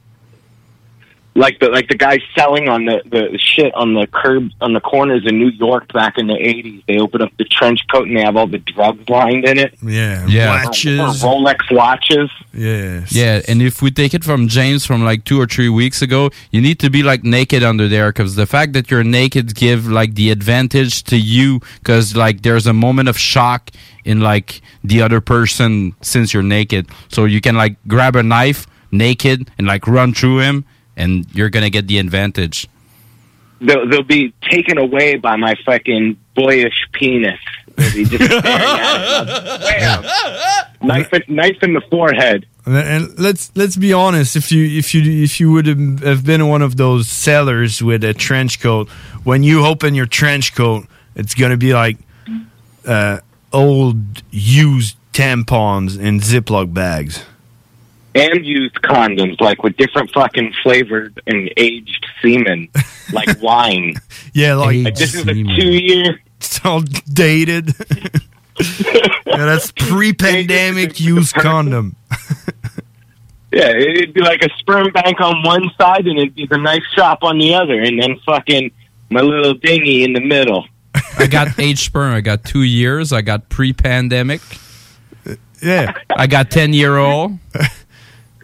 Speaker 9: like the like the guys selling on the, the shit on the curbs on the corners in New York back in the eighties. They open up the trench coat and they have all the drugs lined in it.
Speaker 2: Yeah.
Speaker 3: Yeah.
Speaker 9: Watches. Rolex watches.
Speaker 2: Yeah.
Speaker 3: Yeah, and if we take it from James from like two or three weeks ago, you need to be like naked under there because the fact that you're naked give like the advantage to you because like there's a moment of shock in like the other person since you're naked, so you can like grab a knife naked and like run through him, and you're gonna get the advantage.
Speaker 9: They'll, they'll be taken away by my fucking boyish penis. They'll be just staring at it. Bam! Knife, in- knife in the forehead.
Speaker 2: And, and let's let's be honest. If you if you if you would have been one of those sellers with a trench coat, when you open your trench coat, it's gonna be like uh, old used tampons in Ziploc bags.
Speaker 9: and used condoms, like with different fucking flavored and aged semen, like wine.
Speaker 2: Yeah, like,
Speaker 9: Like, this is a two-year.
Speaker 2: It's all dated. yeah, that's pre-pandemic used condom.
Speaker 9: Yeah, it'd be like a sperm bank on one side, and it'd be the knife shop on the other, and then fucking my little dinghy in the middle.
Speaker 3: I got age sperm. I got two years. I got pre-pandemic.
Speaker 2: Yeah.
Speaker 3: I got ten year old.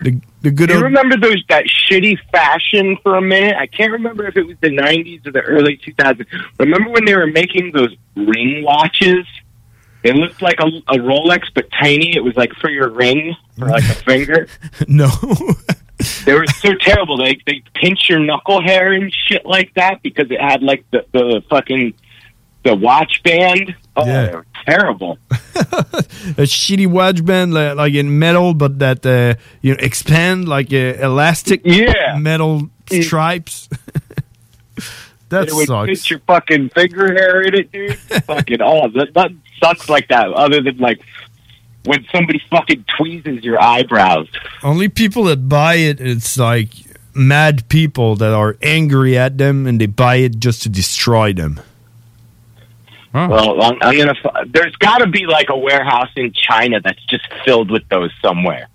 Speaker 2: the the good
Speaker 9: Do you remember those that shitty fashion for a minute? I can't remember if it was the '90s or the early 2000s. Remember when they were making those ring watches? They looked like a, a Rolex, but tiny. It was like for your ring, for like a finger.
Speaker 2: No.
Speaker 9: They were so terrible. They they pinch your knuckle hair and shit like that because it had like the, the fucking the watch band. Oh,
Speaker 2: Yeah.
Speaker 9: they were terrible.
Speaker 2: a shitty watch band like, like in metal, but that uh, you know, expand like uh, elastic
Speaker 9: Yeah.
Speaker 2: metal stripes. that
Speaker 9: it would
Speaker 2: sucks.
Speaker 9: pinch your fucking finger hair in it, dude. fucking all that, that sucks like that. Other than like when somebody fucking tweezes your eyebrows.
Speaker 2: Only people that buy it, it's like mad people that are angry at them and they buy it just to destroy them.
Speaker 9: Well, I'm, I'm gonna. fi- There's got to be like a warehouse in China that's just filled with those somewhere.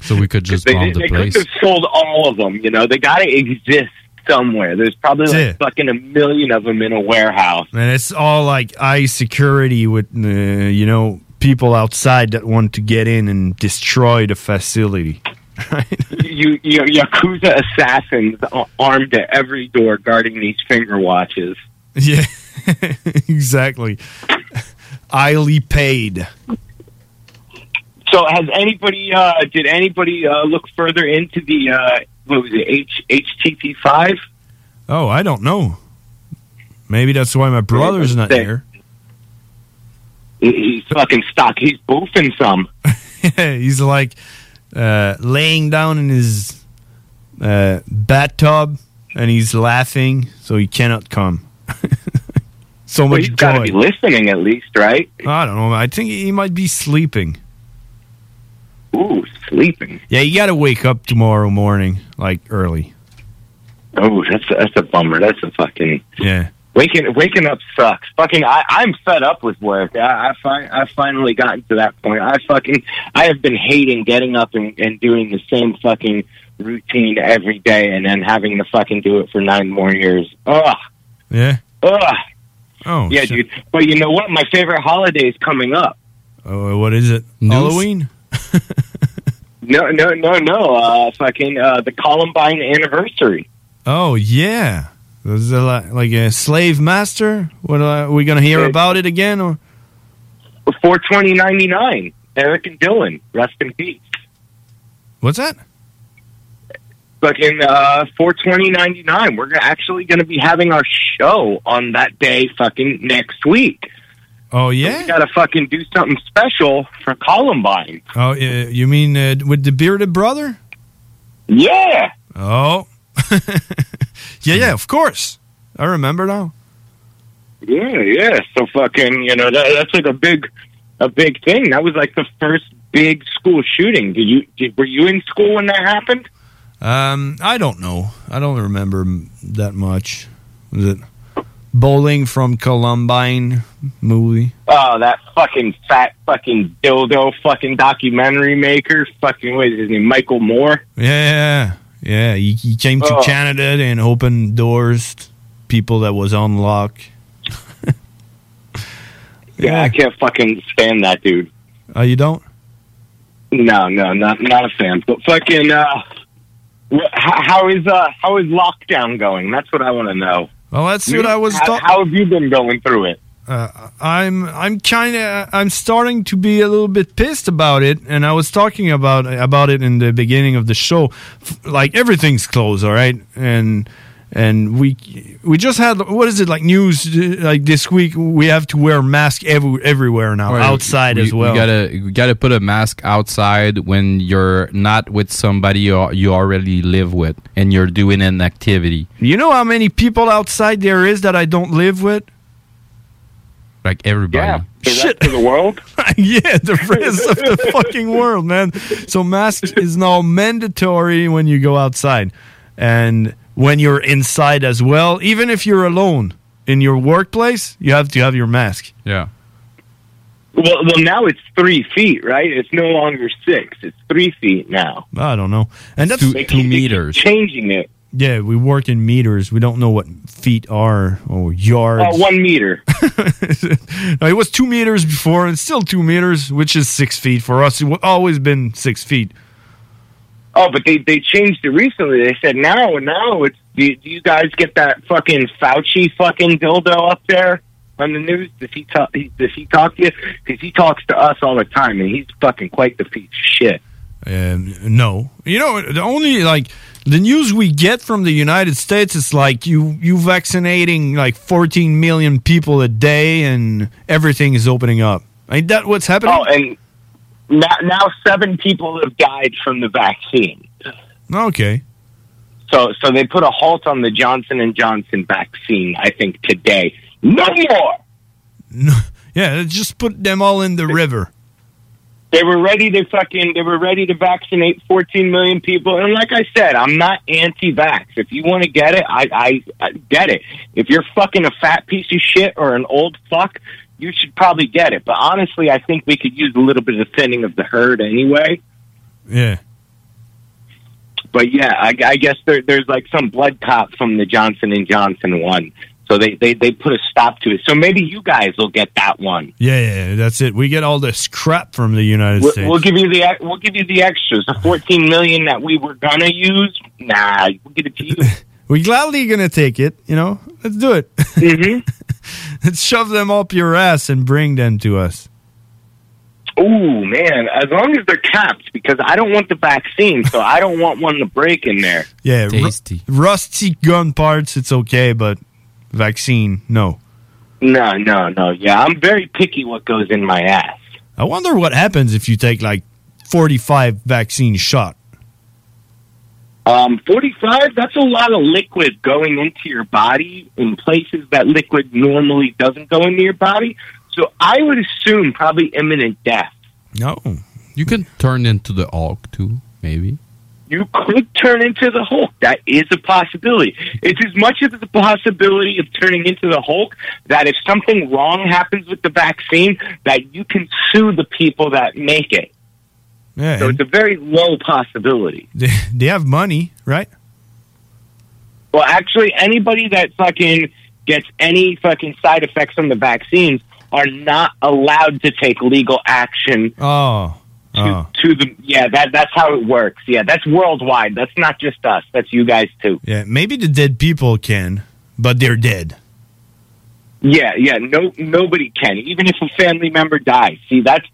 Speaker 3: So we could just
Speaker 9: They,
Speaker 3: bomb
Speaker 9: they
Speaker 3: the
Speaker 9: could
Speaker 3: place.
Speaker 9: have sold all of them. You know, they got to exist somewhere. There's probably like
Speaker 2: Yeah.
Speaker 9: fucking a million of them in a warehouse.
Speaker 2: And it's all like eye security with, uh, you know, people outside that want to get in and destroy the facility.
Speaker 9: you, you, yakuza assassins a- armed at every door, guarding these finger watches.
Speaker 2: Yeah, exactly. Highly paid.
Speaker 9: So, has anybody? Uh, did anybody uh, look further into the uh, what was it? H- HTTP five?
Speaker 2: Oh, I don't know. Maybe that's why my brother's not
Speaker 9: Sick.
Speaker 2: here.
Speaker 9: He- He's fucking stuck. He's boofing some.
Speaker 2: He's like uh, laying down in his uh, bathtub and he's laughing, so he cannot come. so
Speaker 9: Well,
Speaker 2: much
Speaker 9: he's got to be
Speaker 2: joy.
Speaker 9: listening at least, right?
Speaker 2: I don't know. I think he might be sleeping.
Speaker 9: Ooh, sleeping.
Speaker 2: Yeah, you got to wake up tomorrow morning, like early.
Speaker 9: Oh, that's a, that's a bummer. That's a fucking
Speaker 2: Yeah.
Speaker 9: waking waking up sucks. Fucking, I, I'm fed up with work. I I, fi- I finally gotten to that point. I fucking I have been hating getting up and, and doing the same fucking routine every day, and then having to fucking do it for nine more years. Ugh,
Speaker 2: Yeah.
Speaker 9: ugh.
Speaker 2: Oh,
Speaker 9: yeah, dude. But you know what? My favorite holiday is coming up.
Speaker 2: Oh, what is it? Halloween?
Speaker 9: No, no, no, no. Uh, fucking uh, the Columbine anniversary.
Speaker 2: Oh, yeah. Is it like, like a slave master? What are we going to hear
Speaker 9: Yeah.
Speaker 2: about it again? Or?
Speaker 9: 420 99. Eric and Dylan, rest in peace.
Speaker 2: What's that?
Speaker 9: Fucking uh, 420 99. We're gonna- actually going to be having our show on that day fucking next week.
Speaker 2: Oh,
Speaker 9: So
Speaker 2: yeah.
Speaker 9: we got to fucking do something special for Columbine.
Speaker 2: Oh, uh, you mean uh, with the bearded brother?
Speaker 9: Yeah.
Speaker 2: Oh. yeah, yeah, of course. I remember now.
Speaker 9: Yeah, yeah. So fucking, you know, that, that's like a big, a big thing. That was like the first big school shooting. Did you, did, were you in school when that happened?
Speaker 2: Um, I don't know. I don't remember m- that much. Was it Bowling from Columbine movie?
Speaker 9: Oh, that fucking fat fucking dildo fucking documentary maker. Fucking, what is his name? Michael Moore.
Speaker 2: Yeah, yeah, Yeah, he, he came to
Speaker 9: Oh.
Speaker 2: Canada and opened doors to people that was on lock.
Speaker 9: Yeah, I can't fucking stand that dude.
Speaker 2: Oh, you don't?
Speaker 9: No, no, not not a fan. But fucking, uh, wh- how, how is uh, how is lockdown going? That's what I want to know.
Speaker 2: Well, that's what I was
Speaker 9: How,
Speaker 2: talk-
Speaker 9: how have you been going through it?
Speaker 2: Uh, I'm I'm kind of I'm starting to be a little bit pissed about it, and I was talking about about it in the beginning of the show. F- like everything's closed, all right, and and we we just had what is it like news uh, like this week? We have to wear mask every, everywhere now,
Speaker 3: Right,
Speaker 2: outside
Speaker 3: we-
Speaker 2: as well.
Speaker 3: You gotta you gotta put a mask outside when you're not with somebody you, you already live with and you're doing an activity.
Speaker 2: You know how many people outside there is that I don't live with?
Speaker 3: Like everybody.
Speaker 9: The Shit. rest of the world?
Speaker 2: yeah, the rest of the fucking world, man. So mask is now mandatory when you go outside and when you're inside as well. Even if you're alone in your workplace, you have to have your mask.
Speaker 3: Yeah.
Speaker 9: Well, well, now it's three feet, right? It's no longer six. It's three feet now.
Speaker 2: I don't know. And that's
Speaker 9: They keep- they keep Changing it.
Speaker 2: Yeah, we work in meters. We don't know what feet are or yards.
Speaker 9: Oh, one meter.
Speaker 2: No, it was two meters before, and still two meters, which is six feet for us. It's always been six feet.
Speaker 9: Oh, but they they changed it recently. They said now, now it's do, do you guys get that fucking Fauci fucking dildo up there on the news? Does he talk? he- Does he talk to you? Because he talks to us all the time, and he's fucking quite the piece of shit.
Speaker 2: Um, no, you know the only like the news we get from the United States is like you you vaccinating like 14 million people a day, and everything is opening up. Ain't that what's happening?
Speaker 9: Oh, and now now seven people have died from the vaccine.
Speaker 2: okay.
Speaker 9: So so they put a halt on the Johnson and Johnson vaccine. I think today, no more.
Speaker 2: Yeah, let's just put them all in the river.
Speaker 9: They were ready to fucking. They were ready to vaccinate 14 million people. And like I said, I'm not anti-vax. If you want to get it, I, I, I get it. If you're fucking a fat piece of shit or an old fuck, you should probably get it. But honestly, I think we could use a little bit of thinning of the herd anyway.
Speaker 2: Yeah.
Speaker 9: But yeah, I, I guess there, there's like some blood cop from the Johnson and Johnson one. So they, they they put a stop to it. So maybe you guys will get that one.
Speaker 2: Yeah, yeah, yeah, that's it. We get all this crap from the United
Speaker 9: We'll,
Speaker 2: States.
Speaker 9: we'll give you the ex- we'll give you the extras. The 14 million that we were gonna use, nah, we'll give it to you.
Speaker 2: We're gladly gonna take it. You know, let's do it.
Speaker 9: Mm-hmm.
Speaker 2: let's shove them up your ass and bring them to us.
Speaker 9: Oh man, as long as they're capped, because I don't want the vaccine, so I don't want one to break in there.
Speaker 2: Yeah, ru- rusty gun parts, it's okay, but vaccine, no.
Speaker 9: No, no, no. Yeah, I'm very picky what goes in my ass.
Speaker 2: I wonder what happens if you take like 45 vaccine shot.
Speaker 9: Um, 45. That's a lot of liquid going into your body in places that liquid normally doesn't go into your body. So I would assume probably imminent death.
Speaker 2: No.
Speaker 3: You could turn into the Hulk too, maybe.
Speaker 9: you could turn into the Hulk. That is a possibility. It's as much as the possibility of turning into the Hulk that if something wrong happens with the vaccine, that you can sue the people that make it.
Speaker 2: Yeah,
Speaker 9: So it's a very low possibility.
Speaker 2: They, they have money, right?
Speaker 9: Well, actually, anybody that fucking gets any fucking side effects from the vaccines are not allowed to take legal action
Speaker 2: Oh. Oh.
Speaker 9: to the yeah that that's how it works yeah that's worldwide that's not just us that's you guys too
Speaker 2: Yeah, maybe the dead people can, but they're dead.
Speaker 9: Yeah, yeah. No, nobody can. Even if a family member dies. See, that's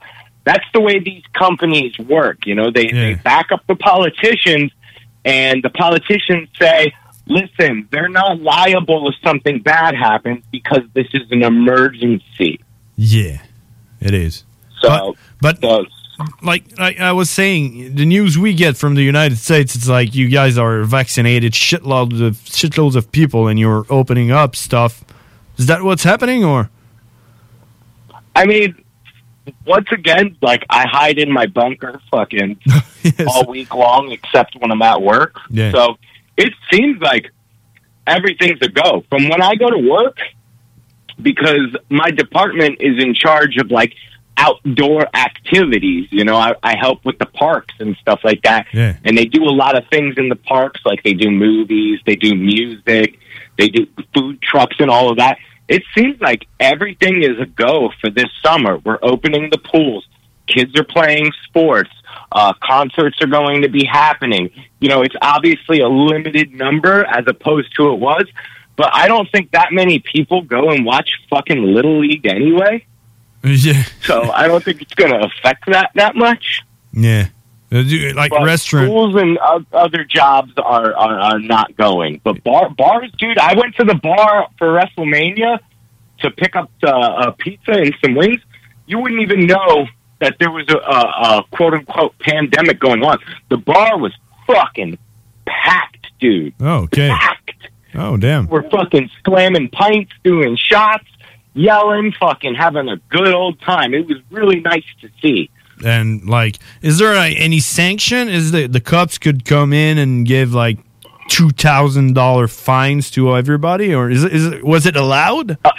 Speaker 9: that's the way these companies work. You know, they they back up the politicians, and the politicians say, "Listen, they're not liable if something bad happens because this is an emergency."
Speaker 2: Yeah, it is.
Speaker 9: So,
Speaker 2: but, like, like I was saying, the news we get from the United States, it's like you guys are vaccinated, shitloads of shitloads of people, and you're opening up stuff. Is that what's happening, or
Speaker 9: I mean, once again, like I hide in my bunker, fucking all week long, except when I'm at work.
Speaker 2: Yeah.
Speaker 9: So it seems like everything's a go. From when I go to work, because my department is in charge of like outdoor activities. You know, I, I help with the parks and stuff like that.
Speaker 29: Yeah.
Speaker 9: And they do a lot of things in the parks, like they do movies, they do music, they do food trucks and all of that. It seems like everything is a go for this summer. We're opening the pools. Kids are playing sports. Uh, concerts are going to be happening. You know, it's obviously a limited number as opposed to it was, but I don't think that many people go and watch fucking Little League anyway.
Speaker 2: Yeah.
Speaker 9: So I don't think it's going to affect that that much.
Speaker 2: Yeah. Uh, do- Like
Speaker 9: But
Speaker 2: restaurant.
Speaker 9: schools and o- other jobs are, are are not going. But bar bars, dude. I went to the bar for WrestleMania to pick up uh, a pizza and some wings. You wouldn't even know that there was a, a, a quote unquote pandemic going on. The bar was fucking packed, dude.
Speaker 2: Oh, okay. Oh, damn.
Speaker 9: We're fucking slamming pints, doing shots, yelling, fucking having a good old time. It was really nice to see.
Speaker 2: And like, is there like, any sanction? Is the the cops could come in and give like two thousand dollar fines to everybody, or is it, is it, was it allowed?
Speaker 9: it,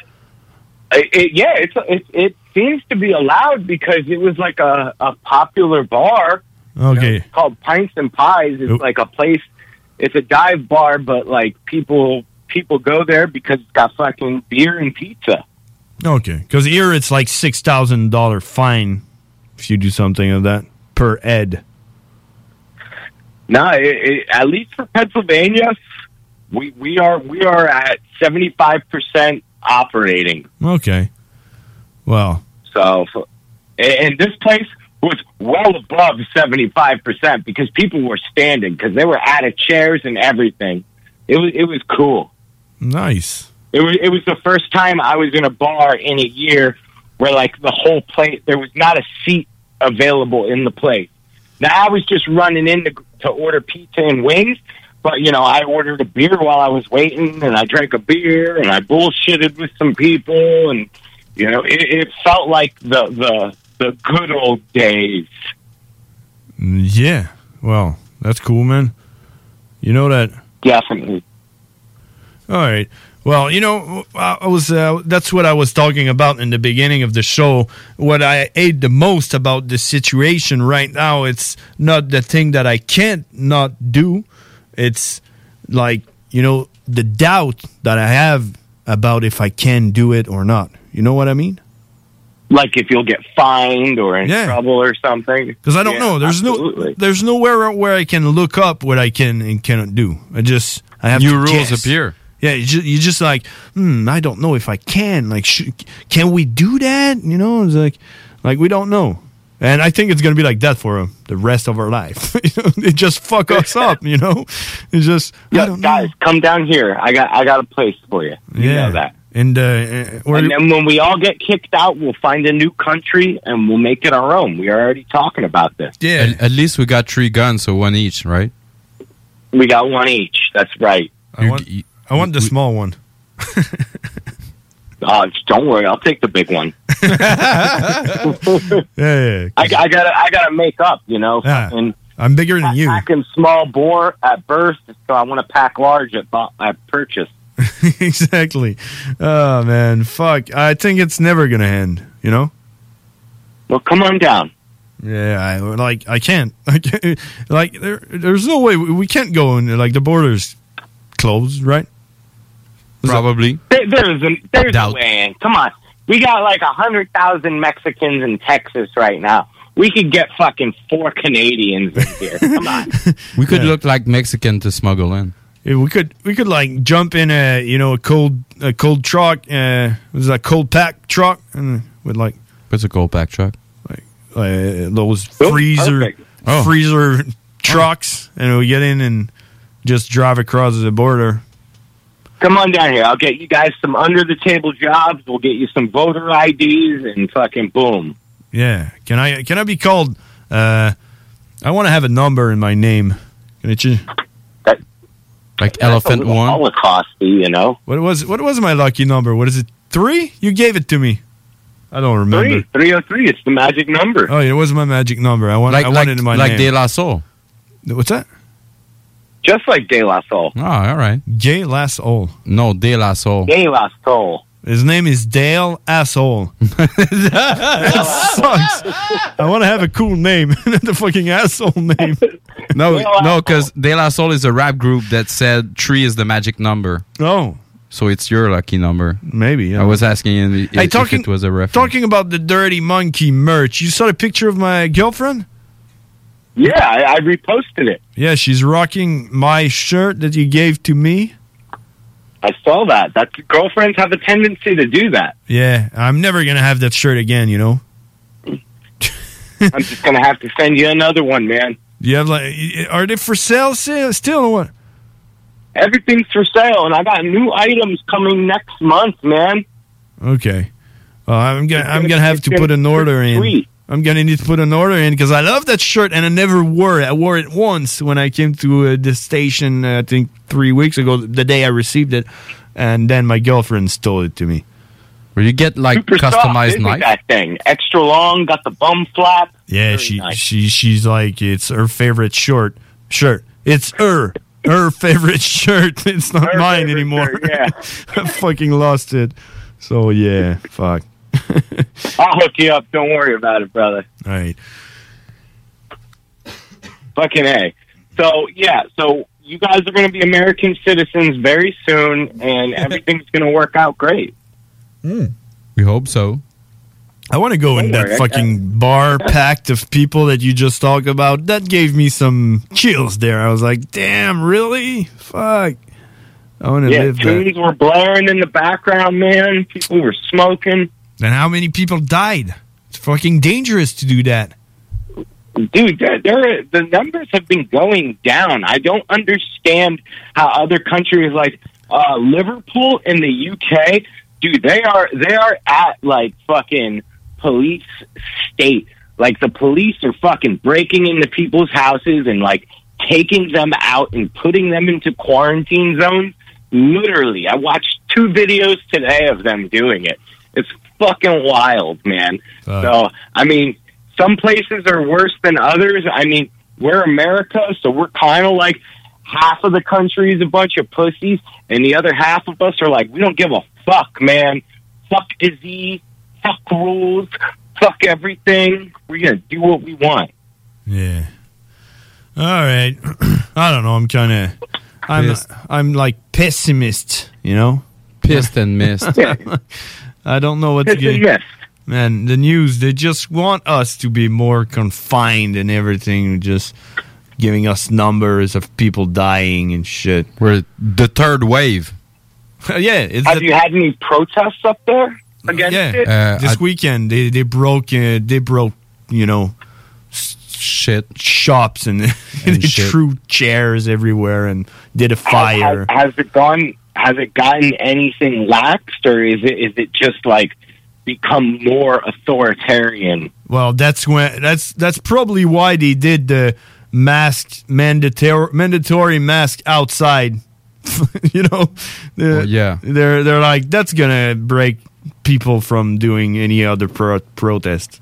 Speaker 9: it, yeah, it's it, it seems to be allowed because it was like a, a popular bar
Speaker 2: Okay.
Speaker 9: called Pints and Pies. It's like a place. It's a dive bar, but like people people go there because it's got fucking beer and pizza.
Speaker 2: Okay. Because here it's like six thousand dollar fine if you do something of that per ed.
Speaker 9: No, it, it, at least for Pennsylvania, we we are we are at seventy five percent operating.
Speaker 2: Okay. Well,
Speaker 9: So, f- and and this place was well above 75% because people were standing because they were out of chairs and everything. It was, it was cool.
Speaker 2: nice.
Speaker 9: It was, it was the first time I was in a bar in a year where like the whole place, there was not a seat available in the place. Now I was just running in to, to order pizza and wings, but you know, I ordered a beer while I was waiting and I drank a beer and I bullshitted with some people and you know, it, it felt like the, the, the good old days.
Speaker 2: Yeah. Well, that's cool, man. You know that.
Speaker 9: Definitely.
Speaker 2: All right. Well, you know, I I was uh, that's what I was talking about in the beginning of the show. What I hate the most about the situation right now, it's not the thing that I can't not do. It's like, you know, the doubt that I have about if I can do it or not. You know what I mean?
Speaker 9: Like if you'll get fined or in trouble or something.
Speaker 2: Because I don't
Speaker 9: Yeah,
Speaker 2: know. There's no. There's nowhere where I can look up what I can and cannot do. I just. I have
Speaker 3: New
Speaker 2: to
Speaker 3: rules
Speaker 2: guess.
Speaker 3: appear.
Speaker 2: Yeah, you just, you just like, hmm, I don't know if I can. Like, sh- can we do that? You know, it's like, like we don't know. And I think it's gonna be like that for uh, the rest of our life. You know, it just fuck us up. You know, it's just. I don't
Speaker 9: guys, come down here. I got I got a place for you. You
Speaker 2: Yeah.
Speaker 9: know that.
Speaker 2: And uh, uh, or-
Speaker 9: and then when we all get kicked out, we'll find a new country and we'll make it our own. We are already talking about this.
Speaker 2: Yeah.
Speaker 3: At, at least we got three guns, so one each, right?
Speaker 9: We got one each. That's right.
Speaker 2: I want, I want the small one.
Speaker 9: Uh, don't worry, I'll take the big one. I,
Speaker 2: Yeah,
Speaker 9: I gotta I gotta make up. You know,
Speaker 2: Yeah.
Speaker 9: and
Speaker 2: I'm bigger than you.
Speaker 9: packing small bore at birth, so I want to pack large at bu- at purchase.
Speaker 2: exactly. Oh man, fuck. I think it's never gonna end. You know.
Speaker 9: Well, come on down.
Speaker 2: Yeah, I, like I can't. I can't like there, there's no way we, we can't go in. Like the borders closed, right?
Speaker 3: Probably.
Speaker 9: There, there's a, there's a
Speaker 2: Doubt.
Speaker 9: way in. Come on. We got like a 100,000 Mexicans in Texas right now. We could get fucking four Canadians in here. Come on.
Speaker 3: We could look like Mexican to smuggle in.
Speaker 2: Yeah, we could we could like jump in a you know a cold a cold truck. Uh, it was a cold pack truck and with like
Speaker 3: What's a cold pack truck?
Speaker 2: Like uh, those freezer
Speaker 3: Oh.
Speaker 2: freezer trucks, and we get in and just drive across the border.
Speaker 9: Come on down here. I'll get you guys some under the table jobs. We'll get you some voter IDs and fucking boom.
Speaker 2: Yeah. Can I can I be called? Uh, I want to have a number in my name. Can it you?
Speaker 3: Like
Speaker 9: elephant one. Holocaust, you know.
Speaker 2: What was what was my lucky number? What is it? Three? You gave it to me. I don't remember.
Speaker 9: Three, 303. It's the magic number.
Speaker 2: Oh, yeah, it was my magic number. I want.
Speaker 9: Like-
Speaker 2: I wanted
Speaker 9: like-
Speaker 2: in my
Speaker 9: like
Speaker 2: name.
Speaker 9: De La
Speaker 3: Soul.
Speaker 2: What's that?
Speaker 9: Just like De La Soul.
Speaker 3: Ah, all right.
Speaker 2: Gay last all.
Speaker 3: No, De La Soul.
Speaker 9: De La Soul.
Speaker 2: His name is Dale Asshole. that sucks. I want to have a cool name, not the fucking asshole name.
Speaker 3: No, no, because De La Soul is a rap group that said three is the magic number.
Speaker 2: Oh.
Speaker 3: So it's your lucky number.
Speaker 2: Maybe.
Speaker 3: I was asking if,
Speaker 2: Hey,
Speaker 3: if
Speaker 2: talking-
Speaker 3: it was a reference.
Speaker 2: Talking about the Dirty Monkey merch, you saw the picture of my girlfriend?
Speaker 9: Yeah, I, I reposted it.
Speaker 2: Yeah, she's rocking my shirt that you gave to me.
Speaker 9: I saw that. That girlfriends have a tendency to do that.
Speaker 2: Yeah, I'm never gonna have that shirt again. You know.
Speaker 9: I'm just gonna have to send you another one, man.
Speaker 2: Do you have like? Are they for sale si- still or what?
Speaker 9: Everything's for sale, and I got new items coming next month, man.
Speaker 2: Okay. Uh, I'm gonna I'm gonna have to put an order in. I'm gonna need to put an order in because I love that shirt and I never wore it. I wore it once when I came to uh, the station. Uh, I think three weeks ago, the day I received it, and then my girlfriend stole it to me.
Speaker 3: Where you get like
Speaker 9: Super soft, isn't That thing, extra long, got the bum flap.
Speaker 2: Yeah, she she she's like it's her favorite short shirt. It's her her favorite shirt. It's not mine anymore.
Speaker 9: yeah.
Speaker 2: I fucking lost it. So yeah, fuck.
Speaker 9: I'll hook you up. Don't worry about it, brother.
Speaker 2: All right.
Speaker 9: Fucking a. So yeah, so you guys are going to be American citizens very soon, and everything's going to work out great.
Speaker 3: We hope so.
Speaker 2: I want to go in that
Speaker 9: worry, I-
Speaker 2: fucking bar packed of people that you just talked about. That gave me some chills there. I was like, damn, really? Fuck. I want to
Speaker 9: yeah,
Speaker 2: live that.
Speaker 9: tunes were blaring in the background, man. People were smoking.
Speaker 2: And how many people died? It's fucking dangerous to do that.
Speaker 9: Dude, there, there, the numbers have been going down. I don't understand how other countries like uh, Liverpool in the UK, dude, they are they are at like fucking police state. Like the police are fucking breaking into people's houses and like taking them out and putting them into quarantine zones. Literally, I watched two videos today of them doing it. It's fucking wild, man. So, I mean, some places are worse than others. I mean, we're America, so we're kind of like half of the country is a bunch of pussies, and the other half of us are like, we don't give a fuck, man. Fuck disease, fuck rules, fuck everything. We're gonna do what we want.
Speaker 2: Yeah. All right. I don't know. I'm kind of. I'm
Speaker 3: Pissed.
Speaker 2: I'm like pessimist, you know.
Speaker 3: Pissed and missed.
Speaker 2: I don't know what to
Speaker 3: Pissed and
Speaker 2: get. Man, the news they just want us to be more confined and everything, just giving us numbers of people dying and shit.
Speaker 3: We're the third wave.
Speaker 2: Uh, yeah, it's
Speaker 9: Have
Speaker 2: the-
Speaker 9: you had any protests up there against
Speaker 2: yeah.
Speaker 9: it?
Speaker 3: Uh,
Speaker 2: this weekend they they broke uh, they broke you know s-
Speaker 3: shit
Speaker 2: shops and, they
Speaker 9: shit.
Speaker 2: threw chairs everywhere and did a fire.
Speaker 9: Has, has it gone? Has it gotten anything laxed, or is it is it just like become more authoritarian?
Speaker 2: Well, that's when that's that's probably why they did the mask mandatory mandatory mask outside. you know,
Speaker 3: yeah,
Speaker 2: they're they're like that's gonna break people from doing any other pro- protest.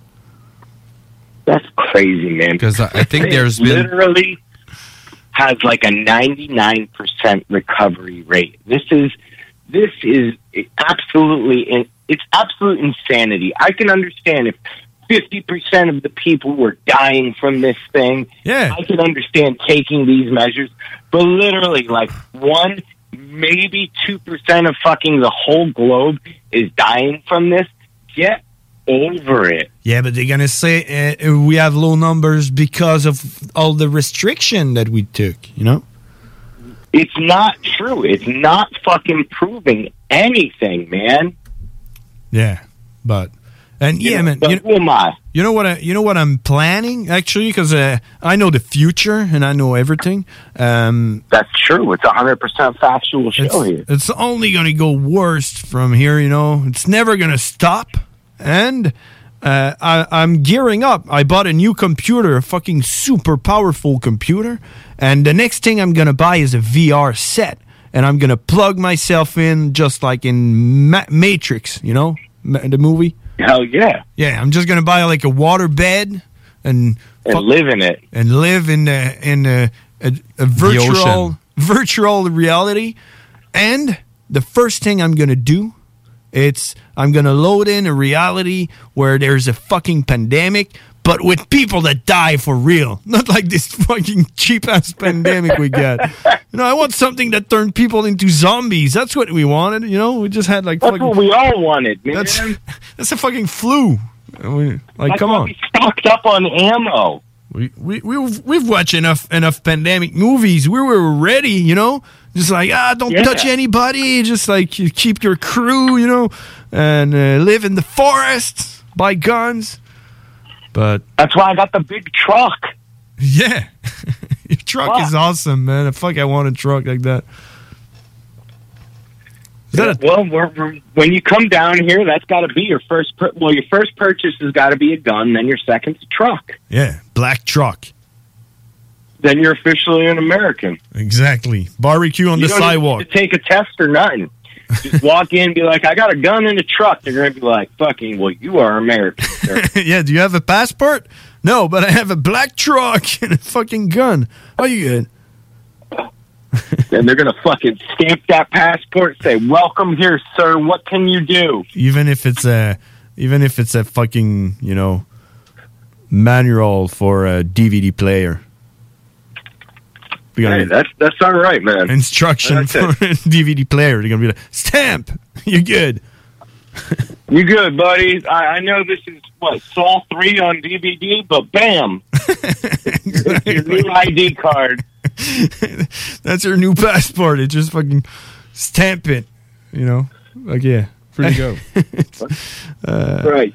Speaker 9: That's crazy, man.
Speaker 3: Because I
Speaker 9: It literally has like a ninety nine percent recovery rate. This is this is absolutely in- it's absolute insanity. I can understand if fifty percent of the people were dying from this thing.
Speaker 2: Yeah,
Speaker 9: I can understand taking these measures, but literally like one maybe two percent of fucking the whole globe is dying from this. Get over it.
Speaker 2: Yeah, but they're gonna say uh, we have low numbers because of all the restriction that we took. You know.
Speaker 9: It's not true. It's not fucking proving anything, man.
Speaker 2: Yeah, but and yeah, man. You know,
Speaker 9: who am I?
Speaker 2: You know what? I, you know what I'm planning actually, because uh, I know the future and I know everything. Um,
Speaker 9: That's true. It's a hundred percent factual show here.
Speaker 2: it's only going to go worse from here. You know, it's never going to stop. And uh, I, I'm gearing up. I bought a new computer, a fucking super powerful computer. And the next thing I'm going to buy is a VR set, and I'm going to plug myself in just like in Ma- Matrix. You know, Ma- the movie.
Speaker 9: Hell yeah.
Speaker 2: Yeah, I'm just gonna buy like a water bed and
Speaker 9: And live in it.
Speaker 2: and live in the in the a, a virtual
Speaker 9: ocean.
Speaker 2: virtual reality. And the first thing I'm gonna do It's I'm gonna load in a reality where there's a fucking pandemic, but with people that die for real, not like this fucking cheap ass pandemic we got. You know, I want something that turned people into zombies. That's what we wanted. You know, we just had like
Speaker 9: That's
Speaker 2: fucking.
Speaker 9: what we all wanted, man.
Speaker 2: That's that's a fucking flu. And we- Like,
Speaker 9: That's
Speaker 2: come
Speaker 9: why
Speaker 2: on.
Speaker 9: we stocked up on ammo.
Speaker 2: We we we've, we've watched enough enough pandemic movies. We were ready, you know. Just like ah, don't
Speaker 9: Yeah.
Speaker 2: touch anybody. Just like you keep your crew, you know, and uh, live in the forest, buy guns. But
Speaker 9: that's why I got the big truck.
Speaker 2: Yeah, your truck is awesome, man. Fuck, I want a truck like that.
Speaker 9: well, we're, we're, when you come down here, that's got to be your first. Pur- well, your first purchase has got to be a gun, then your second's a truck,
Speaker 2: Yeah, black truck.
Speaker 9: then you're officially an American.
Speaker 2: Exactly. Barbecue on
Speaker 9: You
Speaker 2: the
Speaker 9: don't need
Speaker 2: sidewalk.
Speaker 9: to take a test or nothing. Just walk in, and be like, "I got a gun in a truck." They're gonna be like, "Fucking well, you are American." sir."
Speaker 2: yeah, do you have a passport? No, but I have a black truck and a fucking gun. Are you good?
Speaker 9: and they're gonna fucking stamp that passport, say, "Welcome here, sir. What can you do?"
Speaker 2: even if it's a even if it's a fucking you know manual for a DVD player. We got
Speaker 9: Hey, that's that's all right, man.
Speaker 2: instruction
Speaker 9: That's
Speaker 2: for
Speaker 9: it.
Speaker 2: a DVD player. They're gonna be like stamp. You're good.
Speaker 9: You good, buddy? I, I know this is what Saw three on DVD, but bam, your new ID card.
Speaker 2: That's your new passport. It just fucking stamp it. You know, like yeah.
Speaker 9: Free to go.
Speaker 2: uh,
Speaker 9: right.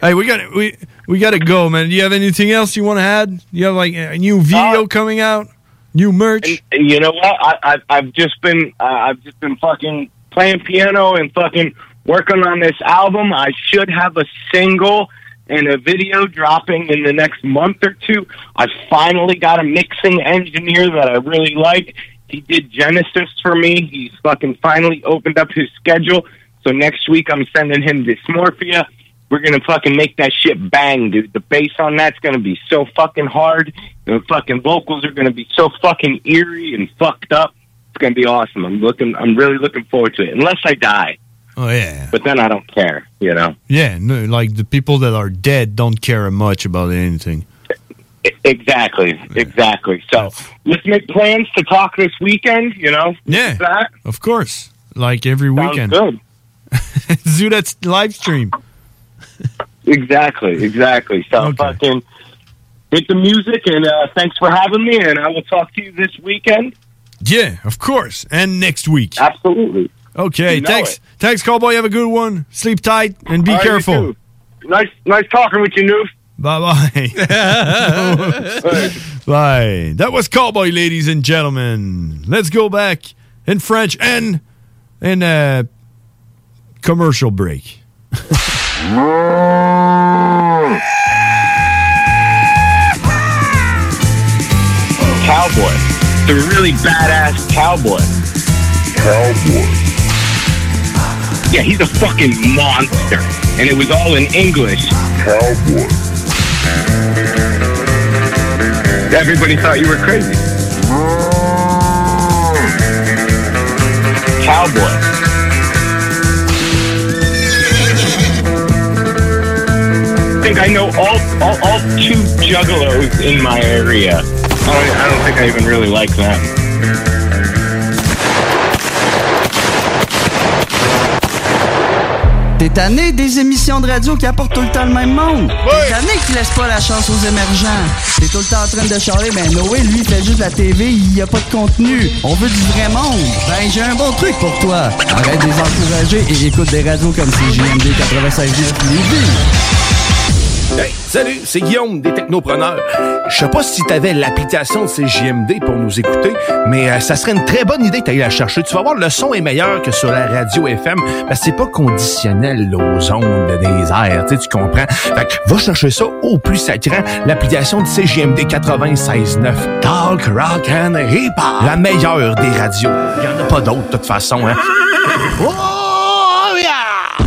Speaker 2: Hey, we got we we got to go, man. Do you have anything else you want to add? You have like a new video
Speaker 9: Uh,
Speaker 2: coming out, new merch.
Speaker 9: And you know what? I, I've I've just been uh, I've just been fucking playing piano and fucking working on this album. I should have a single and a video dropping in the next month or two. I finally got a mixing engineer that I really like. He did Genesis for me. He's fucking finally opened up his schedule. So next week I'm sending him Dysmorphia. We're gonna fucking make that shit bang, dude. The bass on that's gonna be so fucking hard. The fucking vocals are gonna be so fucking eerie and fucked up. It's gonna be awesome. I'm looking. I'm really looking forward to it. Unless I die,
Speaker 2: Oh yeah.
Speaker 9: but then I don't care. You know.
Speaker 2: Yeah, no, like the people that are dead don't care much about anything.
Speaker 9: E- Exactly. Exactly. So let's make plans to talk this weekend. You know.
Speaker 2: Yeah.
Speaker 9: That
Speaker 2: Of course, like every
Speaker 9: Sounds
Speaker 2: weekend.
Speaker 9: good.
Speaker 2: Do that s- live stream.
Speaker 9: exactly. Exactly. So fucking hit the music and uh, thanks for having me. And I will talk to you this weekend.
Speaker 2: Yeah, of course, and next week.
Speaker 9: Absolutely.
Speaker 2: Okay,
Speaker 9: You know
Speaker 2: thanks,
Speaker 9: it.
Speaker 2: thanks, cowboy. Have a good one. Sleep tight and be
Speaker 9: All right, you
Speaker 2: careful.
Speaker 9: too. Nice, nice talking with you, Noof.
Speaker 2: Bye bye. bye. That was cowboy, ladies and gentlemen. Let's go back in French and in a commercial break.
Speaker 18: Cowboy. The really badass cowboy. Cowboy.
Speaker 9: Yeah, he's a fucking monster. And it was all in English. Cowboy. Everybody thought you were crazy. Cowboy. I think I know all, all, all two juggalos in my area. I don't, Oh, I don't think I even really like them.
Speaker 25: T'es tanné des émissions de radio qui apportent tout le temps le même monde. T'es tanné qui laisse pas la chance aux émergents. T'es tout le temps en train de charler, mais Noé, lui, il fait juste la TV, il y a pas de contenu. On veut du vrai monde. Ben, j'ai un bon truc pour toi. Arrête de les encourager et écoute des radios comme CJMD 96
Speaker 14: Hey, salut, c'est Guillaume des Technopreneurs. Je sais pas si t'avais l'application de CJMD pour nous écouter, mais euh, ça serait une très bonne idée que t'ailles la chercher. Tu vas voir, le son est meilleur que sur la radio FM, parce que c'est pas conditionnel là, aux ondes des airs, tu sais, tu comprends? Fait que va chercher ça au plus sacrant, l'application de CJMD 96.9. Talk, rock and hip-hop. La meilleure des radios. Il en a pas d'autres, de toute façon, hein?
Speaker 18: Oh, yeah!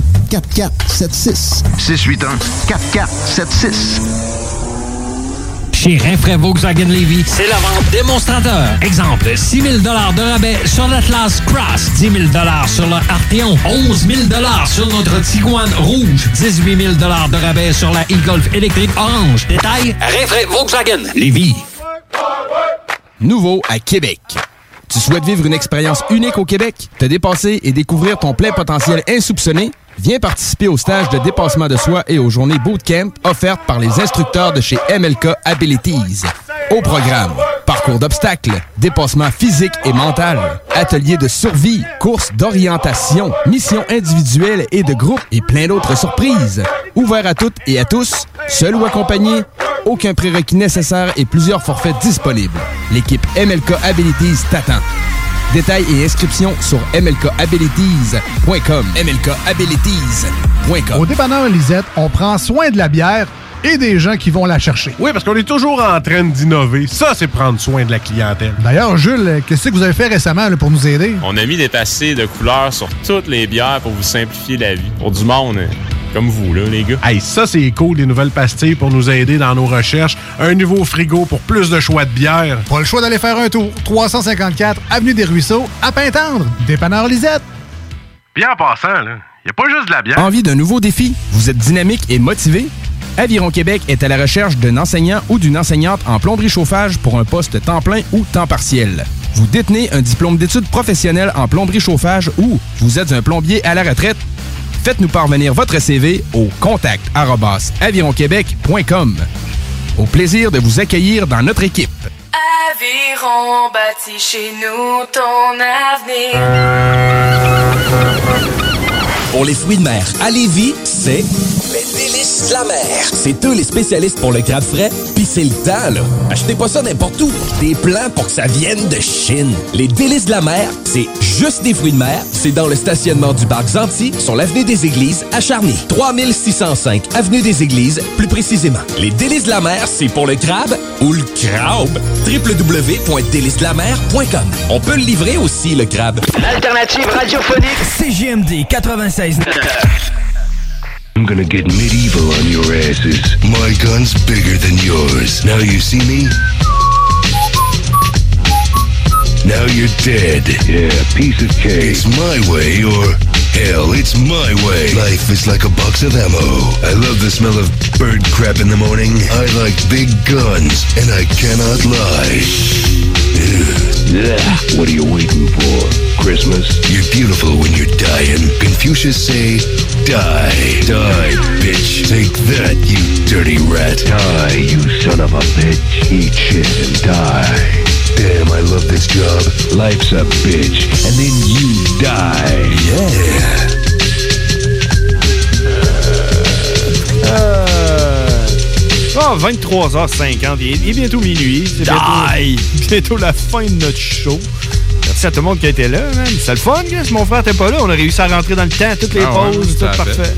Speaker 21: 4476. 681 4476.
Speaker 11: Chez Renfrais Volkswagen Levy, c'est la vente démonstrateur. Exemple, 6 000 de rabais sur l'Atlas Cross, 10 000 sur le Arteon, 11 000 sur notre Tiguan Rouge, 18 000 de rabais sur la e-Golf électrique orange. Détail, Renfrais Volkswagen
Speaker 14: Lévis. Nouveau à Québec. Tu souhaites vivre une expérience unique au Québec, te dépasser et découvrir ton plein potentiel insoupçonné? Viens participer au stage de dépassement de soi et aux journées bootcamp offertes par les instructeurs de chez MLK Abilities. Au programme, parcours d'obstacles, dépassement physique et mental, ateliers de survie, courses d'orientation, missions individuelles et de groupe et plein d'autres surprises. Ouvert à toutes et à tous, seul ou accompagné, aucun prérequis nécessaire et plusieurs forfaits disponibles. L'équipe MLK Abilities t'attend. Détails et inscriptions sur mlkabilities.com. mlkabilities.com.
Speaker 23: Au dépanneur Lisette, on prend soin de la bière et des gens qui vont la chercher.
Speaker 8: Oui, parce qu'on est toujours en train d'innover. Ça, c'est prendre soin de la clientèle.
Speaker 23: D'ailleurs, Jules, qu'est-ce que vous avez fait récemment là, pour nous aider?
Speaker 24: On a mis des passés de couleurs sur toutes les bières pour vous simplifier la vie. Pour du monde, hein, comme vous, là, les gars.
Speaker 8: Hey, ça, c'est cool, les nouvelles pastilles pour nous aider dans nos recherches. Un nouveau frigo pour plus de choix de bière.
Speaker 23: Pas le choix d'aller faire un tour. 354 Avenue des Ruisseaux, à Pintendre, dépanneur Lisette.
Speaker 8: Bien en passant, là, y a pas juste de la bière.
Speaker 14: Envie d'un nouveau défi? Vous êtes dynamique et motivé? Aviron Québec est à la recherche d'un enseignant ou d'une enseignante en plomberie chauffage pour un poste temps plein ou temps partiel. Vous détenez un diplôme d'études professionnelles en plomberie chauffage ou vous êtes un plombier à la retraite? Faites-nous parvenir votre CV au contact avironquebec.com. Au plaisir de vous accueillir dans notre équipe.
Speaker 15: Aviron bâti chez nous ton avenir.
Speaker 13: Pour les fruits de mer à Lévis, c'est... Les délices de la mer. C'est eux les spécialistes pour le crabe frais, puis c'est le temps, là. Achetez pas ça n'importe où. Des plans pour que ça vienne de Chine. Les délices de la mer, c'est juste des fruits de mer. C'est dans le stationnement du parc Zanti, sur l'avenue des Églises, à Charny. 3605 avenue des Églises, plus précisément. Les délices de la mer, c'est pour le crabe ou le crabe. www.délice-de-la-mer.com On peut le livrer aussi, le crabe.
Speaker 22: L'alternative radiophonique CGMD 96.
Speaker 20: I'm gonna get medieval on your asses. My gun's bigger than yours. Now you see me? Now you're dead. Yeah, piece of cake. It's my way or hell, it's my way. Life is like a box of ammo. I love the smell of bird crap in the morning. I like big guns, and I cannot lie. Ugh. What are you waiting for? Christmas? You're beautiful when you're dying. Confucius say, die. Die, bitch. Take that, you dirty rat. Die, you son of a bitch. Eat shit and die. Damn, I love this job. Life's a bitch. And then you die. Yeah.
Speaker 2: Euh, Ah, 23h50, il est- il est bientôt minuit. C'est bientôt, bientôt la fin de notre show. Merci à tout le monde qui était là, man. C'est le fun, gars. Si mon frère était pas là, on a réussi à rentrer dans le temps, toutes les
Speaker 3: Ah ouais,
Speaker 2: pauses,
Speaker 3: ça
Speaker 2: tout
Speaker 3: a fait.
Speaker 2: parfait.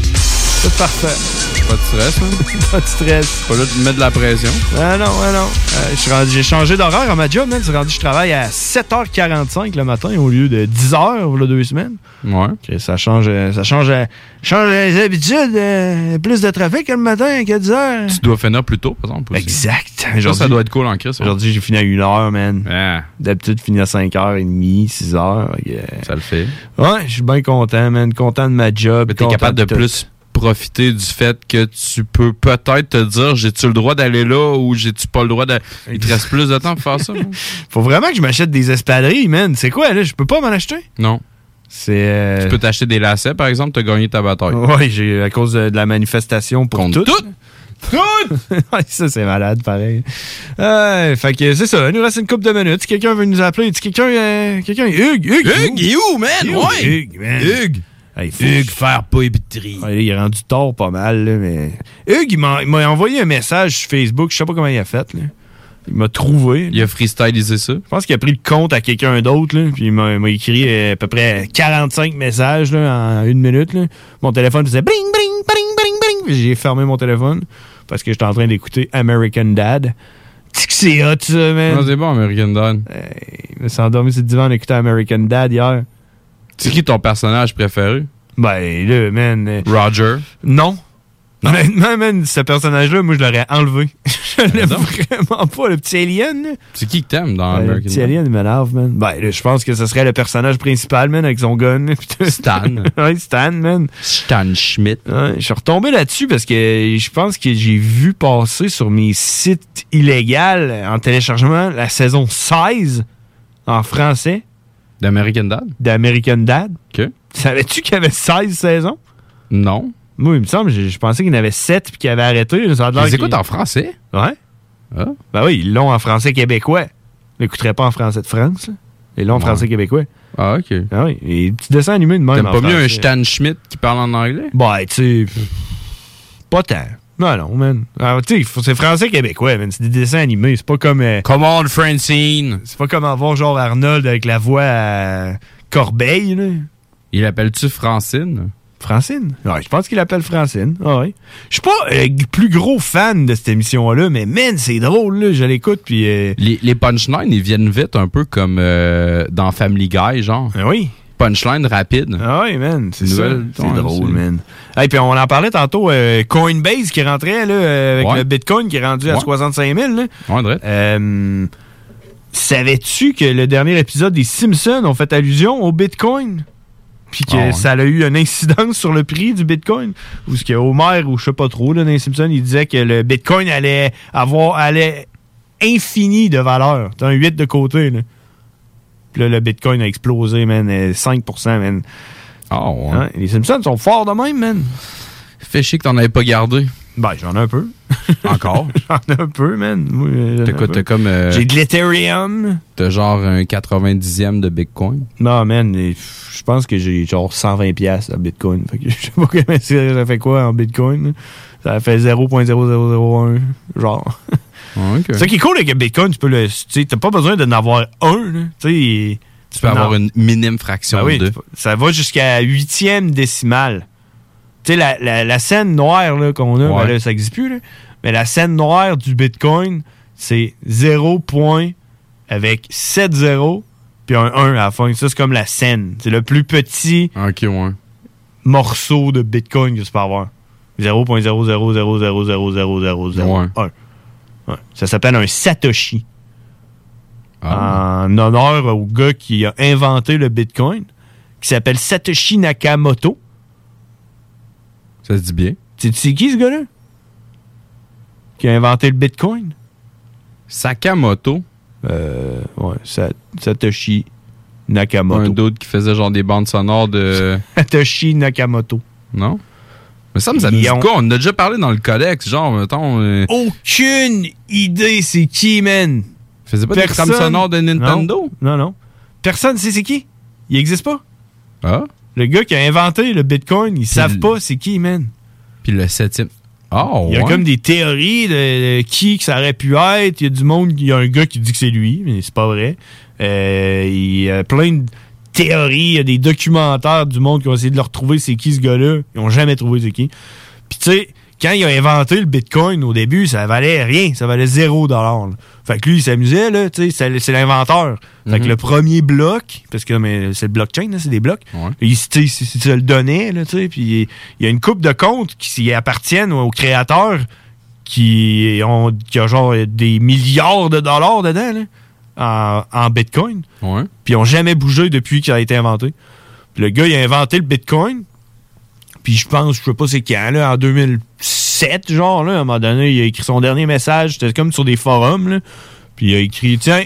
Speaker 2: Tout parfait.
Speaker 3: Pas de stress, hein?
Speaker 2: Pas de stress.
Speaker 3: Pas là de mettre de la pression.
Speaker 2: Ah non, ah non. Euh, je suis rendu- J'ai changé d'horaire à ma job, man. Je suis rendu, je travaille à 7h45 le matin au lieu de 10h, là, deux semaines.
Speaker 3: Ouais.
Speaker 2: ça change, ça change, change les habitudes. euh, plus de trafic le matin qu'à 10h.
Speaker 3: Tu dois finir plus tôt, par exemple. aussi.
Speaker 2: Exact.
Speaker 3: Ça, ça
Speaker 2: Aujourd'hui-
Speaker 3: doit être cool en crise. Ah.
Speaker 2: Aujourd'hui, j'ai fini à 1h, man. D'habitude, je finis à 5h30, 6h.
Speaker 3: Ça le fait.
Speaker 2: Ouais, je suis bien content, man. Content de ma job.
Speaker 3: T'es
Speaker 2: content
Speaker 3: capable de
Speaker 2: tout.
Speaker 3: plus profiter du fait que tu peux peut-être te dire j'ai-tu le droit d'aller là ou j'ai-tu pas le droit de. Il te reste plus de temps pour faire ça. moi.
Speaker 2: Faut vraiment que je m'achète des espadrilles, man. C'est quoi, là? Je peux pas m'en acheter?
Speaker 3: Non.
Speaker 2: C'est. euh,
Speaker 3: Tu peux t'acheter des lacets, par exemple, t'as gagné ta bataille.
Speaker 2: Ouais, j'ai à cause de, de la manifestation pour
Speaker 3: Contre
Speaker 2: toutes. Ouais, ça, c'est malade, pareil. Euh, fait que c'est ça. Il nous reste une couple de minutes. Si quelqu'un veut nous appeler, si quelqu'un. euh, quelqu'un Hugues, Hugues!
Speaker 30: Hugues, il est où, man? Ouais.
Speaker 2: Hugues, man.
Speaker 30: Hugues.
Speaker 31: Hugues faire pas
Speaker 2: il est rendu tort pas mal, là, mais. Hugues, il m'a il m'a envoyé un message sur Facebook, je sais pas comment il a fait. là. Il m'a trouvé.
Speaker 3: Il a freestylisé ça.
Speaker 2: Je pense qu'il a pris le compte à quelqu'un d'autre, là, puis il m'a il m'a écrit euh, à peu près 45 messages là, en une minute. là. Mon téléphone faisait bling, bling, bling, bling, bling. Puis J'ai fermé mon téléphone parce que j'étais en train d'écouter American Dad. Tic, C'est hot, ça, man.
Speaker 3: Non, c'est bon, American Dad.
Speaker 2: il s'est endormi sur le divan en écoutant American Dad hier.
Speaker 3: C'est qui ton personnage préféré?
Speaker 2: Ben, là, man. euh,
Speaker 3: Roger.
Speaker 2: Non. Honnêtement, man, ce personnage-là, moi, je l'aurais enlevé. je l'aime vraiment pas, le petit alien. là.
Speaker 3: C'est qui que t'aimes dans
Speaker 2: Ben, le
Speaker 3: American
Speaker 2: petit
Speaker 3: Dad?
Speaker 2: alien, il m'énerve, man. Ben, là, je pense que ce serait le personnage principal, man, avec son gun. Stan. ouais, Stan, man.
Speaker 3: Stan Schmidt.
Speaker 2: je suis retombé là-dessus parce que je pense que j'ai vu passer sur mes sites illégaux en téléchargement la saison 16 en français.
Speaker 3: D'American Dad?
Speaker 2: D'American Dad.
Speaker 3: OK.
Speaker 2: Savais-tu qu'il y avait 16 saisons?
Speaker 3: Non.
Speaker 2: Moi, il me semble, je, je pensais qu'il y en avait 7 puis qu'il avait arrêté. Ça a l'air
Speaker 3: Ils
Speaker 2: qu'il-
Speaker 3: écoutent en français? Ah.
Speaker 2: Ouais. Ben oui, ils l'ont en français québécois. Ils l'écouteraient pas en français de France. là. Ils l'ont en
Speaker 3: Ouais.
Speaker 2: français québécois.
Speaker 3: Ah, OK.
Speaker 2: Ah oui, et petit dessin animé de même.
Speaker 3: T'aimes
Speaker 2: en
Speaker 3: pas mieux un
Speaker 2: français.
Speaker 3: Stan Schmidt qui parle en anglais?
Speaker 2: Ben, tu sais, pas tant. Non, non, man. Alors, tu sais, faut- c'est français québécois, man. C'est des dessins animés. C'est pas comme. euh,
Speaker 3: Come on, Francine!
Speaker 2: C'est pas comme avoir genre Arnold avec la voix à Corbeil, là.
Speaker 3: Il l'appelles-tu Francine?
Speaker 2: Francine? Ouais, je pense qu'il appelle Francine. Ah ouais. Je suis pas euh, g- plus gros fan de cette émission-là, mais man, c'est drôle, là. Je l'écoute, puis. euh,
Speaker 3: Les, les punchlines, ils viennent vite, un peu comme euh, dans Family Guy, genre.
Speaker 2: Ah oui.
Speaker 3: Punchline rapide.
Speaker 2: Ah oui, man, c'est ça.
Speaker 3: Nouvelle-
Speaker 2: C'est
Speaker 3: ouais,
Speaker 2: drôle,
Speaker 3: c'est-
Speaker 2: man. Hey, puis on en parlait tantôt, euh, Coinbase qui rentrait, là, euh, avec
Speaker 3: Ouais.
Speaker 2: le Bitcoin qui est rendu à
Speaker 3: Ouais.
Speaker 2: 65 000, là.
Speaker 3: Ouais,
Speaker 2: Euh, Savais-tu que le dernier épisode des Simpsons ont fait allusion au Bitcoin? Puis que
Speaker 3: Ah ouais.
Speaker 2: ça a eu une incidence sur le prix du Bitcoin? Ou ce que Homer, ou je sais pas trop, là, dans les Simpsons, il disait que le Bitcoin allait avoir allait infini de valeur. T'as un 8 de côté, là. Puis là, le Bitcoin a explosé, man. euh, 5%, man. Hein?
Speaker 3: Ah ouais.
Speaker 2: Les Simpsons sont forts de même, man.
Speaker 3: Fait chier que t'en avais pas gardé.
Speaker 2: Ben, j'en ai un peu.
Speaker 3: Encore?
Speaker 2: j'en ai un peu, man. Moi, j'en ai un
Speaker 3: T'as quoi?
Speaker 2: peu.
Speaker 3: T'as comme. euh,
Speaker 2: J'ai de l'Ethereum.
Speaker 3: T'as genre un 90e de Bitcoin.
Speaker 2: Non, man, et pff, je pense que j'ai genre 120 pièces à Bitcoin. Fait que je sais pas comment c'est- ça fait quoi en Bitcoin. Ça fait 0.0001, genre. Ce qui est cool avec Bitcoin, tu peux le. Tu sais, t'as pas besoin d'en avoir un, là. Tu sais,
Speaker 3: Tu peux avoir une minime fraction
Speaker 2: Ben oui,
Speaker 3: de.
Speaker 2: tu peux- ça va jusqu'à huitième décimale. Tu sais, la, la, la scène noire là, qu'on a,
Speaker 3: Ouais.
Speaker 2: ben là, ça n'existe plus. là. Mais la scène noire du Bitcoin, c'est 0 point avec 7 0 puis un 1 à la fin. Ça, c'est comme la scène. C'est le plus petit morceau de Bitcoin que tu peux avoir. 0.000000001. Ouais. Ça s'appelle un Satoshi en honneur au gars qui a inventé le Bitcoin, qui s'appelle Satoshi Nakamoto.
Speaker 3: Ça se dit bien.
Speaker 2: Tu sais qui ce gars-là? Qui a inventé le Bitcoin?
Speaker 3: Sakamoto.
Speaker 2: Euh, ouais, Sa- Satoshi Nakamoto.
Speaker 3: Un d'autre qui faisait genre des bandes sonores de.
Speaker 2: Satoshi Nakamoto.
Speaker 3: Non? Mais ça me ça me dit
Speaker 2: Ils ont-
Speaker 3: quoi? On en a déjà parlé dans le codex, genre, mettons. euh,
Speaker 2: Aucune idée c'est qui, man!
Speaker 3: Faisait pas des trames sonores de Nintendo?
Speaker 2: Non, non. non. Personne sait c'est qui. Il existe pas.
Speaker 3: Ah?
Speaker 2: Le gars qui a inventé le Bitcoin, ils savent pas c'est qui, man.
Speaker 3: Puis le septième. Oh,
Speaker 2: Il y a
Speaker 3: ouais.
Speaker 2: comme des théories de, de qui que ça aurait pu être. Il y a du monde, il y a un gars qui dit que c'est lui, mais c'est pas vrai. Euh, il y a plein de théories, il y a des documentaires du monde qui ont essayé de le retrouver, c'est qui ce gars-là. Ils ont jamais trouvé c'est qui. Puis tu sais, quand il a inventé le Bitcoin au début, ça valait rien, ça valait zéro dollar. là. Fait que lui, il s'amusait, là, tu sais, c'est c'est l'inventeur. Fait que le premier bloc, parce que mais, c'est le blockchain, là, c'est des blocs, il, se- tu sais, si tu le donnais, là, tu sais, puis il y a une coupe de comptes qui s'y appartiennent aux créateurs qui ont qui a genre des milliards de dollars dedans, là, en, en Bitcoin. Puis ils n'ont jamais bougé depuis qu'il a été inventé. Puis le gars, il a inventé le Bitcoin, puis je pense, je sais pas c'est quand, là, en 2007, genre, là, à un moment donné, il a écrit son dernier message, c'était comme sur des forums, là. Puis il a écrit, tiens,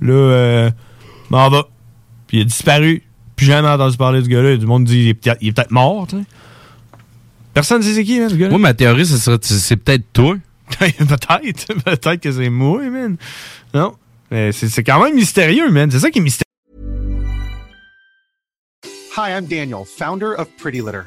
Speaker 2: là, euh, m'en va. Puis il a disparu. Plus jamais entendu parler de ce gars-là. Du monde dit, il est peut-être il est peut-être mort, tu sais. Personne ne sait c'est qui, man, ce gars-là.
Speaker 3: Moi, ma théorie, ce serait- c'est c'est peut-être toi.
Speaker 2: peut-être, peut-être que c'est moi, man. Non. Mais c'est c'est quand même mystérieux, man. C'est ça qui est mystérieux.
Speaker 32: Hi, I'm Daniel, founder of Pretty Litter.